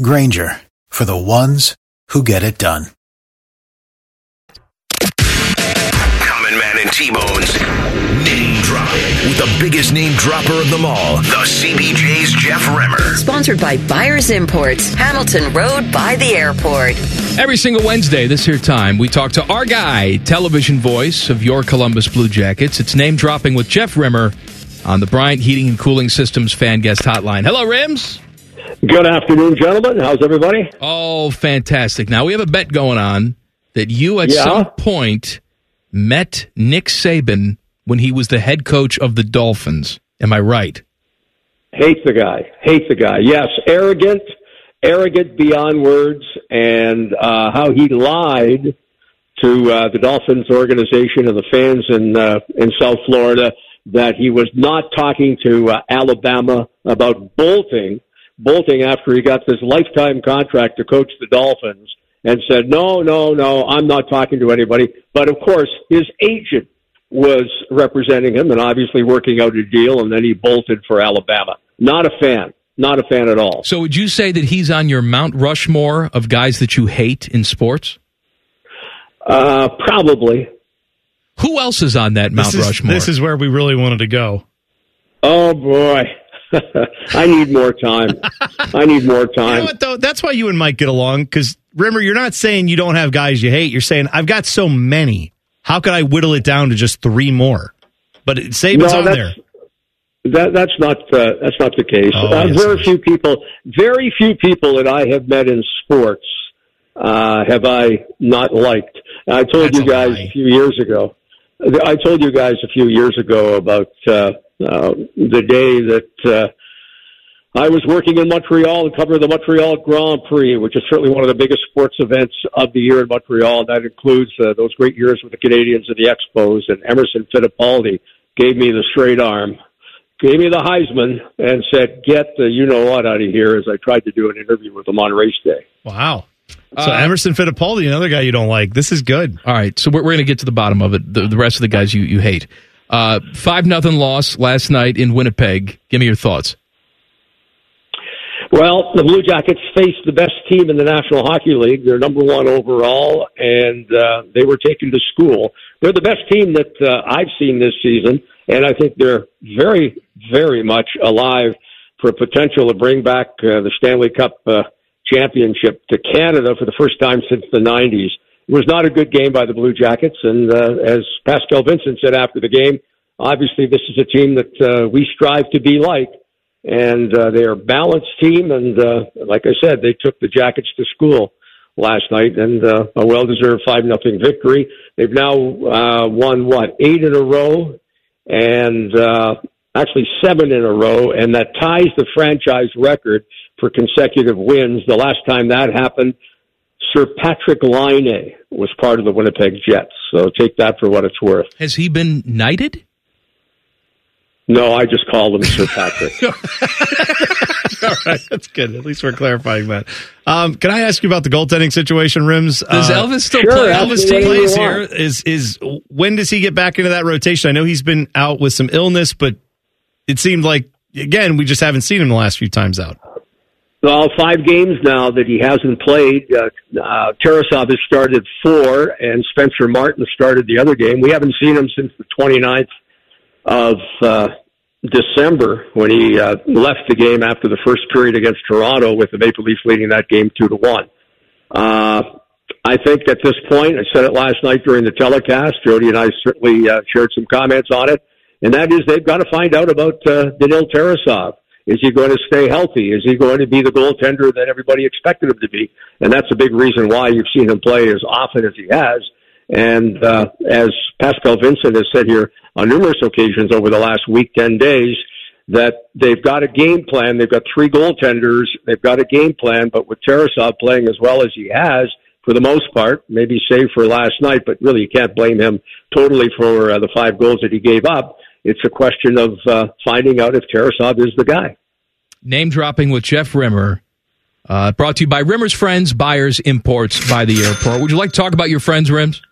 Granger for the ones who get it done. Common Man and T-Bones. Name dropping with the biggest name dropper of them all, the CBJ's Jeff Remmer. Sponsored by Buyers Imports, Hamilton Road by the airport. Every single Wednesday, this here time, we talk to our guy, television voice of your Columbus Blue Jackets. It's name dropping with Jeff Rimmer on the Bryant Heating and Cooling Systems fan guest hotline. Hello, Rims. Good afternoon, gentlemen. How's everybody? Oh, fantastic. Now, we have a bet going on that you at Yeah. some point met Nick Saban when he was the head coach of the Dolphins. Am I right? Hates the guy. Hates the guy. Yes, arrogant, arrogant beyond words, and uh, how he lied to uh, the Dolphins organization and the fans in uh, in South Florida that he was not talking to uh, Alabama about bolting, bolting after he got this lifetime contract to coach the Dolphins, and said, "No, no, no, I'm not talking to anybody." But of course, his agent was representing him and obviously working out a deal, and then he bolted for Alabama. Not a fan. Not a fan at all. So would you say that he's on your Mount Rushmore of guys that you hate in sports? Uh, probably. Who else is on that Mount This is, Rushmore? this is where we really wanted to go. Oh boy, I need more time. I need more time. You know what though? That's why you and Mike get along because remember, you're not saying you don't have guys you hate. You're saying I've got so many. How could I whittle it down to just three more? But it, Saban's No, on there. that's- Oh, That, that's not uh, that's not the case. uh, very few people, very few people that I have met in sports uh, have I not liked. I told you guys a few years ago. I told you guys a few years ago about uh, uh, the day that uh, I was working in Montreal to cover the Montreal Grand Prix, which is certainly one of the biggest sports events of the year in Montreal. That includes uh, those great years with the Canadians and the Expos, and Emerson Fittipaldi gave me the straight arm gave me the Heisman and said, "Get the you know what out of here." As I tried to do an interview with him on race day. Wow. So Emerson Fittipaldi, another guy you don't like. This is good. Uh, All right, so we're, we're going to get to the bottom of it. The, the rest of the guys you, you hate. Uh, Five nothing loss last night in Winnipeg. Give me your thoughts. Well, the Blue Jackets faced the best team in the National Hockey League. They're number one overall, and uh, they were taken to school. They're the best team that uh, I've seen this season, and I think they're very, very much alive for potential to bring back uh, the Stanley Cup uh, championship to Canada for the first time since the 90s. It was not a good game by the Blue Jackets, and uh, as Pascal Vincent said after the game, obviously this is a team that uh, we strive to be like and uh, they are a balanced team. And uh, like I said, they took the Jackets to school last night, and uh, a well-deserved five nothing victory. They've now uh, won what eight in a row, and uh, actually seven in a row, and that ties the franchise record for consecutive wins. The last time that happened. Sir Patrick Line was part of the Winnipeg Jets, so take that for what it's worth. Has he been knighted? No, I just called him Sir Patrick. All right, that's good. At least we're clarifying that. Um, can I ask you about the goaltending situation, Rims? Uh, Does Elvis still Sure, play? ask me Elvis still whatever you plays here. want. Is is when does he get back into that rotation? I know he's been out with some illness, but it seemed like again we just haven't seen him the last few times out. Well, five games now that he hasn't played. Uh, uh, Tarasov has started four, and Spencer Martin started the other game. We haven't seen him since the 29th of uh, December when he uh, left the game after the first period against Toronto with the Maple Leafs leading that game two to one. Uh, I think at this point, I said it last night during the telecast. Jody and I certainly uh, shared some comments on it, and that is they've got to find out about uh, Danil Tarasov. Is he going to stay healthy? Is he going to be the goaltender that everybody expected him to be? And that's a big reason why you've seen him play as often as he has. And uh, as Pascal Vincent has said here on numerous occasions over the last week, 10 days, that they've got a game plan. They've got three goaltenders. They've got a game plan, but with Tarasov playing as well as he has, for the most part, maybe save for last night, but really you can't blame him totally for uh, the five goals that he gave up. It's a question of uh, finding out if Tarasov is the guy. Name dropping with Jeff Rimmer. Uh, brought to you by Rimmer's Friends, Buyers Imports by the airport. Would you like to talk about your friends, Rims?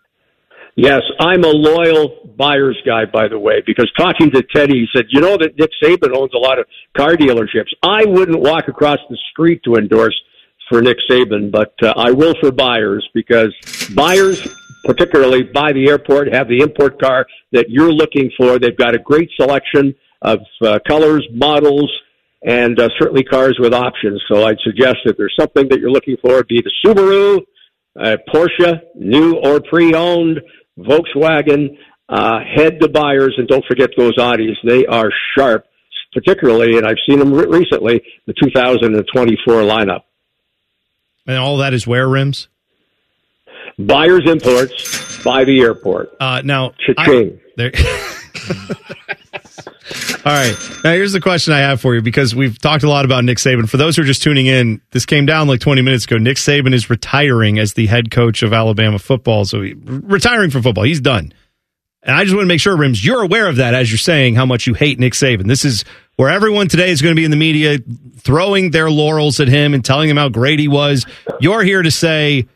Yes, I'm a loyal buyer's guy, by the way, because talking to Teddy, he said, you know that Nick Saban owns a lot of car dealerships. I wouldn't walk across the street to endorse for Nick Saban, but uh, I will for buyers because buyers, particularly by the airport, have the import car that you're looking for. They've got a great selection of uh, colors, models, and uh, certainly cars with options. So I'd suggest if there's something that you're looking for, be it a Subaru, uh, Porsche, new or pre-owned, Volkswagen, uh, head to buyers, and don't forget those Audis. They are sharp, particularly, and I've seen them re- recently, the 2024 lineup. And all that is where Rims. Buyers imports by the airport. Uh, now, Cha-ching. there. All right. Now, here's the question I have for you because we've talked a lot about Nick Saban. For those who are just tuning in, this came down like 20 minutes ago. Nick Saban is retiring as the head coach of Alabama football. So, he, retiring from football. He's done. And I just want to make sure, Rims, you're aware of that as you're saying how much you hate Nick Saban. This is where everyone today is going to be in the media throwing their laurels at him and telling him how great he was. You're here to say,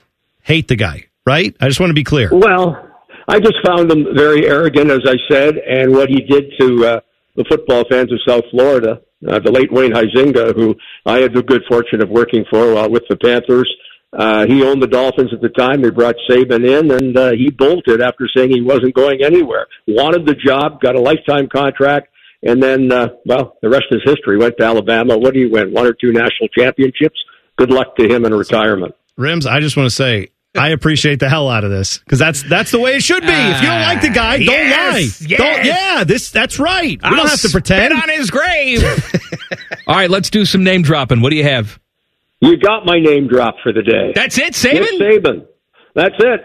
hate the guy, right? I just want to be clear. Well, I just found him very arrogant, as I said, and what he did to uh, the football fans of South Florida uh, the late Wayne Huizinga, who I had the good fortune of working for while with the Panthers. Uh, he owned the Dolphins at the time. They brought Saban in, and uh, he bolted after saying he wasn't going anywhere. Wanted the job, got a lifetime contract, and then, uh, well, the rest is history. Went to Alabama. What do you win? One or two national championships. Good luck to him in retirement. Rims, I just want to say I appreciate the hell out of this because that's that's the way it should be. if you don't like the guy, Ah, don't yes, lie. yes. Don't, yeah, this that's right. We don't have to pretend. on his grave. All right, let's do some name dropping. What do you have? You got my name drop for the day. That's it, Saban. Nick Saban. That's it.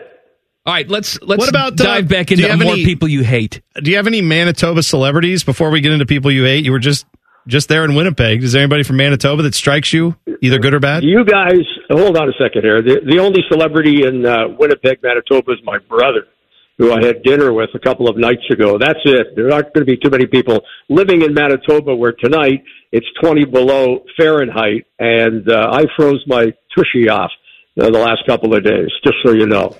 All right, let's let's What about, uh, dive back do you into have more any- people you hate. Do you have any Manitoba celebrities before we get into people you hate? You were just just there in Winnipeg. Is there anybody from Manitoba that strikes you, either good or bad? You guys, Oh. hold on a second here. The, the only celebrity in uh, Winnipeg, Manitoba, is my brother, who I had dinner with a couple of nights ago. That's it. There aren't going to be too many people living in Manitoba where tonight it's 20 below Fahrenheit, and uh, I froze my tushy off uh, the last couple of days, just so you know.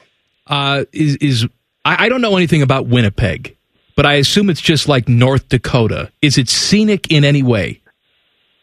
Uh, is is I, I don't know anything about Winnipeg, but I assume it's just like North Dakota. Is it scenic in any way?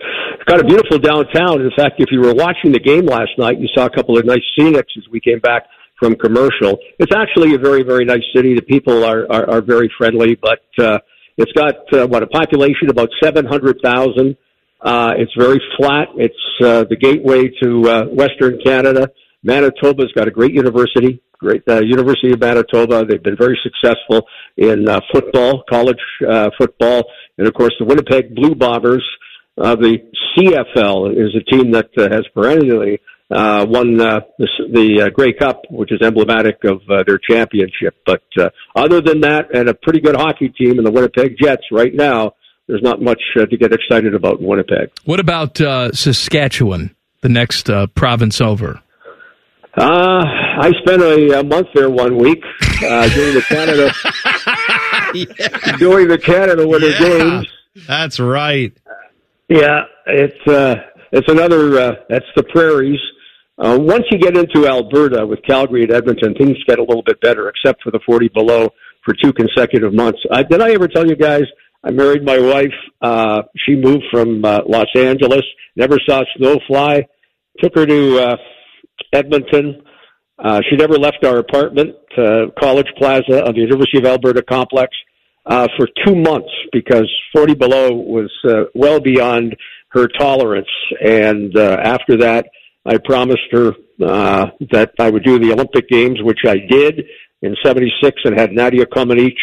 It's got a beautiful downtown. In fact, if you were watching the game last night, you saw a couple of nice scenics as we came back from commercial. It's actually a very, very nice city. The people are are, are very friendly, but uh, it's got uh, what a population about seven hundred thousand. Uh, it's very flat. It's uh, the gateway to uh, Western Canada. Manitoba's got a great university, great uh, University of Manitoba. They've been very successful in uh, football, college uh, football, and of course the Winnipeg Blue Bombers. Uh, the CFL is a team that uh, has perennially uh, won uh, the, the uh, Grey Cup, which is emblematic of uh, their championship. But uh, other than that, and a pretty good hockey team in the Winnipeg Jets right now, there's not much uh, to get excited about in Winnipeg. What about uh, Saskatchewan, the next uh, province over? Uh, I spent a, a month there one week uh, doing the Canada doing the Canada Winter Games. That's right. Yeah, it's uh, it's another. Uh, that's the prairies. Uh, once you get into Alberta with Calgary and Edmonton, things get a little bit better, except for the forty below for two consecutive months. Uh, did I ever tell you guys? I married my wife. Uh, she moved from uh, Los Angeles. Never saw snow fly. Took her to uh, Edmonton. Uh, she never left our apartment, uh, College Plaza on the University of Alberta complex, uh, for two months because 40 below was uh, well beyond her tolerance. And uh, after that, I promised her uh, that I would do the Olympic Games, which I did in '76, and had Nadia Comaneci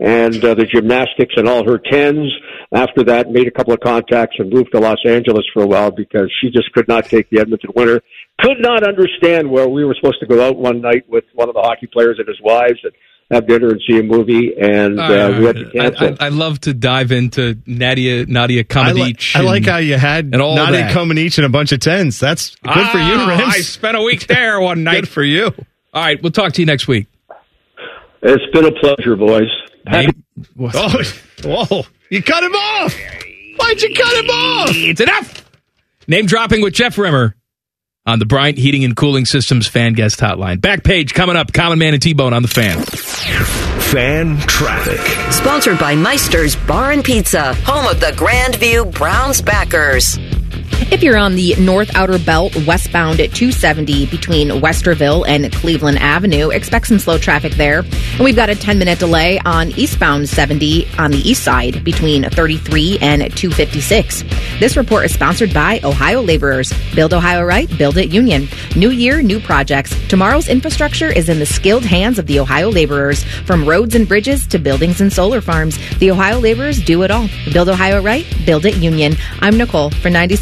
and uh, the gymnastics and all her tens. After that, made a couple of contacts and moved to Los Angeles for a while because she just could not take the Edmonton winter. Could not understand where we were supposed to go out one night with one of the hockey players and his wives and have dinner and see a movie, and All right, uh, all we right. had to cancel. I, I, I love to dive into Nadia Nadia I, Comaneci. like I like and- how you had and all Nadia that. Comaneci and a bunch of tens. That's good for you, Ah, Rims. I spent a week there one night. good for you. All right, we'll talk to you next week. It's been a pleasure, boys. Oh, whoa! You cut him off. Why'd you cut him off? It's enough. Name dropping with Jeff Rimmer on the Bryant Heating and Cooling Systems Fan Guest Hotline. Back page coming up. Common Man and T Bone on the Fan. Fan traffic. Sponsored by Meister's Bar and Pizza, home of the Grandview Browns backers. If you're on the North Outer Belt westbound at 270 between Westerville and Cleveland Avenue, expect some slow traffic there. And we've got a 10 minute delay on eastbound 70 on the east side between 33 and 256. This report is sponsored by Ohio Laborers. Build Ohio right, build it union. New year, new projects. Tomorrow's infrastructure is in the skilled hands of the Ohio Laborers. From roads and bridges to buildings and solar farms, the Ohio Laborers do it all. Build Ohio right, build it union. I'm Nicole for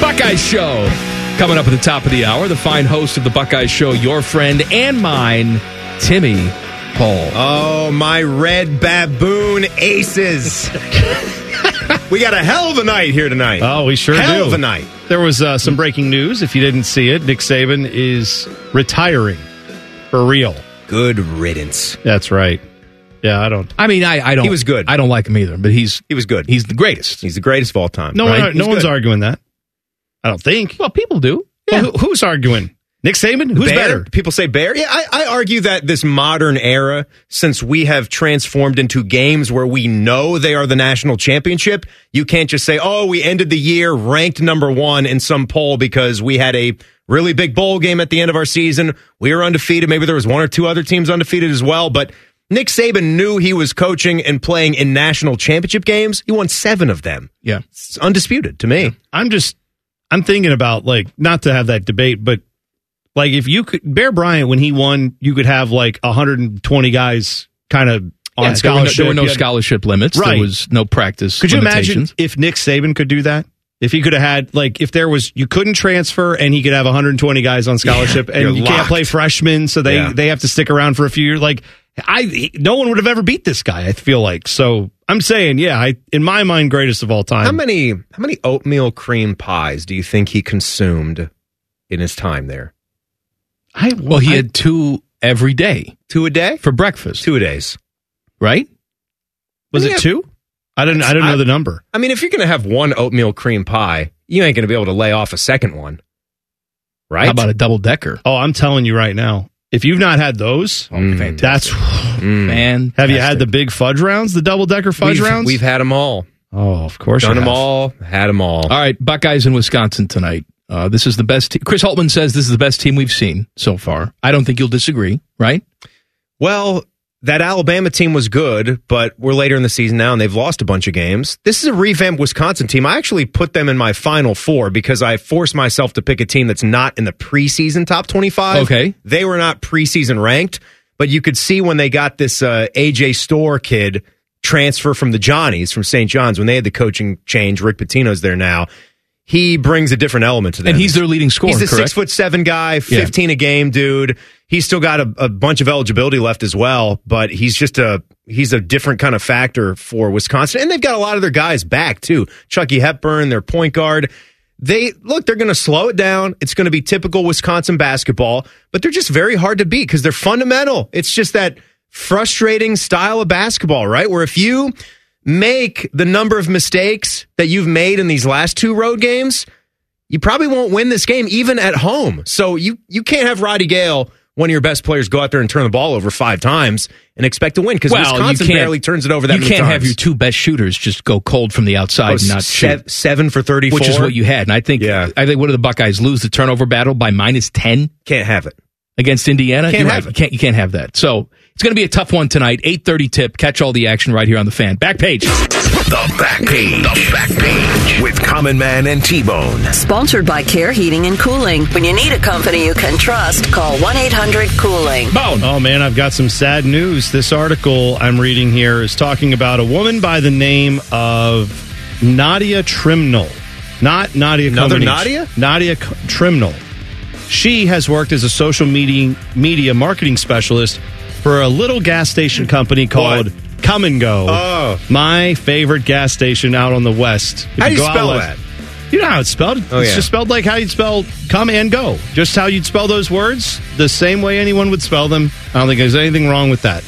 Buckeye Show Coming up at the top of the hour, the fine host of the Buckeye Show, your friend and mine, Timmy Paul. Uh, Oh, my red baboon aces. we got a hell of a night here Uh, tonight. Oh, we sure hell do. of a night. There was uh, some breaking news. If you didn't see it, Nick Saban is retiring for real. Good riddance. That's right. Yeah, I don't. I mean, I, I don't. He was good. I don't like him either, but he's he was good. He's the greatest. He's the greatest of all time. No right? one, no He's one's good. arguing that. I don't think. Well, people do. Well, who, who's arguing? Nick Saban? Who's Bear? better? People say bear. Yeah, I, I argue that this modern era, since we have transformed into games where we know they are the national championship, you can't just say, oh, we ended the year ranked number one in some poll because we had a really big bowl game at the end of our season. We were undefeated. Maybe there was one or two other teams undefeated as well, but Nick Saban knew he was coaching and playing in national championship games. He won seven of them. Yeah. It's undisputed to me. I'm just I'm thinking about like not to have that debate, but like if you could Bear Bryant when he won, you could have like 120 guys kind of on Yeah, there were no- scholarship. There were no, You had- scholarship limits. Right. There was no practice. Could you imagine limitations. if Nick Saban could do that? If he could have had like if there was you couldn't transfer and he could have 120 guys on scholarship you're and you can't locked. play freshmen, so they Yeah. they have to stick around for a few years. Like I, he- no one would have ever beat this guy. I feel like so. I'm saying, yeah, I in my mind, greatest of all time. How many how many oatmeal cream pies do you think he consumed in his time there? I Well, he had two every day. Two a day for breakfast. Two a days, right? Was I mean, it two? I didn't. I don't know the number. I mean, if you're going to have one oatmeal cream pie, you ain't going to be able to lay off a second one, right? How about a double decker? Oh, I'm telling you right now. If you've not had Oh, those, Mm. that's man. Have you had the big fudge rounds, the double decker fudge we've, rounds? We've had them all. oh, of course, you Done them have. all. Had them all. All right, Buckeyes in Wisconsin tonight. Uh, this is the best. Te- Chris Holtman says this is the best team we've seen so far. I don't think you'll disagree, right? Well, that Alabama team was good, but we're later in the season now and they've lost a bunch of games. This is a revamped Wisconsin team. I actually put them in my final four because I forced myself to pick a team that's not in the preseason top 25. Okay. They were not preseason ranked, but you could see when they got this uh, AJ Store kid transfer from the Johnnies, from St. John's, when they had the coaching change. Rick Pitino's there now. He brings a different element to them. And he's their leading scorer. He's the correct? six foot seven guy, fifteen a game dude. He's still got a, a bunch of eligibility left as well, but he's just a he's a different kind of factor for Wisconsin. And they've got a lot of their guys back too. Chucky Hepburn, their point guard. They look, they're going to slow it down. It's going to be typical Wisconsin basketball, but they're just very hard to beat because they're fundamental. It's just that frustrating style of basketball, right? Where if you make the number of mistakes that you've made in these last two road games, you probably won't win this game even at home. So you you can't have Roddy Gale, one of your best players, go out there and turn the ball over five times and expect to win because Well, you Wisconsin can't- barely turns it over that you many can't times. have your two best shooters just go cold from the outside Oh, and not se- shoot, seven for thirty, which is what you had. And I think, I think, what do the Buckeyes lose the turnover battle by minus ten? Can't have it against Indiana. Can't You're have right. You can't. You can't have that. So it's going to be a tough one tonight. Eight thirty tip. Catch all the action right here on the fan. Back page. The back page. The back page with Common Man and T Bone. Sponsored by Care Heating and Cooling. When you need a company you can trust, call 1 800 Cooling. Oh man, I've got some sad news. This article I'm reading here is talking about a woman by the name of Nadia Trimnell. Not Nadia Another Comaneci. Nadia? Nadia C- Trimnell. She has worked as a social media media marketing specialist for a little gas station company called Come and Go. Oh. My favorite gas station out on the west. If How do you go out spell west- that? You know how it's spelled. Oh, it's yeah. just spelled like how you'd spell come and go. Just how you'd spell those words, the same way anyone would spell them. I don't think there's anything wrong with that.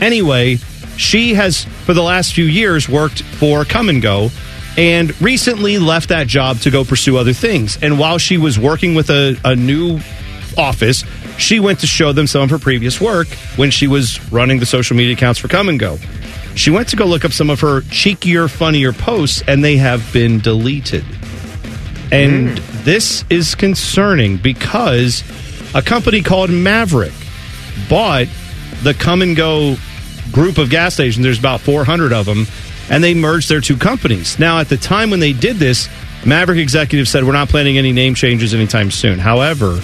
Anyway, she has, for the last few years, worked for Come and Go and recently left that job to go pursue other things. And while she was working with a, a new office, she went to show them some of her previous work when she was running the social media accounts for Come and Go. She went to go look up some of her cheekier, funnier posts, and they have been deleted. And this is concerning because a company called Maverick bought the come and go group of gas stations. There's about 400 of them, and they merged their two companies. Now, at the time when they did this, Maverick executives said, We're not planning any name changes anytime soon. However,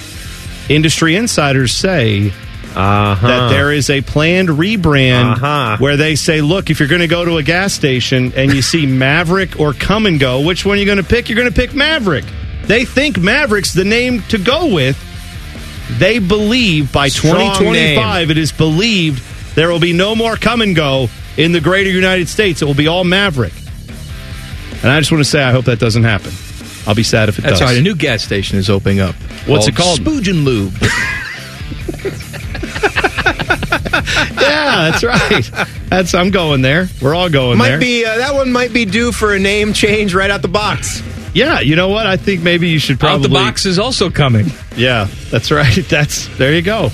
industry insiders say that there is a planned rebrand where they say, look, if you're going to go to a gas station and you see Maverick or Come and Go, which one are you going to pick? You're going to pick Maverick. They think Mavericks the name to go with. They believe by Strong 2025, it is believed there will be no more come and go in the greater United States. It will be all Maverick. And I just want to say, I hope that doesn't happen. I'll be sad if it That's does. right. A new gas station is opening up. What's it called? Spooge and Lube. yeah, that's right. That's I'm going there. We're all going might there. be uh, that one might be due for a name change right out the box. Yeah, you know what? I think maybe you should probably. Out the box is also coming. Yeah, that's right. That's there you go.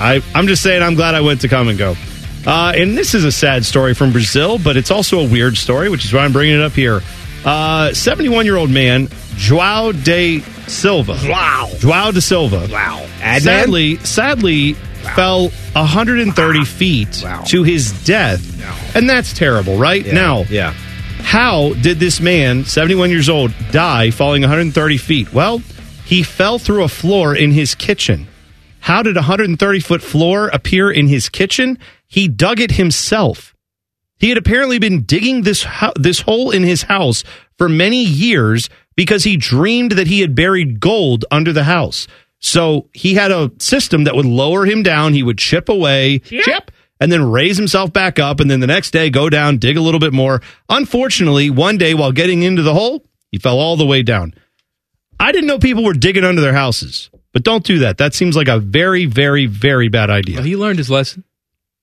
I I'm just saying I'm glad I went to come and go. Uh, and this is a sad story from Brazil, but it's also a weird story, which is why I'm bringing it up here. Uh, 71 year old man Joao de Silva. Wow. Joao de Silva. Wow. Adnan? Sadly, sadly fell 130 feet to his death, and that's terrible, right? Now, yeah. How did this man, 71 years old, die falling 130 feet? Well, he fell through a floor in his kitchen. How did a 130 foot floor appear in his kitchen? He dug it himself. He had apparently been digging this ho- this hole in his house for many years because he dreamed that he had buried gold under the house. So he had a system that would lower him down. He would chip away, chip, and then raise himself back up. And then the next day, go down, dig a little bit more. Unfortunately, one day while getting into the hole, he fell all the way down. I didn't know people were digging under their houses, but don't do that. That seems like a very, very, very bad idea. he learned his lesson.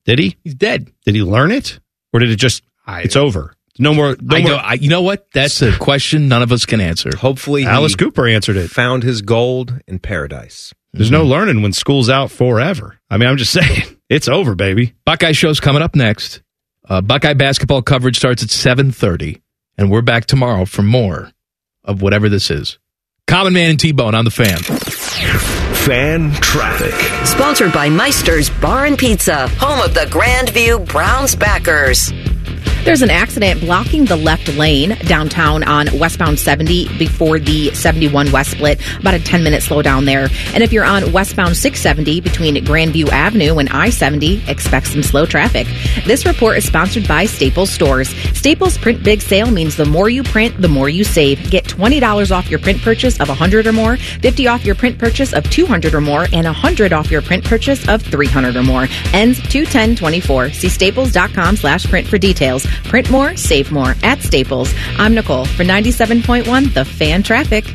Did he? He's dead. Did he learn it, or did it just? it's over. No more. No I more. know, I, you know what? That's a question none of us can answer. Hopefully, Alice Cooper answered it. Found his gold in paradise. There's no learning when school's out forever. I mean, I'm just saying, it's over, baby. Buckeye show's coming up next. Uh, Buckeye basketball coverage starts at seven thirty, and we're back tomorrow for more of whatever this is. Common Man and T Bone on the fan. Fan traffic. Sponsored by Meister's Bar and Pizza, home of the Grandview Browns backers. There's an accident blocking the left lane downtown on westbound 70 before the 71 West split. About a 10 minute slowdown there. And if you're on westbound 670 between Grandview Avenue and I 70, expect some slow traffic. This report is sponsored by Staples Stores. Staples Print Big Sale means the more you print, the more you save. Get $20 off your print purchase of 100 or more, 50 off your print purchase of 200 or more, and 100 off your print purchase of 300 or more. Ends 21024. See staples.com slash print for details. Print more, save more at Staples. I'm Nicole for 97.1 The Fan Traffic.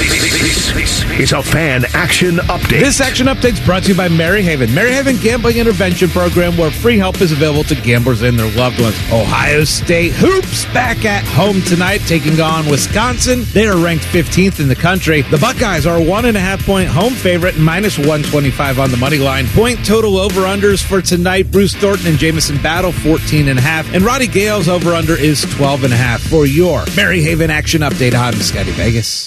It's a fan action update. This action update is brought to you by Maryhaven. Maryhaven Gambling Intervention Program, where free help is available to gamblers and their loved ones. Ohio State hoops back at home tonight, taking on Wisconsin. They are ranked 15th in the country. The Buckeyes are one and a half point home favorite, minus 125 on the money line. Point total over unders for tonight: Bruce Thornton and Jamison Battle, 14 and a half, and Roddy Gale's over under is 12 and a half. For your Maryhaven action update, I'm Scotty Vegas.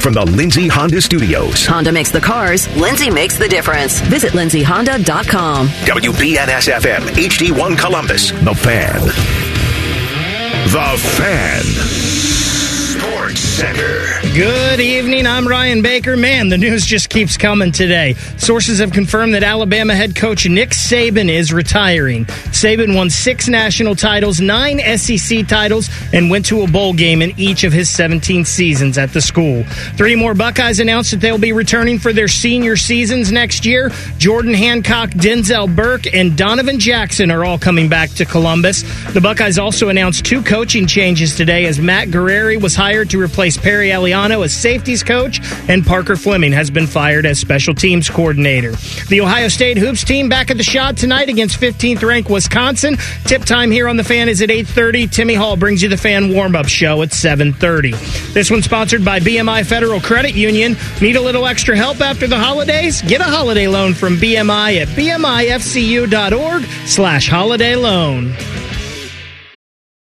From the Lindsay Honda Studios. Honda makes the cars, Lindsay makes the difference. Visit lindsayhonda.com. WBNS FM, HD1 Columbus. The Fan. The Fan. Sports Center. Good evening. I'm Ryan Baker. Man, the news just keeps coming today. Sources have confirmed that Alabama head coach Nick Saban is retiring. Saban won six national titles, nine SEC titles, and went to a bowl game in each of his 17 seasons at the school. Three more Buckeyes announced that they'll be returning for their senior seasons next year. Jordan Hancock, Denzel Burke, and Donovan Jackson are all coming back to Columbus. The Buckeyes also announced two coaching changes today as Matt Guerreri was hired to replace Perry Aliano as safeties coach, and Parker Fleming has been fired as special teams coordinator. The Ohio State Hoops team back at the shot tonight against 15th ranked Wisconsin. Tip time here on the fan is at 8:30. Timmy Hall brings you the fan warm-up show at 7:30. This one's sponsored by BMI Federal Credit Union. Need a little extra help after the holidays? Get a holiday loan from BMI at bmifcu.org/holiday loan.